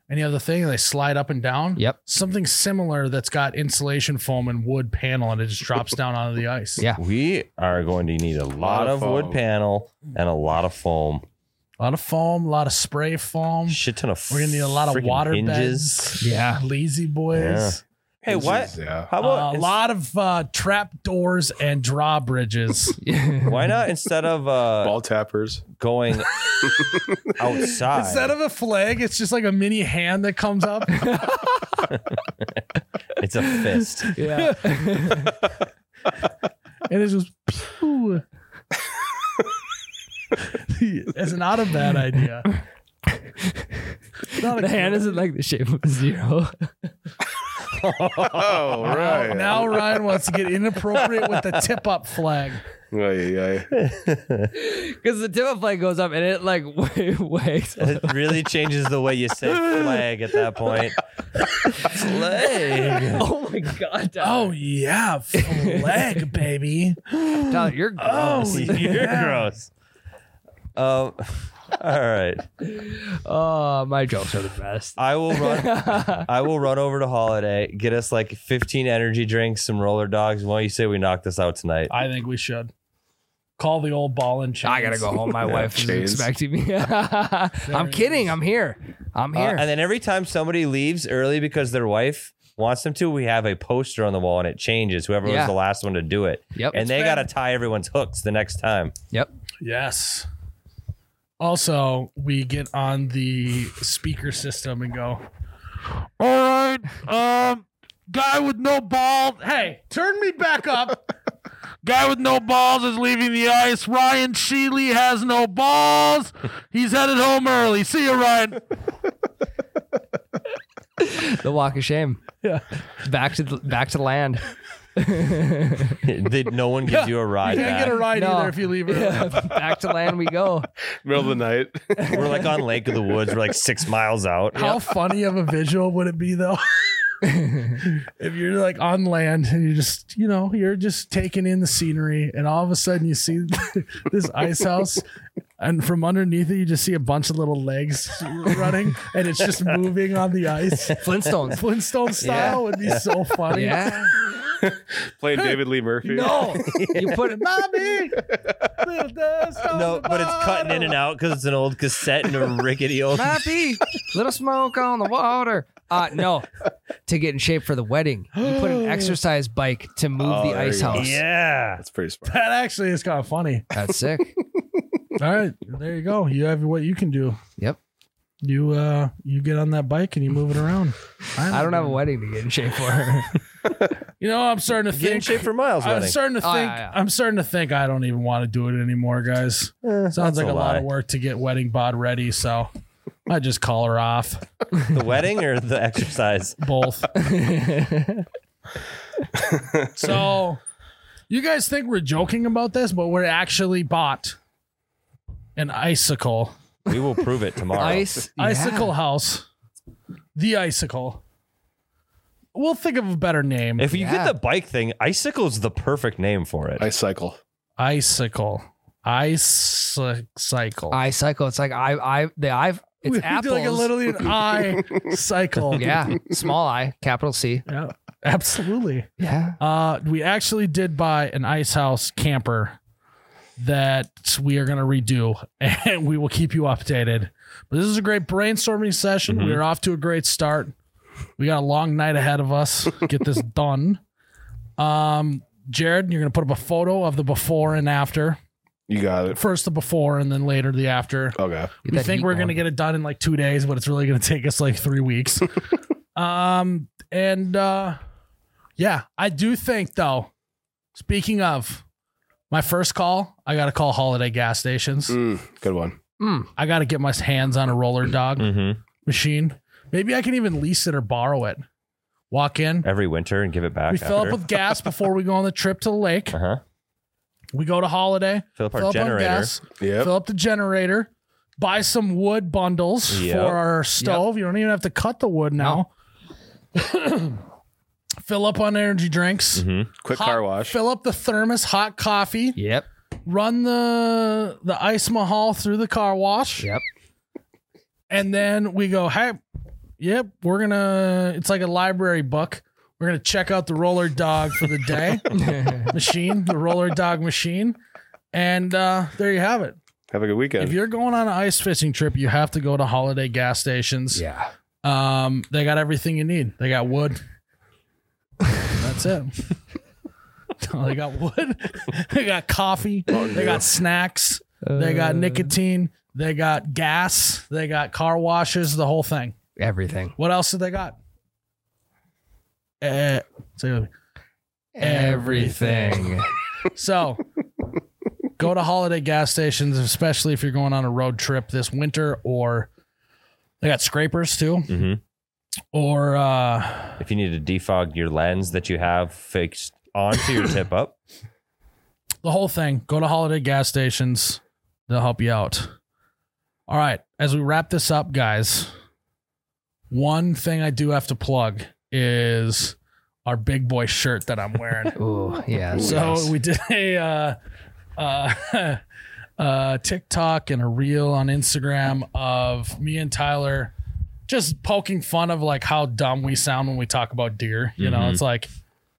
Speaker 1: and you have the thing and they slide up and down.
Speaker 2: Yep.
Speaker 1: Something similar that's got insulation foam and wood panel and it just drops down onto the ice.
Speaker 2: Yeah.
Speaker 4: we are going to need a
Speaker 3: Lot
Speaker 4: lot of
Speaker 3: of
Speaker 4: wood
Speaker 3: foam.
Speaker 4: panel and a lot of foam.
Speaker 1: A lot of foam, a lot of spray foam.
Speaker 4: Shit ton of
Speaker 1: We're gonna need a lot of
Speaker 4: freaking
Speaker 1: water
Speaker 4: hinges.
Speaker 1: beds.
Speaker 2: Yeah.
Speaker 1: lazy boys.
Speaker 4: Yeah. Hey,
Speaker 3: It's
Speaker 4: what?
Speaker 3: just- Yeah.
Speaker 4: How
Speaker 1: Uh,
Speaker 4: about
Speaker 1: a lot of uh, trap doors and drawbridges.
Speaker 4: Why not instead of uh,
Speaker 3: Ball tappers.
Speaker 4: going outside?
Speaker 1: Instead of a flag, it's just like a mini hand that comes up.
Speaker 4: it's a fist.
Speaker 2: yeah.
Speaker 1: and it's just pew. it's not a bad idea. Not a
Speaker 2: The hand isn't like the shape of a zero.
Speaker 3: Oh, right.
Speaker 1: now Ryan wants to get inappropriate with the tip up flag.
Speaker 3: Yeah, yeah, yeah.
Speaker 2: Because the tip of flag goes up and it like way waves.
Speaker 4: It really changes the way you say flag at that point. flag.
Speaker 2: Oh my god, Tyler.
Speaker 1: Oh yeah, flag, baby.
Speaker 2: Oh, Tyler, you're gross.
Speaker 1: Oh,
Speaker 4: You're
Speaker 1: yeah.
Speaker 4: gross. Um, all right.
Speaker 2: Oh, my jokes are the best.
Speaker 4: I will run. I will run over to Holiday, get us like 15 energy drinks, some roller dogs. Why don't you say we knock this out tonight?
Speaker 1: I think we should call the old ball and chains.
Speaker 2: I gotta go home. My wife is
Speaker 3: Chains.
Speaker 2: expecting me. I'm
Speaker 1: it
Speaker 2: kidding. I'm here. I'm
Speaker 4: Uh,
Speaker 2: here.
Speaker 4: and then every time somebody leaves early because their wife wants them to, we have a poster on the wall and it changes. Whoever
Speaker 2: Yeah.
Speaker 4: was the last one to do it,
Speaker 2: Yep.
Speaker 4: and they got to tie everyone's hooks the next time.
Speaker 2: yep.
Speaker 1: Yes. Also, we get on the speaker system and go. All right, um, guy with no balls. Hey, turn me back up. guy with no balls is leaving the ice. Ryan Sheely has no balls. He's headed home early. See you, Ryan.
Speaker 2: The walk of shame.
Speaker 1: Yeah.
Speaker 2: Back to the, back to land.
Speaker 4: That no one gives you a ride
Speaker 1: You can't
Speaker 4: back.
Speaker 1: get a ride
Speaker 2: No.
Speaker 1: either if you leave early.
Speaker 2: Back to land we go.
Speaker 3: Middle of the night.
Speaker 4: We're like on Lake of the Woods. We're like six miles out.
Speaker 1: How funny of a visual would it be though? if you're like on land and you're just, you know, you're just taking in the scenery and all of a sudden you see this ice house and from underneath it you just see a bunch of little legs running and it's just moving on the ice.
Speaker 2: Flintstones.
Speaker 1: Flintstone style would be so funny.
Speaker 2: Yeah.
Speaker 3: Playing David Lee Murphy.
Speaker 2: No. You put it.
Speaker 1: Mommy, little dust on
Speaker 4: No,
Speaker 1: the
Speaker 4: but it's cutting in
Speaker 1: bottle.
Speaker 4: and out because it's an old cassette and a rickety old.
Speaker 2: Happy. Little smoke on the water. Uh no. To get in shape for the wedding. You put an exercise bike to move
Speaker 3: Oh,
Speaker 2: the
Speaker 3: there
Speaker 2: ice
Speaker 3: you go.
Speaker 2: house.
Speaker 4: Yeah.
Speaker 3: That's pretty smart.
Speaker 1: That actually is kind of funny.
Speaker 2: That's sick.
Speaker 1: All right, there you go. You have what you can do.
Speaker 2: Yep.
Speaker 1: You uh, you get on that bike and you move it around.
Speaker 2: I don't have a wedding to get in shape for.
Speaker 1: You know, I'm starting to
Speaker 4: Get in
Speaker 1: think.
Speaker 4: shape for Miles'
Speaker 1: I'm
Speaker 4: wedding.
Speaker 1: starting to think.
Speaker 2: Oh, yeah, yeah.
Speaker 1: I'm starting to think. I don't even want to do it anymore, guys. Sounds
Speaker 4: that's
Speaker 1: like
Speaker 4: a
Speaker 1: Eh, a, lot
Speaker 4: lie.
Speaker 1: of work to get wedding bod ready. So I just call her off.
Speaker 4: the wedding or the exercise?
Speaker 1: Both. so you guys think we're joking about this, but we're actually bought an icicle,
Speaker 4: We will prove it tomorrow.
Speaker 2: Ice. yeah.
Speaker 1: icicle house, the icicle. We'll think of a better name.
Speaker 4: If you
Speaker 2: Yeah.
Speaker 4: get the bike thing, icicle's the perfect name for it.
Speaker 3: I cycle.
Speaker 1: icicle, ice cycle.
Speaker 2: I cycle. It's like I I the I Uh, it's
Speaker 1: we
Speaker 2: apples.
Speaker 1: do like a literally an eye cycle.
Speaker 2: yeah, small I, capital C.
Speaker 1: Yeah, absolutely.
Speaker 2: Yeah.
Speaker 1: Uh, we actually did buy an ice house camper that we are going to redo, and we will keep you updated. But this is a great brainstorming session.
Speaker 2: Mm-hmm.
Speaker 1: We are off to a great start. We got a long night ahead of us. Get this done. Um, Jared, you're going to put up a photo of the before and after.
Speaker 3: You got it. Oh,
Speaker 1: First the before, and then later the after.
Speaker 3: Okay.
Speaker 2: Get
Speaker 1: We
Speaker 2: that
Speaker 1: think
Speaker 2: heat
Speaker 1: we're going to
Speaker 2: going.
Speaker 1: get it done in like two days, but it's really going to take us like three weeks. um, and uh, yeah, I do think though. Speaking of my first call, I got to call holiday gas stations.
Speaker 3: Mm, good one.
Speaker 1: I got to get my hands on a roller dog
Speaker 4: hmm
Speaker 1: machine. Maybe I can even lease it or borrow it. Walk in,
Speaker 4: Every winter and give it back.
Speaker 1: we fill up
Speaker 4: after.
Speaker 1: with gas before we go on the trip to the lake.
Speaker 4: uh-huh.
Speaker 1: We go to holiday,
Speaker 4: Fill up our
Speaker 1: fill up on
Speaker 4: generator.
Speaker 1: gas,
Speaker 3: Yep.
Speaker 1: fill up the generator, buy some wood bundles
Speaker 4: Yep.
Speaker 1: for our stove. You don't even have to cut the wood now. fill up on energy drinks.
Speaker 4: Mm-hmm,
Speaker 3: Quick
Speaker 1: Hot-
Speaker 3: Mm-hmm. car wash.
Speaker 1: Fill up the thermos, hot coffee.
Speaker 2: Yep.
Speaker 1: Run the the ice mahal through the car wash,
Speaker 2: Yep.
Speaker 1: and then we go. Hey, yep, we're gonna. It's like a library book. We're gonna check out the roller dog for the day machine, the roller dog machine, and uh, there you have it.
Speaker 3: Have a good
Speaker 1: If
Speaker 3: weekend.
Speaker 1: you're going on an ice fishing trip, you have to go to holiday gas stations.
Speaker 2: yeah.
Speaker 1: Um, they got everything you need. They got wood. That's it. No, they got wood. they got coffee. They got snacks. They got nicotine. They got gas. They got car washes. The whole thing.
Speaker 2: Everything.
Speaker 1: What else did they got? Eh, say it with me.
Speaker 2: Everything.
Speaker 1: So go to holiday gas stations, especially if you're going on a road trip this winter or they got scrapers too.
Speaker 4: Mhm.
Speaker 1: Or uh
Speaker 4: If you need to defog your lens that you have fixed onto your tip up,
Speaker 1: the whole thing. Go to holiday gas stations. They'll help you out. All right. As we wrap this up, guys, one thing I do have to plug is our big boy shirt that I'm wearing.
Speaker 2: Ooh, yeah.
Speaker 1: So we did a uh, uh, uh, TikTok and a reel on Instagram of me and Tyler just poking fun of like how dumb we sound when we talk about deer. You know, it's like,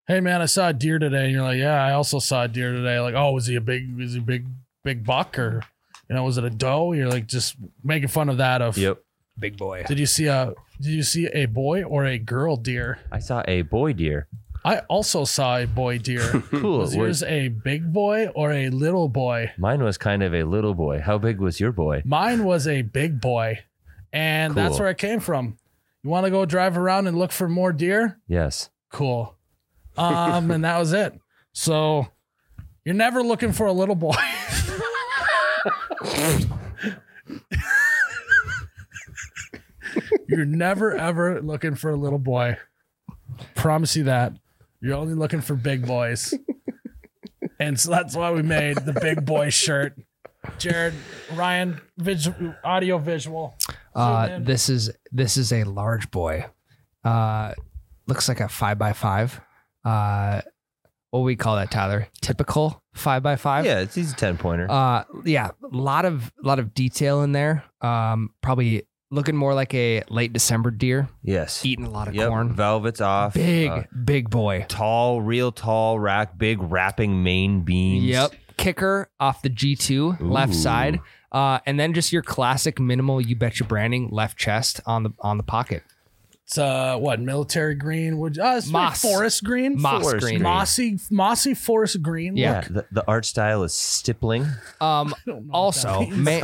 Speaker 1: hey man, I saw a deer today, and you're like, yeah, I also saw a deer today. Like, oh, was he a big, was he a big, big buck or? You know, was it a doe? You're like just making fun of that. Of
Speaker 4: yep.
Speaker 2: big boy.
Speaker 1: did you see a did you see a boy or a girl deer?
Speaker 4: I saw a boy deer.
Speaker 1: I also saw a boy deer.
Speaker 2: Hmm.
Speaker 4: Cool.
Speaker 1: Was
Speaker 4: Were-
Speaker 1: yours a big boy or a little boy?
Speaker 4: Mine was kind of a little boy. How big was your boy?
Speaker 1: Mine was a big boy, and that's
Speaker 4: Cool.
Speaker 1: where I came from. You want to go drive around and look for more deer?
Speaker 4: Yes.
Speaker 1: Cool. Um, and that was it. So you're never looking for a little boy. you're never ever looking for a little boy. Promise you that. You're only looking for big boys. and so that's why we made the big boy shirt. Jared, Ryan, visual, audio visual.
Speaker 2: Uh,
Speaker 1: man.
Speaker 2: this is this is a large boy. Uh, looks like a five by five. Uh, what we call that, Tyler? Typical five by five.
Speaker 4: yeah, it's, he's a ten pointer.
Speaker 2: Uh, yeah, a lot of lot of detail in there. Um, probably looking more like a late December deer,
Speaker 4: yes.
Speaker 2: eating a lot of
Speaker 4: Yep.
Speaker 2: corn.
Speaker 4: Velvet's off.
Speaker 2: Big
Speaker 4: Uh,
Speaker 2: big boy.
Speaker 4: tall, real tall rack, big wrapping main beams.
Speaker 2: Yep. Kicker off the G2 left
Speaker 4: Ooh.
Speaker 2: side. Uh, and then just your classic minimal you betcha branding left chest on the on the pocket.
Speaker 1: It's uh, what military green? Would uh, it's like
Speaker 2: Moss.
Speaker 1: forest green?
Speaker 2: Moss
Speaker 4: Forest
Speaker 2: green.
Speaker 4: green.
Speaker 1: mossy, mossy forest green.
Speaker 2: Yeah.
Speaker 4: Yeah, Uh, the, the art style is stippling.
Speaker 2: Um
Speaker 1: I don't know what that
Speaker 2: also
Speaker 1: means.
Speaker 2: ma-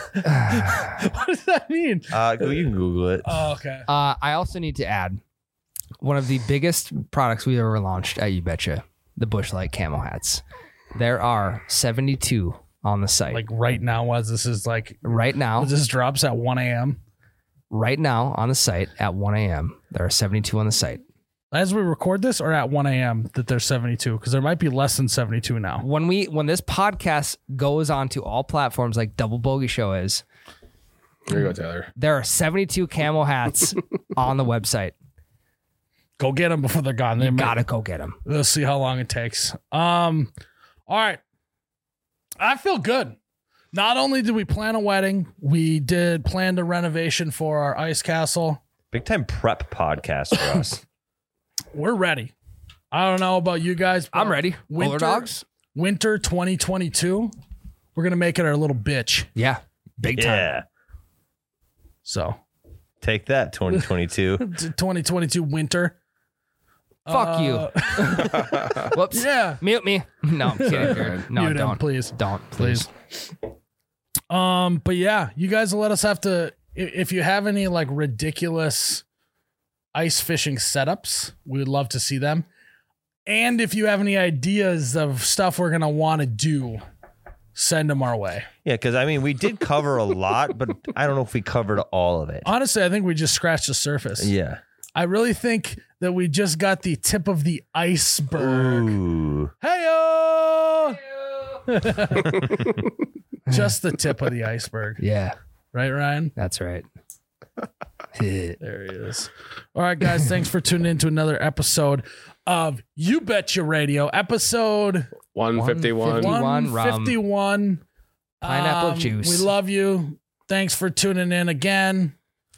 Speaker 1: what does that mean?
Speaker 4: Uh, you can Google it.
Speaker 1: Oh, okay.
Speaker 2: Uh, I also need to add one of the biggest products we've ever launched at You Betcha, the Bushlight Camo Hats. There are 72 on the site
Speaker 1: Like right now, as this is like,
Speaker 2: right now.
Speaker 1: this drops at 1 a.m.
Speaker 2: Right now on the site at 1 a.m. There are 72 on the site.
Speaker 1: As we record this, or at 1 a.m. that there's 72 because there might be less than 72 now.
Speaker 2: When we when this podcast goes on to all platforms like Double Bogey Show is,
Speaker 3: There you go, Tyler.
Speaker 2: there are 72 camo hats on the website.
Speaker 1: Go get them before they're gone. They might,
Speaker 2: Gotta go get them.
Speaker 1: we'll see how long it takes. Um, all right. I feel good. Not only did we plan a wedding, we did plan a renovation for our ice castle.
Speaker 4: Big time prep podcast for us.
Speaker 1: We're ready. I don't know about you guys. but
Speaker 2: I'm ready. Roller
Speaker 1: Winter-
Speaker 2: dogs?
Speaker 1: Winter 2022. We're gonna make it our little bitch.
Speaker 2: Yeah. Big time.
Speaker 4: yeah,
Speaker 1: So
Speaker 4: take that, 2022.
Speaker 1: 2022 winter. Uh,
Speaker 2: Fuck you. Whoops.
Speaker 1: Yeah.
Speaker 2: Mute me. No, I'm kidding. dude. No,
Speaker 1: Mute him,
Speaker 2: don't.
Speaker 1: please.
Speaker 2: Don't, please.
Speaker 1: Please. Um, but yeah, you guys will let us have to i- if you have any like ridiculous ice fishing setups, we would love to see them. And if you have any ideas of stuff we're gonna want to do, send them our way.
Speaker 4: yeah, because I mean, we did cover a lot, but I don't know if we covered all of it.
Speaker 1: Honestly, I think we just scratched the surface.
Speaker 4: Yeah.
Speaker 1: I really think that we just got the tip of the iceberg.
Speaker 4: Ooh.
Speaker 1: Hey Just the tip of the iceberg.
Speaker 2: Yeah,
Speaker 1: Right, Ryan?
Speaker 2: that's right. Heh.
Speaker 1: There he is. All right, guys. thanks for tuning in to another episode of You Betcha Radio, episode
Speaker 3: 151.
Speaker 2: 151.
Speaker 1: 151.
Speaker 2: Pineapple juice.
Speaker 1: Um, We love you. Thanks for tuning in again.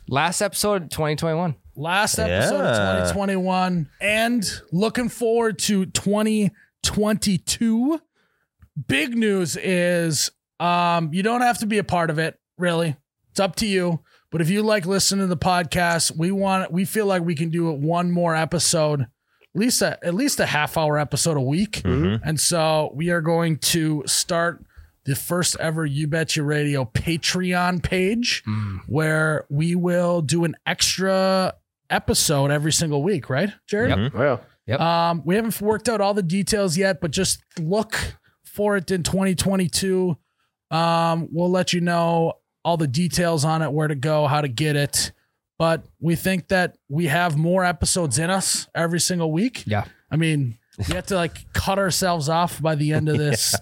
Speaker 2: Last episode, 2021.
Speaker 1: Last episode
Speaker 4: Yeah.
Speaker 1: of 2021. And looking forward to 2022. Big news is um, you don't have to be a part of it, really. It's up to you. But if you like listening to the podcast, we want we feel like we can do it one more episode, at least a, at least a half hour episode a week.
Speaker 4: Mhm.
Speaker 1: And so we are going to start the first ever You Betcha Radio Patreon page
Speaker 2: Mm.
Speaker 1: where we will do an extra episode every single week, right, Jared?
Speaker 2: Yep.
Speaker 3: Wow.
Speaker 1: Um, we haven't worked out all the details yet, but just look for it in 2022. Um, we'll let you know all the details on it, where to go, how to get it. But we think that we have more episodes in us every single week.
Speaker 2: Yeah.
Speaker 1: I mean, we have to like cut ourselves off by the end of this.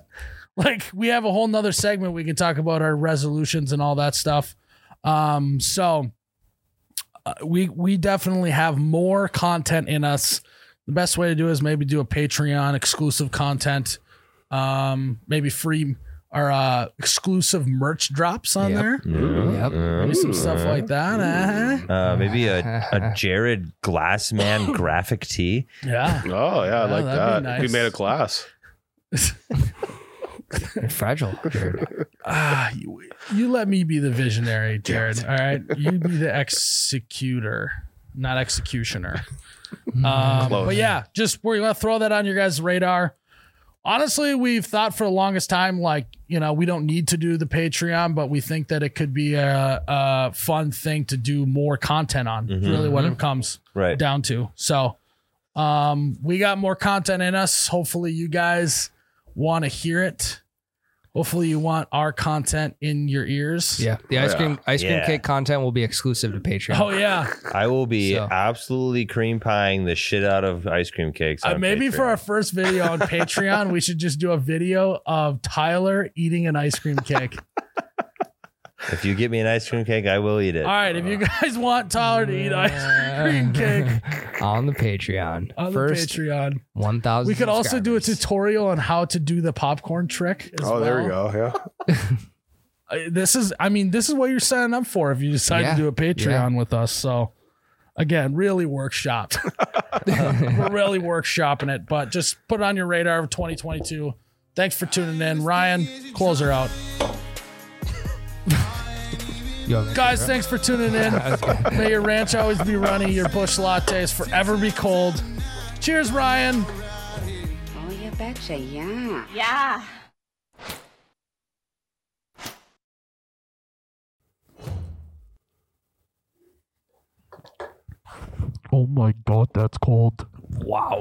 Speaker 1: Like we have a whole nother segment we can talk about our resolutions and all that stuff. Um, so uh, we we definitely have more content in us. The best way to do it is maybe do a Patreon exclusive content, um, maybe free or uh, exclusive merch drops on
Speaker 2: Yep.
Speaker 1: there,
Speaker 2: Yep.
Speaker 1: maybe some stuff like that. Uh-huh.
Speaker 4: Uh, maybe a, a Jared Glassman graphic tee.
Speaker 1: Yeah,
Speaker 3: Oh, yeah, I like
Speaker 1: that'd
Speaker 3: that.
Speaker 1: be
Speaker 3: We
Speaker 1: nice.
Speaker 3: made a class.
Speaker 2: You're fragile. Jared.
Speaker 1: ah, you, you let me be the visionary, Jared. All right, you be the executor, not executioner. Um,
Speaker 3: Close.
Speaker 1: but yeah, just we're gonna throw that on your guys' radar. Honestly, we've thought for the longest time, like you know, we don't need to do the Patreon, but we think that it could be a, a fun thing to do more content on. Really, what it comes
Speaker 4: Right.
Speaker 1: down to. So, um, we got more content in us. Hopefully, you guys want to hear it. Hopefully, you want our content in your ears.
Speaker 2: Yeah, the ice
Speaker 3: Yeah.
Speaker 2: cream ice cream
Speaker 4: Yeah.
Speaker 2: cake content will be exclusive to Patreon.
Speaker 1: Oh yeah.
Speaker 4: I will be
Speaker 2: So.
Speaker 4: absolutely cream pieing the shit out of ice cream cakes.
Speaker 1: Uh,
Speaker 4: on
Speaker 1: maybe for
Speaker 4: Patreon.
Speaker 1: our first video on Patreon, we should just do a video of Tyler eating an ice cream cake.
Speaker 4: if you get me an ice cream cake, I will eat it.
Speaker 1: All right, if you guys want Tyler to eat ice cream cake
Speaker 2: on the Patreon.
Speaker 1: Oh. on
Speaker 2: First
Speaker 1: the Patreon,
Speaker 2: one thousand.
Speaker 1: we could also do a tutorial on how to do the popcorn trick. as
Speaker 3: Oh, there we
Speaker 1: well.
Speaker 3: go. Yeah.
Speaker 1: Uh, This is, I mean, this is what you're signing up for if you decide
Speaker 2: Yeah.
Speaker 1: to do a Patreon with us. So, again, really workshopped. We're really workshopping it, but just put it on your radar of 2022. Thanks for tuning in, Ryan. Close her out. Guys, thanks for tuning in. May your ranch always be runny, your bush lattes forever be cold. Cheers, Ryan.
Speaker 5: Oh, you betcha, yeah.
Speaker 6: Yeah.
Speaker 1: Oh my god, that's cold. Wow.